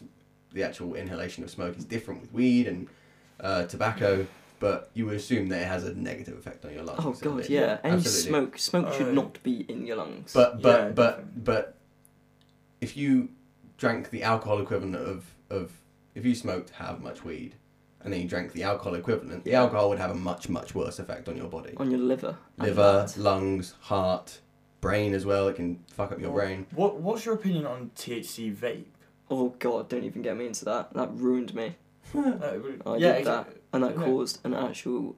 [SPEAKER 3] the actual inhalation of smoke is different with weed and uh, tobacco. But you would assume that it has a negative effect on your lungs.
[SPEAKER 1] oh
[SPEAKER 3] a
[SPEAKER 1] god,
[SPEAKER 3] bit.
[SPEAKER 1] yeah. Any
[SPEAKER 3] Absolutely.
[SPEAKER 1] smoke smoke
[SPEAKER 2] Oh.
[SPEAKER 1] should not be in your lungs.
[SPEAKER 3] But but
[SPEAKER 2] Yeah,
[SPEAKER 3] but
[SPEAKER 2] definitely.
[SPEAKER 3] but if you drank the alcohol equivalent of of if you smoked have much weed and then you drank the alcohol equivalent, the
[SPEAKER 2] Yeah.
[SPEAKER 3] alcohol would have a much much worse effect on your body.
[SPEAKER 1] on your liver. and
[SPEAKER 3] Liver,
[SPEAKER 1] heart.
[SPEAKER 3] lungs, heart, brain as well. It can fuck up your
[SPEAKER 2] [LAUGHS]
[SPEAKER 3] brain.
[SPEAKER 2] What What's your opinion on THC vape?
[SPEAKER 1] Oh god, don't even get me into that. That ruined me.
[SPEAKER 2] Uh,
[SPEAKER 1] I
[SPEAKER 2] yeah,
[SPEAKER 1] did that,
[SPEAKER 2] exa-
[SPEAKER 1] and that
[SPEAKER 2] yeah.
[SPEAKER 1] caused an actual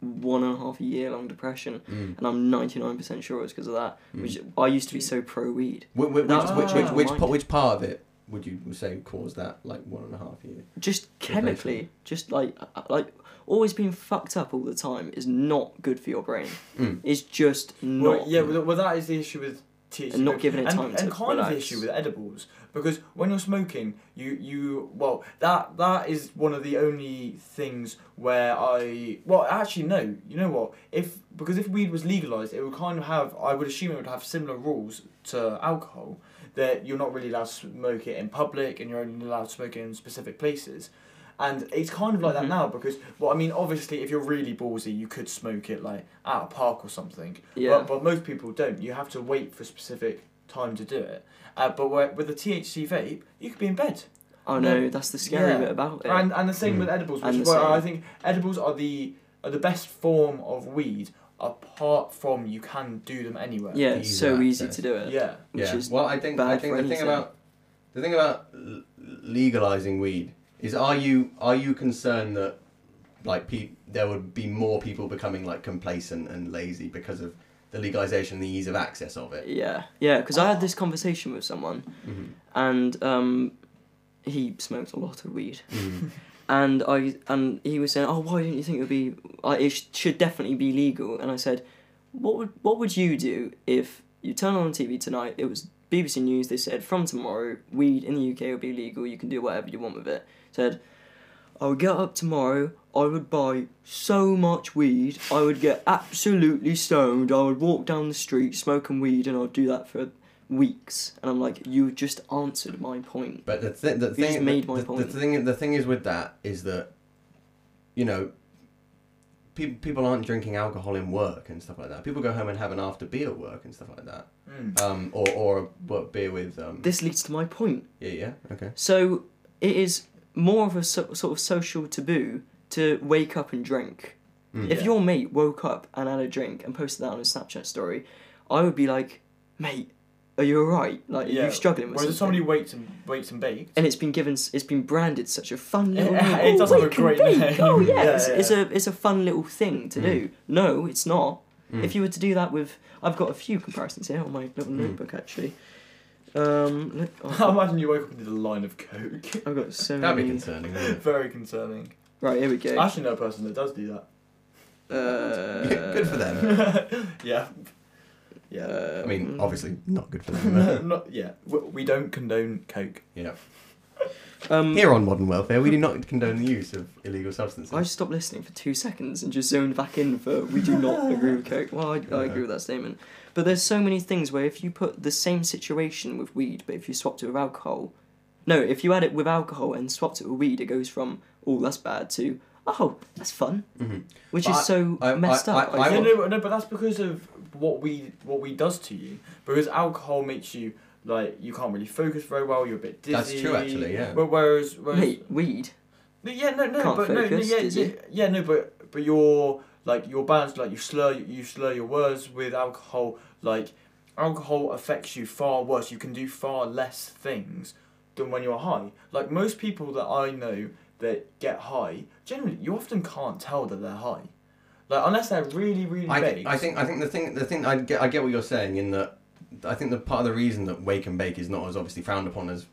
[SPEAKER 1] one and a half year long depression.
[SPEAKER 3] Mm.
[SPEAKER 1] And I'm 99% sure it's because of that.
[SPEAKER 2] Hmm.
[SPEAKER 3] Mm.
[SPEAKER 1] Which I used to be so pro weed.
[SPEAKER 3] Which, which,
[SPEAKER 1] That's
[SPEAKER 3] which,
[SPEAKER 2] what
[SPEAKER 3] which, which,
[SPEAKER 1] I
[SPEAKER 3] pa-
[SPEAKER 1] mind.
[SPEAKER 3] which part of it would you say caused that like one and a half year?
[SPEAKER 1] Just chemically, just like uh, like always being fucked up all the time is not good for your brain.
[SPEAKER 3] Mm.
[SPEAKER 1] It's just
[SPEAKER 2] Well,
[SPEAKER 1] not.
[SPEAKER 2] yeah, well, well, that is the issue with THC
[SPEAKER 1] And not
[SPEAKER 2] vape.
[SPEAKER 1] giving it
[SPEAKER 2] and,
[SPEAKER 1] time
[SPEAKER 2] and
[SPEAKER 1] to
[SPEAKER 2] kind of the
[SPEAKER 1] relax.
[SPEAKER 2] issue with edibles because when you're smoking, you you well that that is one of the only things where I well actually no, you know what if because if weed was legalized, it would kind of have I would assume it would have similar rules to alcohol that you're not really allowed to smoke it in public and you're only allowed to smoke it in specific places. And it's kind of like that
[SPEAKER 1] Mhm.
[SPEAKER 2] now because, well, I mean, obviously, if you're really ballsy, you could smoke it like at a park or something.
[SPEAKER 1] Yeah.
[SPEAKER 2] But, but most people don't. You have to wait for a specific time to do it. Uh, but where, with the THC vape, you could be in bed.
[SPEAKER 1] I know
[SPEAKER 2] No.
[SPEAKER 1] that's the scary
[SPEAKER 2] Yeah.
[SPEAKER 1] bit about it.
[SPEAKER 2] And and the same
[SPEAKER 3] Mm.
[SPEAKER 2] with edibles, which
[SPEAKER 1] And
[SPEAKER 2] is
[SPEAKER 1] the
[SPEAKER 2] why
[SPEAKER 1] same.
[SPEAKER 2] I think edibles are the are the best form of weed. Apart from you can do them anywhere.
[SPEAKER 1] yeah,
[SPEAKER 3] The
[SPEAKER 1] it's so
[SPEAKER 3] easy
[SPEAKER 1] easy
[SPEAKER 3] access.
[SPEAKER 1] to do it.
[SPEAKER 2] Yeah.
[SPEAKER 1] Which
[SPEAKER 3] yeah.
[SPEAKER 1] is
[SPEAKER 3] well, I think I
[SPEAKER 1] bad
[SPEAKER 3] think
[SPEAKER 1] for
[SPEAKER 3] the thing
[SPEAKER 1] anything.
[SPEAKER 3] about the thing about l- legalizing weed is are you are you concerned that like pe- there would be more people becoming like complacent and lazy because of the legalization and the ease of access of it?
[SPEAKER 1] Yeah, yeah, because I had this conversation with someone,
[SPEAKER 3] Mhm.
[SPEAKER 1] and um, he smoked a lot of weed, [LAUGHS] and I and he was saying, "Oh, why don't you think it would be? I, it sh- should definitely be legal." And I said, "What would what would you do if you turn on TV tonight? It was BBC News. They said from tomorrow, weed in the UK will be legal. You can do whatever you want with it." Said, "I would get up tomorrow." I would buy so much weed, I would get absolutely stoned, I would walk down the street smoking weed, and I'd do that for weeks. And I'm like, you just answered my point.
[SPEAKER 3] But the, th- the
[SPEAKER 1] You just
[SPEAKER 3] thing
[SPEAKER 1] made
[SPEAKER 3] the,
[SPEAKER 1] my
[SPEAKER 3] the,
[SPEAKER 1] point.
[SPEAKER 3] the thing the thing is with that is that you know people people aren't drinking alcohol in work and stuff like that. People go home and have an after beer at work and stuff like that.
[SPEAKER 2] Mm.
[SPEAKER 3] Um, or or a what, beer with um.
[SPEAKER 1] This leads to my point.
[SPEAKER 3] yeah, yeah, okay.
[SPEAKER 1] So it is more of a so- sort of social taboo to wake up and drink.
[SPEAKER 3] Mm.
[SPEAKER 1] If
[SPEAKER 2] Yeah.
[SPEAKER 1] your mate woke up and had a drink and posted that on his Snapchat story, I would be like, mate, are you alright? Like, are you struggling with
[SPEAKER 2] Whereas if
[SPEAKER 1] something?
[SPEAKER 2] somebody waits and waits and bakes.
[SPEAKER 1] and it's been given it's been branded such a fun
[SPEAKER 2] [LAUGHS] It-
[SPEAKER 1] little
[SPEAKER 2] it-
[SPEAKER 1] name.
[SPEAKER 2] it
[SPEAKER 1] oh,
[SPEAKER 2] does have
[SPEAKER 1] wake
[SPEAKER 2] a
[SPEAKER 1] and
[SPEAKER 2] great
[SPEAKER 1] bake.
[SPEAKER 2] name.
[SPEAKER 1] oh yeah,
[SPEAKER 2] [LAUGHS] Yeah,
[SPEAKER 1] it's,
[SPEAKER 2] yeah.
[SPEAKER 1] it's a it's a fun little thing to
[SPEAKER 3] Mm.
[SPEAKER 1] do no it's not
[SPEAKER 3] Mm.
[SPEAKER 1] if you were to do that with i've got a few comparisons here on my little
[SPEAKER 3] Mm.
[SPEAKER 1] notebook actually um look,
[SPEAKER 2] [LAUGHS] I
[SPEAKER 1] oh,
[SPEAKER 2] imagine you woke up and did a line of coke. [LAUGHS]
[SPEAKER 1] i've got so
[SPEAKER 3] That'd be
[SPEAKER 1] many
[SPEAKER 3] concerning. wouldn't it?
[SPEAKER 2] Very concerning.
[SPEAKER 1] right here we go
[SPEAKER 2] I actually know a person that does do that.
[SPEAKER 1] uh,
[SPEAKER 3] Good for them.
[SPEAKER 2] [LAUGHS] yeah. Yeah.
[SPEAKER 1] uh,
[SPEAKER 3] I mean,
[SPEAKER 1] mm.
[SPEAKER 3] obviously not good for
[SPEAKER 2] No,
[SPEAKER 3] them.
[SPEAKER 2] [LAUGHS] not yeah. We, we don't condone coke.
[SPEAKER 3] yeah.
[SPEAKER 1] [LAUGHS] um
[SPEAKER 3] Here on Modern Welfare, we do not condone the use of illegal
[SPEAKER 1] I
[SPEAKER 3] substances.
[SPEAKER 1] stopped listening for two seconds and just zoned back in for we do not agree with Coke. Well, I, I agree with that statement. But there's so many things where if you put the same situation with weed, but if you swapped it with alcohol, no, if you had it with alcohol and swapped it with weed, it goes from, oh, that's bad, to, oh, that's fun,
[SPEAKER 3] Mhm.
[SPEAKER 1] which
[SPEAKER 3] But I-
[SPEAKER 1] is so
[SPEAKER 3] I- I-
[SPEAKER 1] messed up.
[SPEAKER 3] I- I-
[SPEAKER 2] no,
[SPEAKER 1] think.
[SPEAKER 2] no, but- no, but that's because of what we what we does to you. Because alcohol makes you like you can't really focus very well. You're a bit dizzy.
[SPEAKER 3] That's true, actually, yeah.
[SPEAKER 2] Wh- Whereas, whereas
[SPEAKER 1] Mate, weed.
[SPEAKER 2] No, yeah, no, no,
[SPEAKER 1] Can't
[SPEAKER 2] but no, no,
[SPEAKER 1] focus,
[SPEAKER 2] yeah,
[SPEAKER 1] dizzy.
[SPEAKER 2] yeah, yeah, no, but but your like your balance, like you slur, you slur your words with alcohol. Like alcohol affects you far worse. You can do far less things than when you're high. Like most people that I know that get high, generally, you often can't tell that they're high. Like unless they're really, really
[SPEAKER 3] I,
[SPEAKER 2] big.
[SPEAKER 3] thi- I think I think the thing the thing I get I get what you're saying in that I think the part of the reason that wake and bake is not as obviously frowned upon as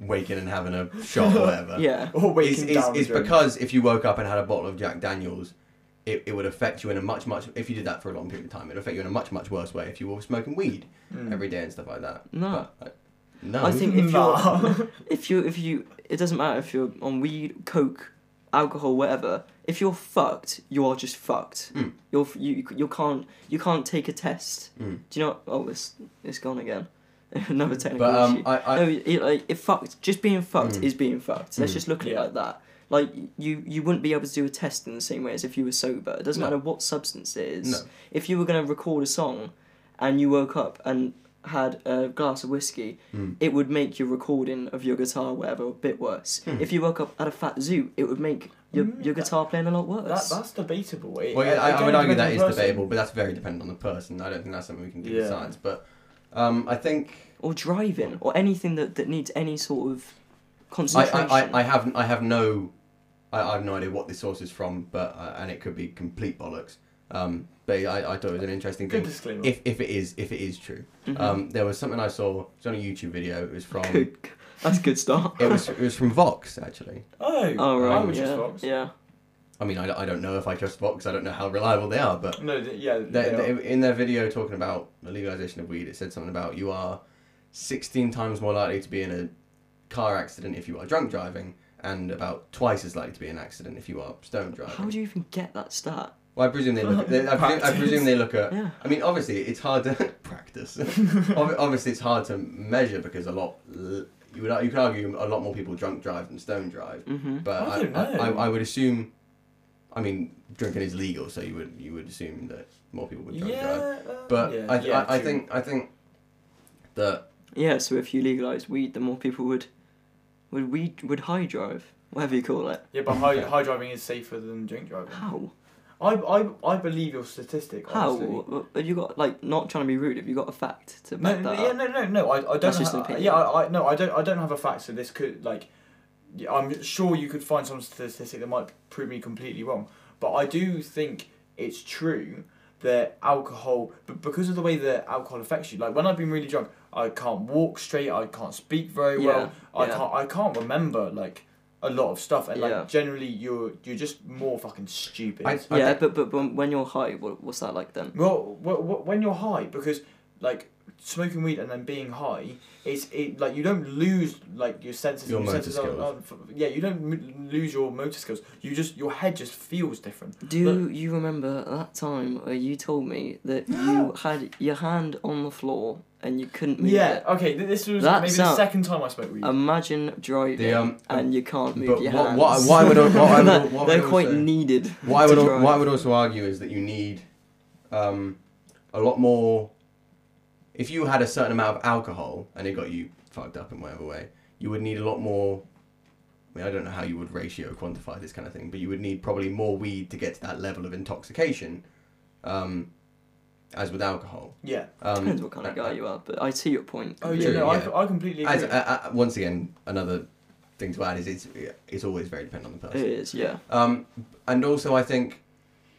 [SPEAKER 3] waking and having a shot or whatever.
[SPEAKER 1] [LAUGHS] Yeah.
[SPEAKER 2] [LAUGHS] Or
[SPEAKER 3] Is,
[SPEAKER 2] waking
[SPEAKER 3] is,
[SPEAKER 2] down
[SPEAKER 3] is
[SPEAKER 2] during-
[SPEAKER 3] because if you woke up and had a bottle of Jack Daniels, it, it would affect you in a much much if you did that for a long period of time, it'd affect you in a much much worse way if you were smoking weed
[SPEAKER 2] Mm.
[SPEAKER 3] every day and stuff like that.
[SPEAKER 1] No.
[SPEAKER 3] But, uh, no.
[SPEAKER 1] I think if
[SPEAKER 2] Nah. [LAUGHS]
[SPEAKER 1] you're if you if you it doesn't matter if you're on weed, coke, alcohol, whatever. If you're fucked, you are just fucked.
[SPEAKER 3] Mm.
[SPEAKER 1] You're f- you you can't you can't take a test.
[SPEAKER 3] Mm.
[SPEAKER 1] Do you know? Oh, it's it's gone again. [LAUGHS] Another technical
[SPEAKER 3] But um,
[SPEAKER 1] issue.
[SPEAKER 3] I, I
[SPEAKER 1] no, it, like it fucked. Just being fucked
[SPEAKER 3] Mm.
[SPEAKER 1] is being fucked. Let's
[SPEAKER 3] Mm.
[SPEAKER 1] just look at
[SPEAKER 2] Yeah.
[SPEAKER 1] it like that. Like you, you wouldn't be able to do a test in the same way as if you were sober. It doesn't
[SPEAKER 3] No.
[SPEAKER 1] matter what substance it is.
[SPEAKER 3] No.
[SPEAKER 1] If you were gonna record a song, and you woke up and had a glass of whiskey,
[SPEAKER 3] Mm.
[SPEAKER 1] it would make your recording of your guitar or whatever a bit worse.
[SPEAKER 3] Mm.
[SPEAKER 1] If you woke up at a fat zoo, it would make your,
[SPEAKER 3] Hmm.
[SPEAKER 2] Mm,
[SPEAKER 1] your
[SPEAKER 2] that-
[SPEAKER 1] guitar playing a lot
[SPEAKER 2] [LAUGHS]
[SPEAKER 3] [LAUGHS]
[SPEAKER 2] that,
[SPEAKER 1] worse.
[SPEAKER 2] that's debatable. It- uh,
[SPEAKER 3] Well, yeah, I, I
[SPEAKER 2] again,
[SPEAKER 3] would argue that
[SPEAKER 2] depends
[SPEAKER 3] is
[SPEAKER 2] on the person.
[SPEAKER 3] debatable, but that's very dependent on the person. I don't think that's something we can do
[SPEAKER 2] Yeah.
[SPEAKER 3] with science. But um, I think
[SPEAKER 1] or driving, or anything that, that needs any sort of
[SPEAKER 3] I,
[SPEAKER 1] concentration.
[SPEAKER 3] I, I, I have I have no I, I have no idea what this source is from, but uh, and it could be complete bollocks. Um, but I, I thought it was an interesting
[SPEAKER 2] Good Mm-hmm. disclaimer.
[SPEAKER 3] thing. If, if it is if it is true,
[SPEAKER 1] Mhm.
[SPEAKER 3] um, there was something I saw. It was on a YouTube video. It was from
[SPEAKER 1] Good. [LAUGHS] That's a good start.
[SPEAKER 2] [LAUGHS]
[SPEAKER 3] it was it was from Vox actually.
[SPEAKER 2] oh,
[SPEAKER 1] Oh right,
[SPEAKER 2] I would
[SPEAKER 1] yeah,
[SPEAKER 2] just box.
[SPEAKER 1] yeah.
[SPEAKER 3] I mean, I, don't- I don't know if I trust Vox. I don't know how reliable they are, but
[SPEAKER 2] No, th- yeah,
[SPEAKER 3] They,
[SPEAKER 2] they are.
[SPEAKER 3] they- in their video talking about the legalization of weed, it said something about you are 16 times more likely to be in a car accident if you are drunk driving, and about twice as likely to be in an accident if you are stoned driving.
[SPEAKER 1] How do you even get that stat?
[SPEAKER 3] well, I presume they look. They, I, presume, I
[SPEAKER 2] Practice.
[SPEAKER 3] presume they look at.
[SPEAKER 1] Yeah.
[SPEAKER 3] I mean, obviously, it's hard to [LAUGHS]
[SPEAKER 2] [LAUGHS]
[SPEAKER 3] practice. Ob- obviously, it's hard to measure because a lot. l- You would ar- you could argue a lot more people drunk drive than stone drive,
[SPEAKER 1] Mm-hmm.
[SPEAKER 3] but
[SPEAKER 2] I
[SPEAKER 3] I
[SPEAKER 2] don't
[SPEAKER 3] I, I,
[SPEAKER 2] know.
[SPEAKER 3] I would assume. I mean, drinking is legal, so you would you would assume that more people would drunk drive.
[SPEAKER 2] uh,
[SPEAKER 3] But
[SPEAKER 2] yeah,
[SPEAKER 3] I, th-
[SPEAKER 2] yeah,
[SPEAKER 3] I, I
[SPEAKER 2] true.
[SPEAKER 3] think I think that
[SPEAKER 1] Yeah. So if you legalize weed, the more people would would weed would high drive, whatever you call it.
[SPEAKER 2] yeah, but
[SPEAKER 3] [LAUGHS]
[SPEAKER 2] high, high driving is safer than drink driving.
[SPEAKER 1] How?
[SPEAKER 2] I, I, I believe your statistic.
[SPEAKER 1] How?
[SPEAKER 2] honestly.
[SPEAKER 1] Have you got like not trying to be rude? Have you got a fact to
[SPEAKER 2] No,
[SPEAKER 1] back
[SPEAKER 2] no,
[SPEAKER 1] that
[SPEAKER 2] yeah,
[SPEAKER 1] up?
[SPEAKER 2] no, no, no. I, I don't.
[SPEAKER 1] That's just an
[SPEAKER 2] ha-
[SPEAKER 1] opinion.
[SPEAKER 2] yeah, I, I, no, I don't. I don't have a fact. So this could like, yeah, I'm sure you could find some statistic that might prove me completely wrong. But I do think it's true that alcohol, but because of the way that alcohol affects you, like when I've been really drunk, I can't walk straight. I can't speak very well.
[SPEAKER 1] Yeah,
[SPEAKER 2] I
[SPEAKER 1] yeah.
[SPEAKER 2] can't. I can't remember like a lot of stuff. And like
[SPEAKER 1] Yeah.
[SPEAKER 2] generally, you're you're just more fucking stupid.
[SPEAKER 3] I-
[SPEAKER 1] Yeah, but, but but when you're high, what, what's that like then?
[SPEAKER 2] Well, wh- wh- when you're high, because like smoking weed and then being high, it's it like you don't lose like your senses.
[SPEAKER 3] Your motor
[SPEAKER 2] senses aren't-
[SPEAKER 3] skills.
[SPEAKER 2] aren't f- yeah, you don't m- lose your motor skills. You just your head just feels different.
[SPEAKER 1] Do you remember that time where you told me that
[SPEAKER 2] [GASPS]
[SPEAKER 1] you had your hand on the floor and you couldn't move
[SPEAKER 2] yeah.
[SPEAKER 1] it?
[SPEAKER 2] Okay. Th- this was
[SPEAKER 1] That
[SPEAKER 2] maybe the
[SPEAKER 1] sound- Um,
[SPEAKER 2] second time I smoked weed.
[SPEAKER 1] Imagine driving
[SPEAKER 3] The, um,
[SPEAKER 1] and you can't move
[SPEAKER 3] but
[SPEAKER 1] your
[SPEAKER 3] what-
[SPEAKER 1] hands.
[SPEAKER 3] what- what I would- what I
[SPEAKER 1] [LAUGHS]
[SPEAKER 3] would- what I
[SPEAKER 1] They're
[SPEAKER 3] would
[SPEAKER 1] quite
[SPEAKER 3] say-
[SPEAKER 1] needed.
[SPEAKER 3] what I
[SPEAKER 1] to
[SPEAKER 3] would al-
[SPEAKER 1] drive.
[SPEAKER 3] what I would also argue is that you need um, a lot more. If you had a certain amount of alcohol and it got you fucked up in whatever way, you would need a lot more. I mean, I don't know how you would ratio quantify this kind of thing, but you would need probably more weed to get to that level of intoxication, um, as with alcohol.
[SPEAKER 2] yeah.
[SPEAKER 3] Um,
[SPEAKER 1] Depends what kind of guy you are, but I see your point.
[SPEAKER 2] Oh yeah.
[SPEAKER 3] True,
[SPEAKER 2] No,
[SPEAKER 3] yeah.
[SPEAKER 2] I, I completely agree.
[SPEAKER 3] As, uh, uh, once again, another thing to add is it's it's always very dependent on the
[SPEAKER 1] It
[SPEAKER 3] person.
[SPEAKER 1] is, yeah.
[SPEAKER 3] Um, and also, I think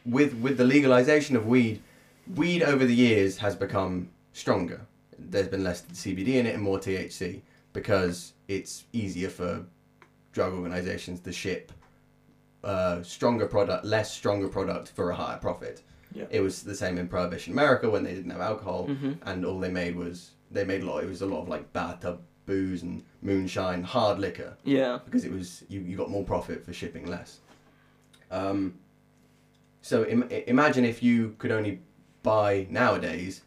[SPEAKER 3] with with the legalization of weed, weed over the years has become stronger. There's been less CBD in it and more THC because it's easier for drug organizations to ship uh, stronger product, less stronger product for a higher profit.
[SPEAKER 2] Yeah.
[SPEAKER 3] It was the same in Prohibition America when they didn't have alcohol
[SPEAKER 1] Mhm.
[SPEAKER 3] and all they made was they made a lot. It was a lot of like bathtub booze and moonshine, hard liquor
[SPEAKER 1] Yeah.
[SPEAKER 3] because it was you, you got more profit for shipping less. Um, so Im- i- imagine if you could only buy nowadays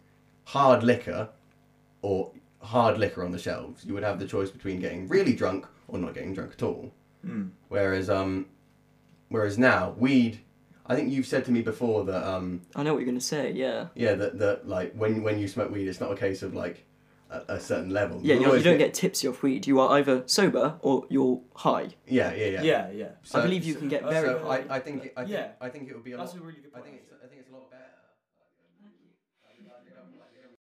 [SPEAKER 3] hard liquor or hard liquor on the shelves. You would have the choice between getting really drunk or not getting drunk at all.
[SPEAKER 2] Mm.
[SPEAKER 3] Whereas um, Whereas now, weed. I think you've said to me before that um,
[SPEAKER 1] I know what you're gonna say. Yeah.
[SPEAKER 3] yeah that, that like when when you smoke weed, it's not a case of like a, a certain level.
[SPEAKER 1] Yeah,
[SPEAKER 3] You
[SPEAKER 1] you, you
[SPEAKER 3] always
[SPEAKER 1] don't get tipsy off weed. You are either sober or you're high.
[SPEAKER 3] Yeah, yeah, yeah.
[SPEAKER 2] Yeah, yeah.
[SPEAKER 1] I believe you can get
[SPEAKER 2] so
[SPEAKER 1] very
[SPEAKER 3] So uh,
[SPEAKER 1] high.
[SPEAKER 3] I, I think I think,
[SPEAKER 2] Yeah.
[SPEAKER 3] I think it would be a
[SPEAKER 2] That's
[SPEAKER 3] lot.
[SPEAKER 2] a really good
[SPEAKER 3] I
[SPEAKER 2] point.
[SPEAKER 3] think it's I think it's a lot